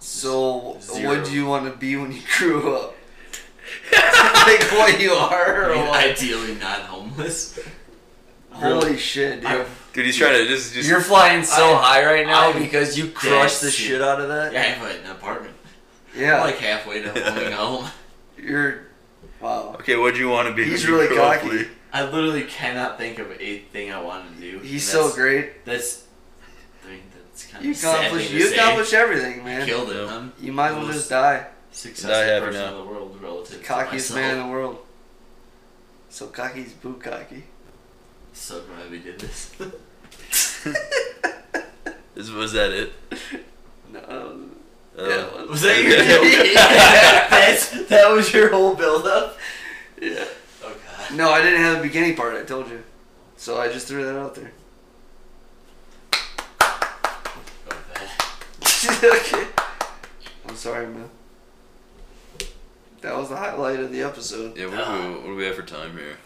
[SPEAKER 1] So,
[SPEAKER 2] Zero.
[SPEAKER 1] what do you want to be when you grew up? like what you are?
[SPEAKER 2] I
[SPEAKER 1] Or
[SPEAKER 2] mean,
[SPEAKER 1] what?
[SPEAKER 2] ideally not homeless.
[SPEAKER 1] Holy shit, dude!
[SPEAKER 2] I,
[SPEAKER 3] Dude, he's trying to just just.
[SPEAKER 4] You're flying so
[SPEAKER 2] I-
[SPEAKER 4] high right now
[SPEAKER 2] I'm
[SPEAKER 4] because you crushed the
[SPEAKER 2] dead
[SPEAKER 4] shit out of
[SPEAKER 2] I
[SPEAKER 4] that.
[SPEAKER 2] have an apartment.
[SPEAKER 1] yeah,
[SPEAKER 2] I'm like halfway to owning a home.
[SPEAKER 1] you're. Wow,
[SPEAKER 3] okay, what'd you want to be?
[SPEAKER 1] he's
[SPEAKER 3] when you
[SPEAKER 1] really
[SPEAKER 3] grow up,
[SPEAKER 1] cocky.
[SPEAKER 3] Lee?
[SPEAKER 2] I literally cannot think of a thing I wanted to do.
[SPEAKER 1] He's
[SPEAKER 2] That's-
[SPEAKER 1] so great.
[SPEAKER 2] That's, I mean, that's kind
[SPEAKER 1] You
[SPEAKER 2] of sad thing
[SPEAKER 1] accomplish.
[SPEAKER 2] to
[SPEAKER 1] You
[SPEAKER 2] say.
[SPEAKER 1] accomplish everything,
[SPEAKER 2] I
[SPEAKER 1] man.
[SPEAKER 2] killed it.
[SPEAKER 3] Yeah.
[SPEAKER 2] I'm
[SPEAKER 1] You might as well just die.
[SPEAKER 3] Die
[SPEAKER 2] successful
[SPEAKER 3] happy
[SPEAKER 2] person
[SPEAKER 3] now.
[SPEAKER 2] in the world relative
[SPEAKER 1] Cockiest
[SPEAKER 2] to myself.
[SPEAKER 1] man in the world. So cocky's boot cocky.
[SPEAKER 2] So glad we did this. Oh,
[SPEAKER 3] Is- was that it?
[SPEAKER 1] No, um,
[SPEAKER 3] Uh,
[SPEAKER 1] Yeah, well-
[SPEAKER 2] Oh. Was that your joke? That's- that was your whole build up?
[SPEAKER 1] yeah.
[SPEAKER 2] Oh god.
[SPEAKER 1] No, I didn't have the beginning part. I told you. So I just threw that out there.
[SPEAKER 2] Go to bed.
[SPEAKER 1] okay. I'm sorry, man. That was the highlight of the episode.
[SPEAKER 3] Yeah. What, do we, what do we have for time here?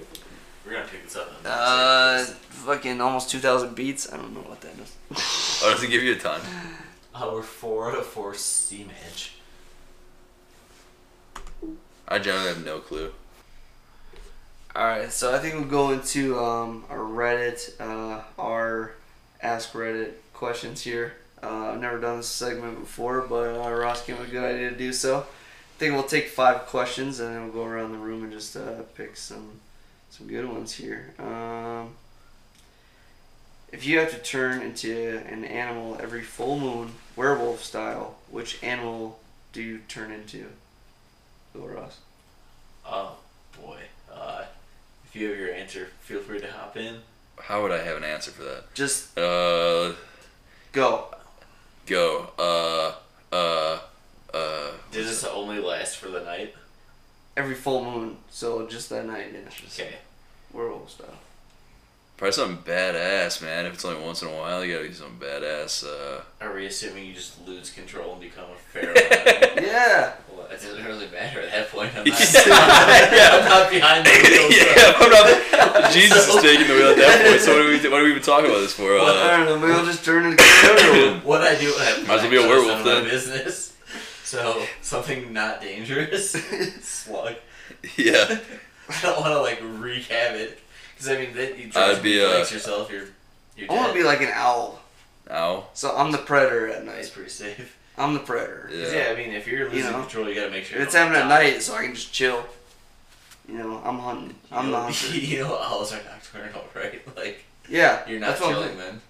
[SPEAKER 2] We're gonna pick this up. in a
[SPEAKER 1] Uh,
[SPEAKER 2] second.
[SPEAKER 1] fucking almost 2,000 beats. I don't know what that is.
[SPEAKER 3] Oh, does it give you a time?
[SPEAKER 2] oh, we're four out of four steam edge.
[SPEAKER 3] I generally have no clue.
[SPEAKER 1] Alright, so I think we'll go into um, our Reddit, uh, our Ask Reddit questions here. Uh, I've never done this segment before, but uh, Ross came up with a good idea to do so. I think we'll take five questions and then we'll go around the room and just uh, pick some some good ones here. Um, if you have to turn into an animal every full moon, werewolf style, which animal do you turn into? Go Ross.
[SPEAKER 2] Oh boy. Uh, if you have your answer, feel free to hop in.
[SPEAKER 3] How would I have an answer for that?
[SPEAKER 1] Just
[SPEAKER 3] Uh,
[SPEAKER 1] go.
[SPEAKER 3] go. Uh, uh, uh.
[SPEAKER 2] Does this only last for the night?
[SPEAKER 1] every full moon, so just that night, yeah.
[SPEAKER 2] Okay.
[SPEAKER 1] Werewolf style.
[SPEAKER 3] Probably something badass, man. If it's only once in a while, you gotta do something badass. Uh,
[SPEAKER 2] Are we assuming you just lose control and become a pharaoh?
[SPEAKER 1] Yeah.
[SPEAKER 2] Well, it doesn't really matter at that point. I'm
[SPEAKER 3] Yeah.
[SPEAKER 2] not, I'm not behind the wheel.
[SPEAKER 3] yeah, I'm not- Jesus
[SPEAKER 2] So-
[SPEAKER 3] is taking the wheel at that point. So what are we, what are we even talking about this for?
[SPEAKER 1] I
[SPEAKER 3] Uh,
[SPEAKER 1] don't know. Maybe I'll just turn into Godzilla.
[SPEAKER 2] What I do, I
[SPEAKER 3] Might as well be a werewolf then.
[SPEAKER 2] none of my Business. So something not dangerous. Slug.
[SPEAKER 3] yeah,
[SPEAKER 2] I don't want to like wreak havoc. Because I mean, that you
[SPEAKER 3] I'd
[SPEAKER 2] try to
[SPEAKER 3] be, uh,
[SPEAKER 2] flex yourself, you're you're
[SPEAKER 1] I want to
[SPEAKER 2] dead.
[SPEAKER 1] be like an owl.
[SPEAKER 3] ow.
[SPEAKER 1] So I'm the predator at
[SPEAKER 2] That's
[SPEAKER 1] night.
[SPEAKER 2] pretty safe.
[SPEAKER 1] I'm the predator.
[SPEAKER 2] 'Cause,
[SPEAKER 3] Yeah.
[SPEAKER 2] Yeah. I mean, if you're losing
[SPEAKER 1] know.
[SPEAKER 2] control, you gotta make sure.
[SPEAKER 1] If it's
[SPEAKER 2] you don't
[SPEAKER 1] happening at
[SPEAKER 2] die.
[SPEAKER 1] night, so I can just chill. You know, I'm hunting. I'm
[SPEAKER 2] you
[SPEAKER 1] the
[SPEAKER 2] know,
[SPEAKER 1] hunter.
[SPEAKER 2] You know, owls are nocturnal, right? Like
[SPEAKER 1] Yeah.
[SPEAKER 2] you're not
[SPEAKER 1] that's what I'm
[SPEAKER 2] chilling
[SPEAKER 1] saying.
[SPEAKER 2] then.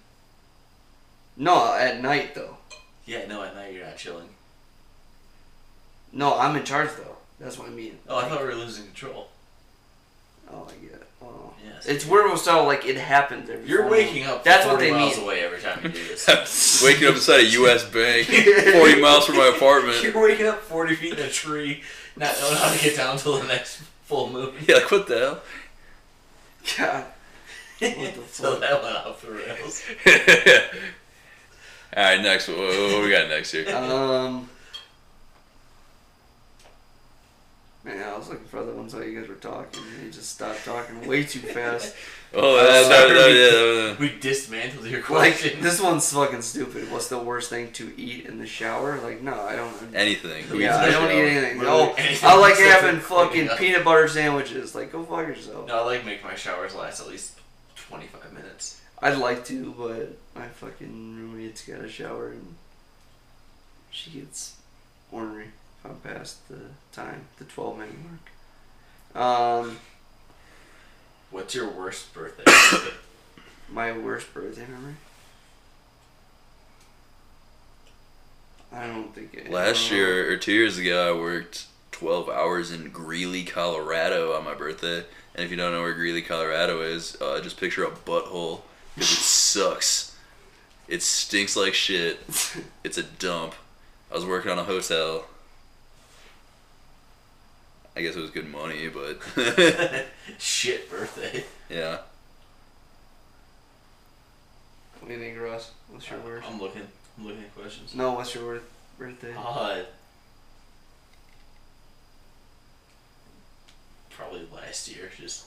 [SPEAKER 1] No, at night though.
[SPEAKER 2] Yeah, no, at night you're not chilling.
[SPEAKER 1] No, I'm in charge though. That's what I mean.
[SPEAKER 2] Oh, I thought we were losing control.
[SPEAKER 1] Oh, I get it. Oh.
[SPEAKER 2] Yes.
[SPEAKER 1] It's werewolf style. Like it happens every.
[SPEAKER 2] You're
[SPEAKER 1] time.
[SPEAKER 2] waking up.
[SPEAKER 1] That's
[SPEAKER 2] That's
[SPEAKER 1] what they
[SPEAKER 2] miles
[SPEAKER 1] mean.
[SPEAKER 2] away every time you do this.
[SPEAKER 3] Waking up inside a U.S. bank, 40 miles from my apartment.
[SPEAKER 2] You're waking up 40 feet in a tree, not knowing how to get down till the next full moon.
[SPEAKER 3] Yeah, like what the
[SPEAKER 1] God. What the
[SPEAKER 2] so
[SPEAKER 1] fuck?
[SPEAKER 2] that went off the rails.
[SPEAKER 3] hell? All right, next. What, what, what we got next here?
[SPEAKER 1] Um. Man, I was looking for other ones while you guys were talking. and You just stopped talking way too fast.
[SPEAKER 3] Oh,
[SPEAKER 1] uh,
[SPEAKER 3] that, that, that, that,
[SPEAKER 2] We dismantled your
[SPEAKER 1] Like
[SPEAKER 2] question.
[SPEAKER 1] this one's fucking stupid. What's the worst thing to eat in the shower? Like no, I don't.
[SPEAKER 3] that- anything. Who
[SPEAKER 1] yeah, I
[SPEAKER 3] eats
[SPEAKER 1] don't
[SPEAKER 3] that
[SPEAKER 1] eat
[SPEAKER 3] shit?
[SPEAKER 1] anything.
[SPEAKER 2] Literally
[SPEAKER 1] No,
[SPEAKER 2] anything
[SPEAKER 1] I like
[SPEAKER 2] except
[SPEAKER 1] having
[SPEAKER 2] for cleaning
[SPEAKER 1] fucking
[SPEAKER 2] up.
[SPEAKER 1] peanut butter sandwiches. Like go fuck yourself.
[SPEAKER 2] no, I like make my showers last at least 25 minutes.
[SPEAKER 1] I'd like to, but my fucking roommate's got a shower and she gets ornery if I'm past the time, the 12 minute mark. Um,
[SPEAKER 2] What's your worst birthday?
[SPEAKER 1] my worst birthday memory. I don't think it.
[SPEAKER 3] Last
[SPEAKER 1] uh,
[SPEAKER 3] year or two years ago, I worked 12 hours in Greeley, Colorado on my birthday. And if you don't know where Greeley, Colorado is, uh, just picture a butthole because it sucks. It stinks like shit. It's a dump. I was working on a hotel. I guess it was good money, but
[SPEAKER 2] Shit birthday.
[SPEAKER 3] yeah.
[SPEAKER 1] What do you think, Ross? What's your worst?
[SPEAKER 2] Uh, I'm looking. I'm looking at questions.
[SPEAKER 1] No, what's your worst birthday?
[SPEAKER 2] Uh, probably last year, just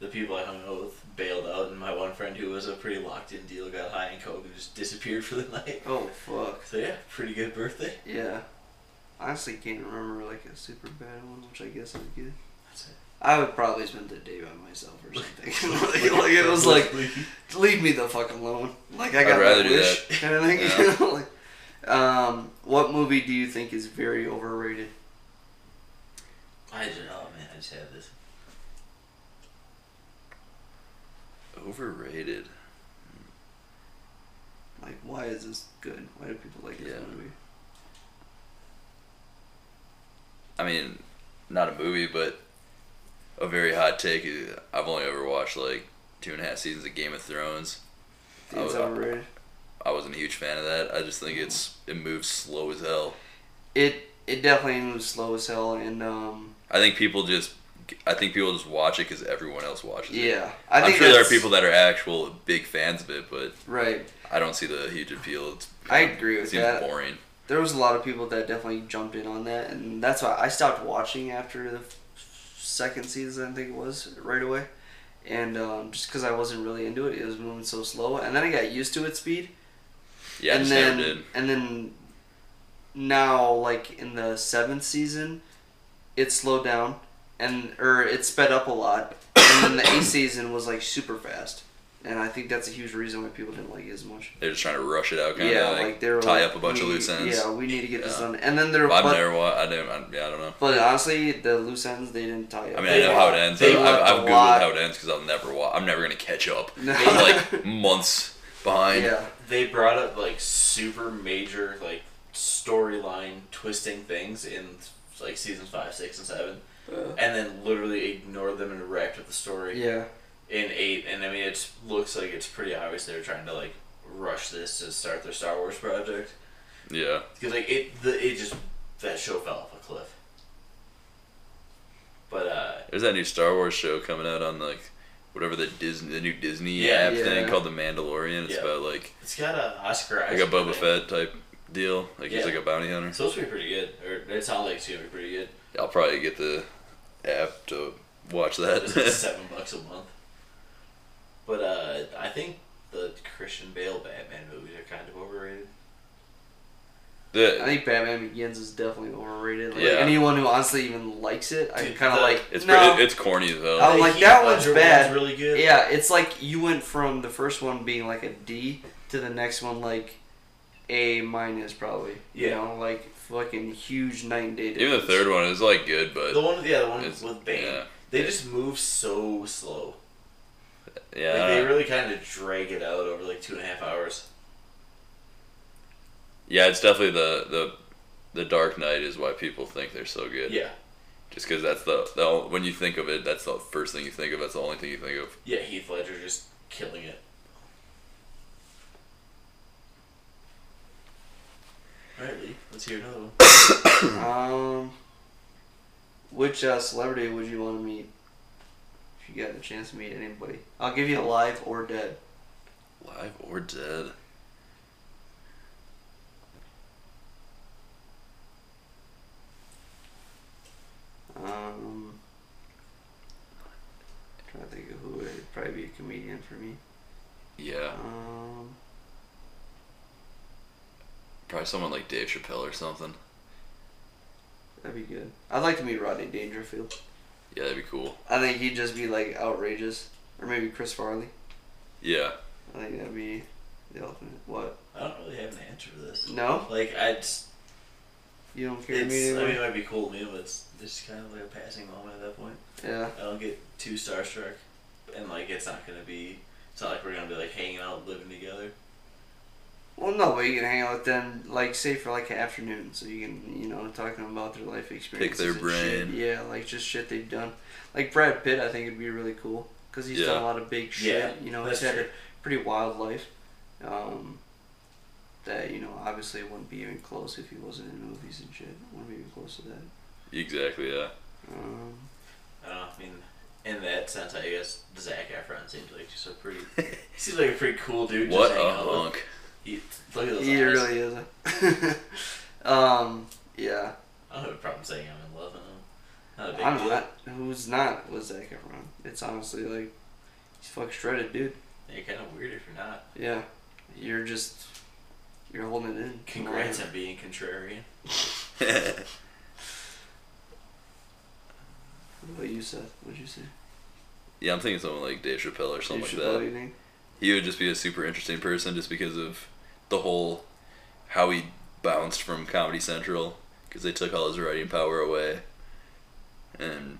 [SPEAKER 2] the people I hung out with bailed out, and my one friend who was a pretty locked in deal got high in coke and just disappeared for the night.
[SPEAKER 1] Oh, fuck.
[SPEAKER 2] So yeah, pretty good birthday.
[SPEAKER 1] Yeah. Honestly, can't remember like a super bad one, which I guess is good.
[SPEAKER 2] That's it.
[SPEAKER 1] I would probably spend the day by myself or something. like, like, it was like, leave me the fuck alone. Like I
[SPEAKER 3] I'd
[SPEAKER 1] got
[SPEAKER 3] rather
[SPEAKER 1] my
[SPEAKER 3] do
[SPEAKER 1] wish kind of thing.
[SPEAKER 3] Yeah.
[SPEAKER 1] you know, like, um, what movie do you think is very overrated?
[SPEAKER 2] I don't know, man. I just had this.
[SPEAKER 3] Overrated.
[SPEAKER 1] Like, why is this good? Why do people like this
[SPEAKER 3] Yeah.
[SPEAKER 1] movie?
[SPEAKER 3] I mean, not a movie, but a very hot take. I've only ever watched like two and a half seasons of Game of Thrones.
[SPEAKER 1] Think It's
[SPEAKER 3] Oh, uh,
[SPEAKER 1] overrated.
[SPEAKER 3] I wasn't a huge fan of that. I just think it's it moves slow as hell.
[SPEAKER 1] It it definitely moves slow as hell, and um,
[SPEAKER 3] I think people just I think people just watch it because everyone else watches it.
[SPEAKER 1] yeah, I
[SPEAKER 3] I
[SPEAKER 1] think
[SPEAKER 3] am sure there are
[SPEAKER 1] that's-
[SPEAKER 3] people that are actual big fans of it, but
[SPEAKER 1] Right,
[SPEAKER 3] I don't see the huge appeal. It's,
[SPEAKER 1] I agree
[SPEAKER 3] it
[SPEAKER 1] with
[SPEAKER 3] seems
[SPEAKER 1] that.
[SPEAKER 3] boring.
[SPEAKER 1] There was a lot of people that definitely jumped in on that, and that's why I stopped watching after the f- second season. I think it was right away, and um, just because I wasn't really into it, it was moving so slow, and then I got used to its speed.
[SPEAKER 3] Yeah, I
[SPEAKER 1] and
[SPEAKER 3] just
[SPEAKER 1] then
[SPEAKER 3] never did.
[SPEAKER 1] and then now like in the seventh season, it slowed down and or it sped up a lot, and then the eighth season was like super fast, and I think that's a huge reason why people didn't like it as much.
[SPEAKER 3] They're just trying to rush it out, kind
[SPEAKER 1] yeah,
[SPEAKER 3] of
[SPEAKER 1] like,
[SPEAKER 3] like,
[SPEAKER 1] they were
[SPEAKER 3] tie
[SPEAKER 1] like,
[SPEAKER 3] up a bunch of
[SPEAKER 1] we-
[SPEAKER 3] loose ends.
[SPEAKER 1] Yeah, we need to get this
[SPEAKER 3] Yeah.
[SPEAKER 1] done, and then there.
[SPEAKER 3] I've
[SPEAKER 1] But,
[SPEAKER 3] never watched. I don't. I, yeah, I don't know.
[SPEAKER 1] but honestly, the loose ends they didn't tie up.
[SPEAKER 3] I mean,
[SPEAKER 2] They
[SPEAKER 3] I know how it ends.
[SPEAKER 1] they
[SPEAKER 3] I've,
[SPEAKER 1] left
[SPEAKER 3] I've
[SPEAKER 1] a
[SPEAKER 3] googled
[SPEAKER 1] lot-
[SPEAKER 3] how it ends because I'll never watch. I'm never gonna catch up.
[SPEAKER 1] No.
[SPEAKER 3] I'm like months behind.
[SPEAKER 1] yeah,
[SPEAKER 2] They brought up like super major like storyline twisting things in like seasons five, six, and seven, and then literally ignored them and wrapped up the story.
[SPEAKER 1] yeah.
[SPEAKER 2] in eight, and I mean, it looks like it's pretty obvious they're trying to like rush this to start their Star Wars project
[SPEAKER 3] Yeah.
[SPEAKER 2] because like it, the, it just that show fell off a cliff. uh, But uh,
[SPEAKER 3] There's that new Star Wars show coming out on like whatever the Disney, the new Disney
[SPEAKER 2] Yeah.
[SPEAKER 3] app
[SPEAKER 1] Yeah.
[SPEAKER 3] thing called The Mandalorian. It's
[SPEAKER 2] Yeah.
[SPEAKER 3] about like
[SPEAKER 2] It's got a Oscar
[SPEAKER 3] like
[SPEAKER 2] Isaac.
[SPEAKER 3] a Boba
[SPEAKER 2] in it.
[SPEAKER 3] Fett type deal. Like he's
[SPEAKER 2] Yeah.
[SPEAKER 3] like a bounty hunter.
[SPEAKER 2] It's supposed to be pretty good, or it sounds like it's gonna be pretty good.
[SPEAKER 3] I'll probably get the app to watch
[SPEAKER 2] It's like
[SPEAKER 3] that.
[SPEAKER 2] seven bucks a month. But uh, I think the Christian Bale Batman movies are kind of overrated.
[SPEAKER 1] I
[SPEAKER 3] the,
[SPEAKER 1] think Batman Begins is definitely overrated. Like,
[SPEAKER 3] Yeah.
[SPEAKER 1] Anyone who honestly even likes it, I'm
[SPEAKER 2] Dude,
[SPEAKER 1] kind of
[SPEAKER 2] the-
[SPEAKER 1] like,
[SPEAKER 3] it's
[SPEAKER 1] no.
[SPEAKER 3] pretty, it's corny as hell.
[SPEAKER 1] I'm
[SPEAKER 2] The
[SPEAKER 1] like,
[SPEAKER 2] Heath
[SPEAKER 1] that one's
[SPEAKER 2] Ledger
[SPEAKER 1] bad.
[SPEAKER 2] Really good.
[SPEAKER 1] yeah, it's like you went from the first one being like a D to the next one like a minus probably. You
[SPEAKER 2] Yeah.
[SPEAKER 1] know, like fucking huge night and day.
[SPEAKER 3] Even the
[SPEAKER 1] difference.
[SPEAKER 3] third one is like good, but
[SPEAKER 2] The one, yeah, the one
[SPEAKER 3] It's-
[SPEAKER 2] with Bane.
[SPEAKER 3] yeah.
[SPEAKER 2] They just move so slow.
[SPEAKER 3] yeah,
[SPEAKER 2] Like
[SPEAKER 3] I
[SPEAKER 2] they
[SPEAKER 3] don't-
[SPEAKER 2] really kind of drag it out over like two and a half hours.
[SPEAKER 3] yeah, it's definitely the the the Dark Knight is why people think they're so good.
[SPEAKER 2] Yeah,
[SPEAKER 3] Just because that's the, the ol- when you think of it, that's the first thing you think of. That's the only thing you think of.
[SPEAKER 2] yeah. Heath Ledger just killing it. All right, Lee. Let's hear another one.
[SPEAKER 1] Um, which uh, celebrity would you want to meet if you got the chance to meet anybody? I'll give you alive or dead.
[SPEAKER 3] Live or dead.
[SPEAKER 1] Um, trying to think of who would it'd probably be a comedian for me.
[SPEAKER 3] Yeah,
[SPEAKER 1] Um,
[SPEAKER 3] probably someone like Dave Chappelle or something.
[SPEAKER 1] that'd be good. I'd like to meet Rodney Dangerfield.
[SPEAKER 3] Yeah, that'd be cool.
[SPEAKER 1] I think he'd just be like outrageous, or maybe Chris Farley.
[SPEAKER 3] Yeah,
[SPEAKER 1] I think that'd be the ultimate. What?
[SPEAKER 2] I don't really have an answer for this.
[SPEAKER 1] No,
[SPEAKER 2] Like I just,
[SPEAKER 1] you don't care. to meet
[SPEAKER 2] it's, I
[SPEAKER 1] anybody?
[SPEAKER 2] mean, it might be cool to me, but it's it's kind of like a passing moment at that point.
[SPEAKER 1] yeah.
[SPEAKER 2] I don't get too starstruck, and like it's not gonna be. It's not like we're gonna be like hanging out, living together.
[SPEAKER 1] Well, no, but you can hang out with them, like, say for like an afternoon, so you can, you know, talk to them about their life experiences.
[SPEAKER 3] their
[SPEAKER 1] and shit.
[SPEAKER 3] brain.
[SPEAKER 1] Yeah, like just shit they've done. Like Brad Pitt, I think it'd be really cool because he's done
[SPEAKER 3] Yeah.
[SPEAKER 1] a lot of big shit.
[SPEAKER 2] Yeah,
[SPEAKER 1] you know,
[SPEAKER 2] that's
[SPEAKER 1] he's had
[SPEAKER 2] true.
[SPEAKER 1] a pretty wild life. Um, that you know, obviously wouldn't be even close if he wasn't in movies and shit. Wouldn't be even close to that.
[SPEAKER 3] exactly. Yeah,
[SPEAKER 1] Um,
[SPEAKER 2] I don't know. I mean, in that sense, I guess Zach Efron seems like just a pretty. he seems like a pretty cool dude.
[SPEAKER 3] what
[SPEAKER 2] just
[SPEAKER 3] a
[SPEAKER 2] hanging out with.
[SPEAKER 3] hunk.
[SPEAKER 2] He, look at those
[SPEAKER 1] he
[SPEAKER 2] eyes.
[SPEAKER 1] really is. A um, yeah,
[SPEAKER 2] I don't have a problem saying I'm in love with him. Not a big
[SPEAKER 1] I'm
[SPEAKER 2] deal.
[SPEAKER 1] not. Who's not was Zac Efron? It's honestly like he's fuck shredded, dude.
[SPEAKER 2] You're kind of weird if you're not.
[SPEAKER 1] Yeah, you're just you're holding it in.
[SPEAKER 2] Congrats on being contrarian.
[SPEAKER 1] What about you said? What'd you say?
[SPEAKER 3] yeah, I'm thinking someone like Dave Chappelle or something
[SPEAKER 1] You
[SPEAKER 3] like
[SPEAKER 1] should
[SPEAKER 3] that.
[SPEAKER 1] probably name-
[SPEAKER 3] he would just be a super interesting person just because of the whole how he bounced from Comedy Central because they took all his writing power away, and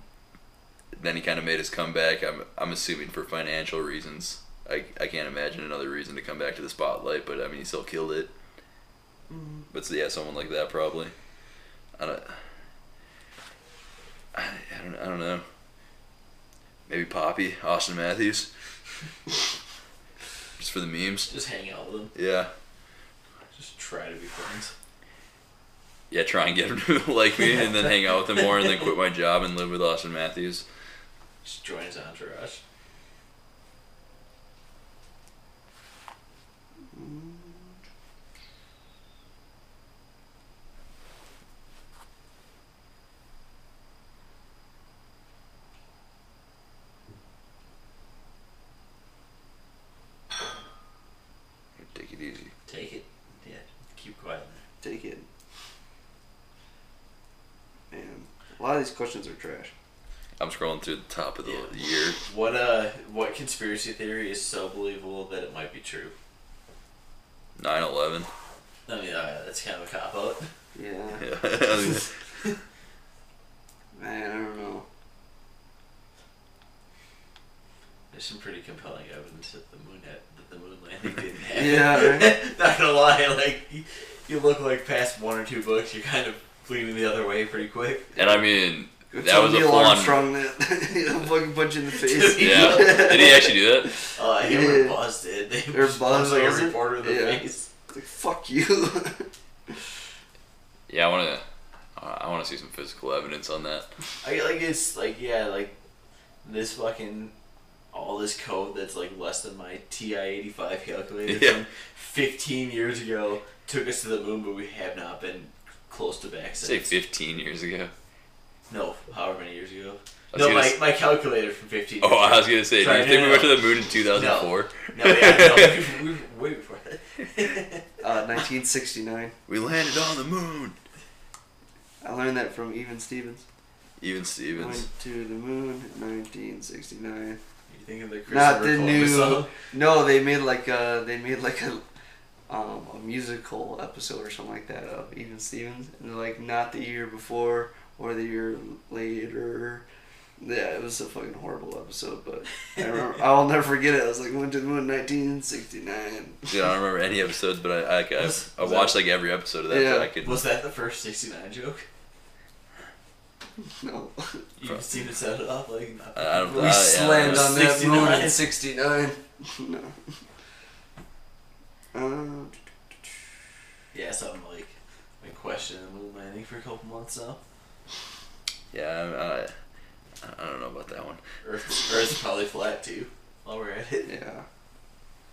[SPEAKER 3] then he kind of made his comeback. I'm I'm assuming for financial reasons. I, I can't imagine another reason to come back to the spotlight, but I mean he still killed it.
[SPEAKER 1] Mhm.
[SPEAKER 3] But so, yeah, someone like that probably. I don't. I, I don't. I don't know. Maybe Poppy Austin Matthews. Just for the memes.
[SPEAKER 2] Just hang out with him.
[SPEAKER 3] Yeah.
[SPEAKER 2] Just try to be friends.
[SPEAKER 3] Yeah, try and get him to like me and then hang out with him more and then quit my job and live with Austin Matthews.
[SPEAKER 2] Just join his entourage.
[SPEAKER 3] Take it easy.
[SPEAKER 2] Take it. Yeah. Keep quiet.
[SPEAKER 1] Take it. Man, a lot of these questions are trash.
[SPEAKER 3] I'm scrolling through the top of the
[SPEAKER 2] Yeah.
[SPEAKER 3] year.
[SPEAKER 2] What uh? What conspiracy theory is so believable that it might be true?
[SPEAKER 3] 9 11.
[SPEAKER 2] I mean, uh, that's kind of a cop out.
[SPEAKER 1] Yeah,
[SPEAKER 3] Yeah.
[SPEAKER 1] man, I don't know.
[SPEAKER 2] There's some pretty compelling evidence that the moon had, that the moon landing didn't happen.
[SPEAKER 1] Yeah,
[SPEAKER 2] Not gonna lie, like you, you look like past one or two books, you're kind of leaning the other way pretty quick.
[SPEAKER 3] and I mean,
[SPEAKER 1] Go
[SPEAKER 3] That
[SPEAKER 1] tell
[SPEAKER 3] was a
[SPEAKER 1] Neil
[SPEAKER 3] full-on-
[SPEAKER 1] Armstrong that he'll fucking punch you in the face.
[SPEAKER 3] yeah. Did he actually do that?
[SPEAKER 2] Oh, I hit where
[SPEAKER 1] Yeah.
[SPEAKER 2] Buzz did. They
[SPEAKER 1] Or
[SPEAKER 2] punched,
[SPEAKER 1] Buzz,
[SPEAKER 2] like a
[SPEAKER 1] was it?
[SPEAKER 2] reporter in the
[SPEAKER 1] Yeah.
[SPEAKER 2] face.
[SPEAKER 1] Like, fuck you.
[SPEAKER 3] Yeah, I want to. I want to see some physical evidence on that.
[SPEAKER 2] I like it's like yeah, like this fucking all this code that's like less than my TI eighty five calculator
[SPEAKER 3] Yeah.
[SPEAKER 2] from fifteen years ago took us to the moon, but we have not been close to back
[SPEAKER 3] Say
[SPEAKER 2] since.
[SPEAKER 3] 15 years ago.
[SPEAKER 2] No, however many years ago.
[SPEAKER 3] I was
[SPEAKER 2] No,
[SPEAKER 3] gonna
[SPEAKER 2] my,
[SPEAKER 3] s-
[SPEAKER 2] my calculator from fifteen.
[SPEAKER 3] Oh,
[SPEAKER 2] years
[SPEAKER 3] I
[SPEAKER 2] ago.
[SPEAKER 3] was gonna say, do
[SPEAKER 2] Sorry,
[SPEAKER 3] you think
[SPEAKER 2] no,
[SPEAKER 3] we
[SPEAKER 2] no,
[SPEAKER 3] went to
[SPEAKER 2] no.
[SPEAKER 3] the moon in 2004?
[SPEAKER 2] No, yeah, no, we, we were way before that.
[SPEAKER 1] Uh, 1969.
[SPEAKER 3] we landed on the moon.
[SPEAKER 1] I learned that from Even Stevens.
[SPEAKER 3] Even Stevens.
[SPEAKER 1] Went to the moon in 1969.
[SPEAKER 2] You think of the Christopher
[SPEAKER 1] Not the
[SPEAKER 2] Columbus
[SPEAKER 1] new.
[SPEAKER 2] song?
[SPEAKER 1] No, they made like a they made like a um, a musical episode or something like that of Even Stevens, and they're like not the year before or the year later. Yeah, it was a fucking horrible episode, but I remember, I'll never forget it. I was like, went to the moon in 1969.
[SPEAKER 3] Dude, I don't remember any episodes, but I I, I,
[SPEAKER 2] Was-
[SPEAKER 3] I
[SPEAKER 2] was
[SPEAKER 3] watched
[SPEAKER 2] that-
[SPEAKER 3] like every episode of that.
[SPEAKER 1] Yeah.
[SPEAKER 3] But I could.
[SPEAKER 2] Was that the first sixty nine joke?
[SPEAKER 1] No.
[SPEAKER 2] You
[SPEAKER 3] Pro-
[SPEAKER 2] can see it sounded off like.
[SPEAKER 3] I I don't.
[SPEAKER 1] We
[SPEAKER 3] I- Uh, yeah, I
[SPEAKER 1] slammed
[SPEAKER 3] don't
[SPEAKER 1] on that moon in
[SPEAKER 2] 69.
[SPEAKER 1] 69. No. Uh,
[SPEAKER 2] Yeah, so I'm like, been questioning the moon landing for a couple months now.
[SPEAKER 3] know. Yeah, I, I, I don't know about that one.
[SPEAKER 2] Earth, Earth's probably flat too. While we're at it,
[SPEAKER 1] yeah.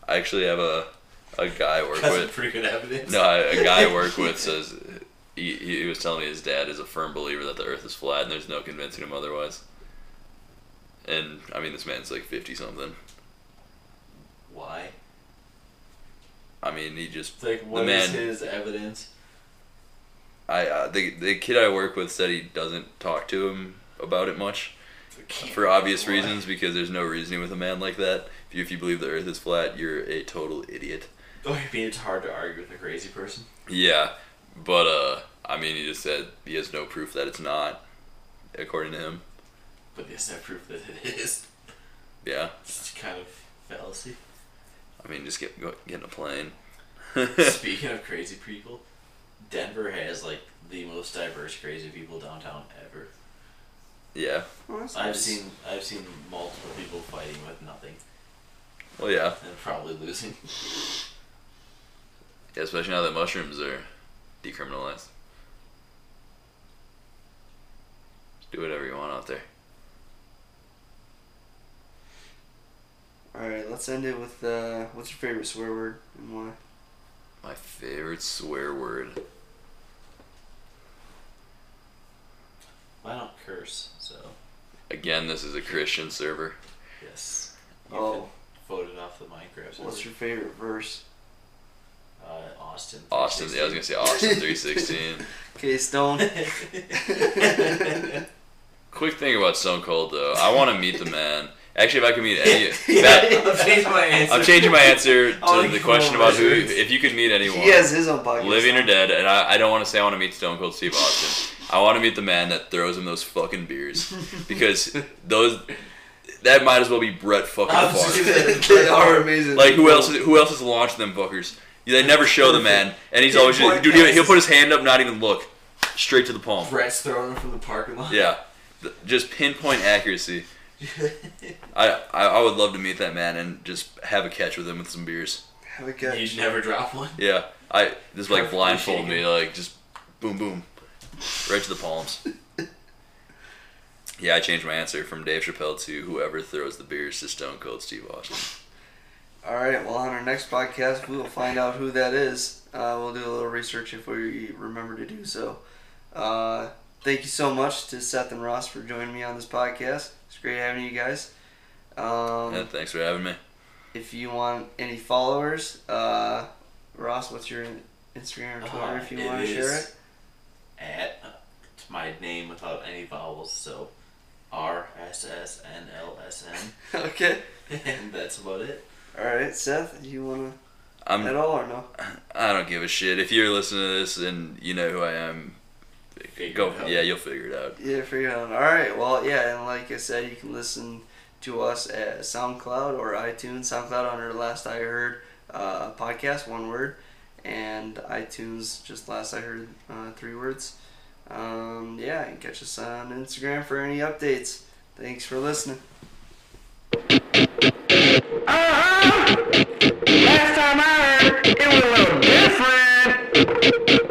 [SPEAKER 3] I actually have a a guy I work
[SPEAKER 2] got some
[SPEAKER 3] with.
[SPEAKER 2] pretty good evidence.
[SPEAKER 3] No, I- a guy I work with says he, he was telling me his dad is a firm believer that the Earth is flat, and there's no convincing him otherwise. And I mean, this man's like fifty something.
[SPEAKER 2] Why?
[SPEAKER 3] I mean, he just
[SPEAKER 2] It's like what
[SPEAKER 3] man-
[SPEAKER 2] is his evidence?
[SPEAKER 3] I uh, the the kid I work with said he doesn't talk to him about it much for obvious
[SPEAKER 2] Why?
[SPEAKER 3] reasons because there's no reasoning with a man like that. If you, if you believe the Earth is flat, you're a total idiot.
[SPEAKER 2] Oh, I mean, it's hard to argue with a crazy person.
[SPEAKER 3] Yeah, but uh, I mean, he just said he has no proof that it's not, according to him.
[SPEAKER 2] But there's no proof that it is.
[SPEAKER 3] Yeah,
[SPEAKER 2] It's kind of fallacy.
[SPEAKER 3] I mean, just get go, get in a plane.
[SPEAKER 2] Speaking of crazy people, Denver has like the most diverse crazy people downtown ever.
[SPEAKER 3] yeah,
[SPEAKER 1] Well, Oh, that's
[SPEAKER 2] I've
[SPEAKER 1] nice.
[SPEAKER 2] seen I've seen multiple people fighting with nothing
[SPEAKER 3] well, yeah,
[SPEAKER 2] and probably losing.
[SPEAKER 3] yeah especially now that mushrooms are decriminalized. Do whatever you want out there.
[SPEAKER 1] All right, let's end it with uh, what's your favorite swear word and why?
[SPEAKER 3] My favorite swear word.
[SPEAKER 2] I don't curse, so
[SPEAKER 3] Again, this is a Christian server.
[SPEAKER 2] yes. You've
[SPEAKER 1] Oh,
[SPEAKER 2] been voted off the Minecraft. server.
[SPEAKER 1] what's your favorite verse?
[SPEAKER 2] Uh, Austin.
[SPEAKER 3] Austin, yeah, I was gonna say Austin three sixteen.
[SPEAKER 1] Okay, Stone.
[SPEAKER 3] Quick thing about Stone Cold though, I want to meet the man. Actually, if I could meet any, that-
[SPEAKER 2] yeah, Oh, I'll change my answer.
[SPEAKER 3] I'm changing my answer to
[SPEAKER 2] I'll
[SPEAKER 3] the
[SPEAKER 2] ignore
[SPEAKER 3] question about who.
[SPEAKER 2] Richards.
[SPEAKER 3] If you could meet anyone,
[SPEAKER 1] he has his own podcast.
[SPEAKER 3] living or dead, and I, I don't want to say I want to meet Stone Cold Steve Austin. I want to meet the man that throws him those fucking beers because those that might as well be Brett fucking
[SPEAKER 2] I was just
[SPEAKER 3] Favre.
[SPEAKER 2] gonna-
[SPEAKER 1] they are amazing.
[SPEAKER 3] Like who else? Who else has launched them fuckers? They never show the man, and he's always just, dude. He'll, he'll put his hand up, not even look, straight to the palm.
[SPEAKER 2] Brett's throwing him from the parking lot.
[SPEAKER 3] Yeah, Th- just pinpoint accuracy. I, I I would love to meet that man and just have a catch with him with some beers.
[SPEAKER 1] Have a good.
[SPEAKER 2] You'd never drop one.
[SPEAKER 3] Yeah, I just like
[SPEAKER 2] Perfectly
[SPEAKER 3] blindfold me,
[SPEAKER 2] shaken.
[SPEAKER 3] like just boom boom, right to the palms. Yeah, I changed my answer from Dave Chappelle to whoever throws the beers to Stone Cold Steve Austin.
[SPEAKER 1] All right. Well, on our next podcast, we will find out who that is. Uh, we'll do a little research if we remember to do so. Uh, thank you so much to Seth and Ross for joining me on this podcast. It's great having you guys. Um,
[SPEAKER 3] And thanks for having me.
[SPEAKER 1] If you want any followers, uh, Ross, what's your Instagram or Twitter
[SPEAKER 2] Uh,
[SPEAKER 1] if you
[SPEAKER 2] it
[SPEAKER 1] want to share
[SPEAKER 2] is
[SPEAKER 1] it?
[SPEAKER 2] At uh, it's my name without any vowels, so R S S N L S N,
[SPEAKER 1] okay.
[SPEAKER 2] and that's about it.
[SPEAKER 1] All right, Seth, do you want
[SPEAKER 2] Um,
[SPEAKER 1] to at
[SPEAKER 3] I'm
[SPEAKER 1] all or no?
[SPEAKER 3] I don't give a shit. If you're listening to this and you know who I am,
[SPEAKER 2] Figure
[SPEAKER 3] go
[SPEAKER 2] it out.
[SPEAKER 3] yeah, you'll figure it out.
[SPEAKER 1] Yeah, figure it out. All right. Well, yeah, and like I said, you can listen to us at SoundCloud or iTunes. SoundCloud under Last I Heard uh, podcast, one word, and iTunes just Last I Heard, uh, three words. Um, yeah, and catch us on Instagram for any updates. Thanks for listening.
[SPEAKER 5] Uh-huh. Last time I heard, it was a little different.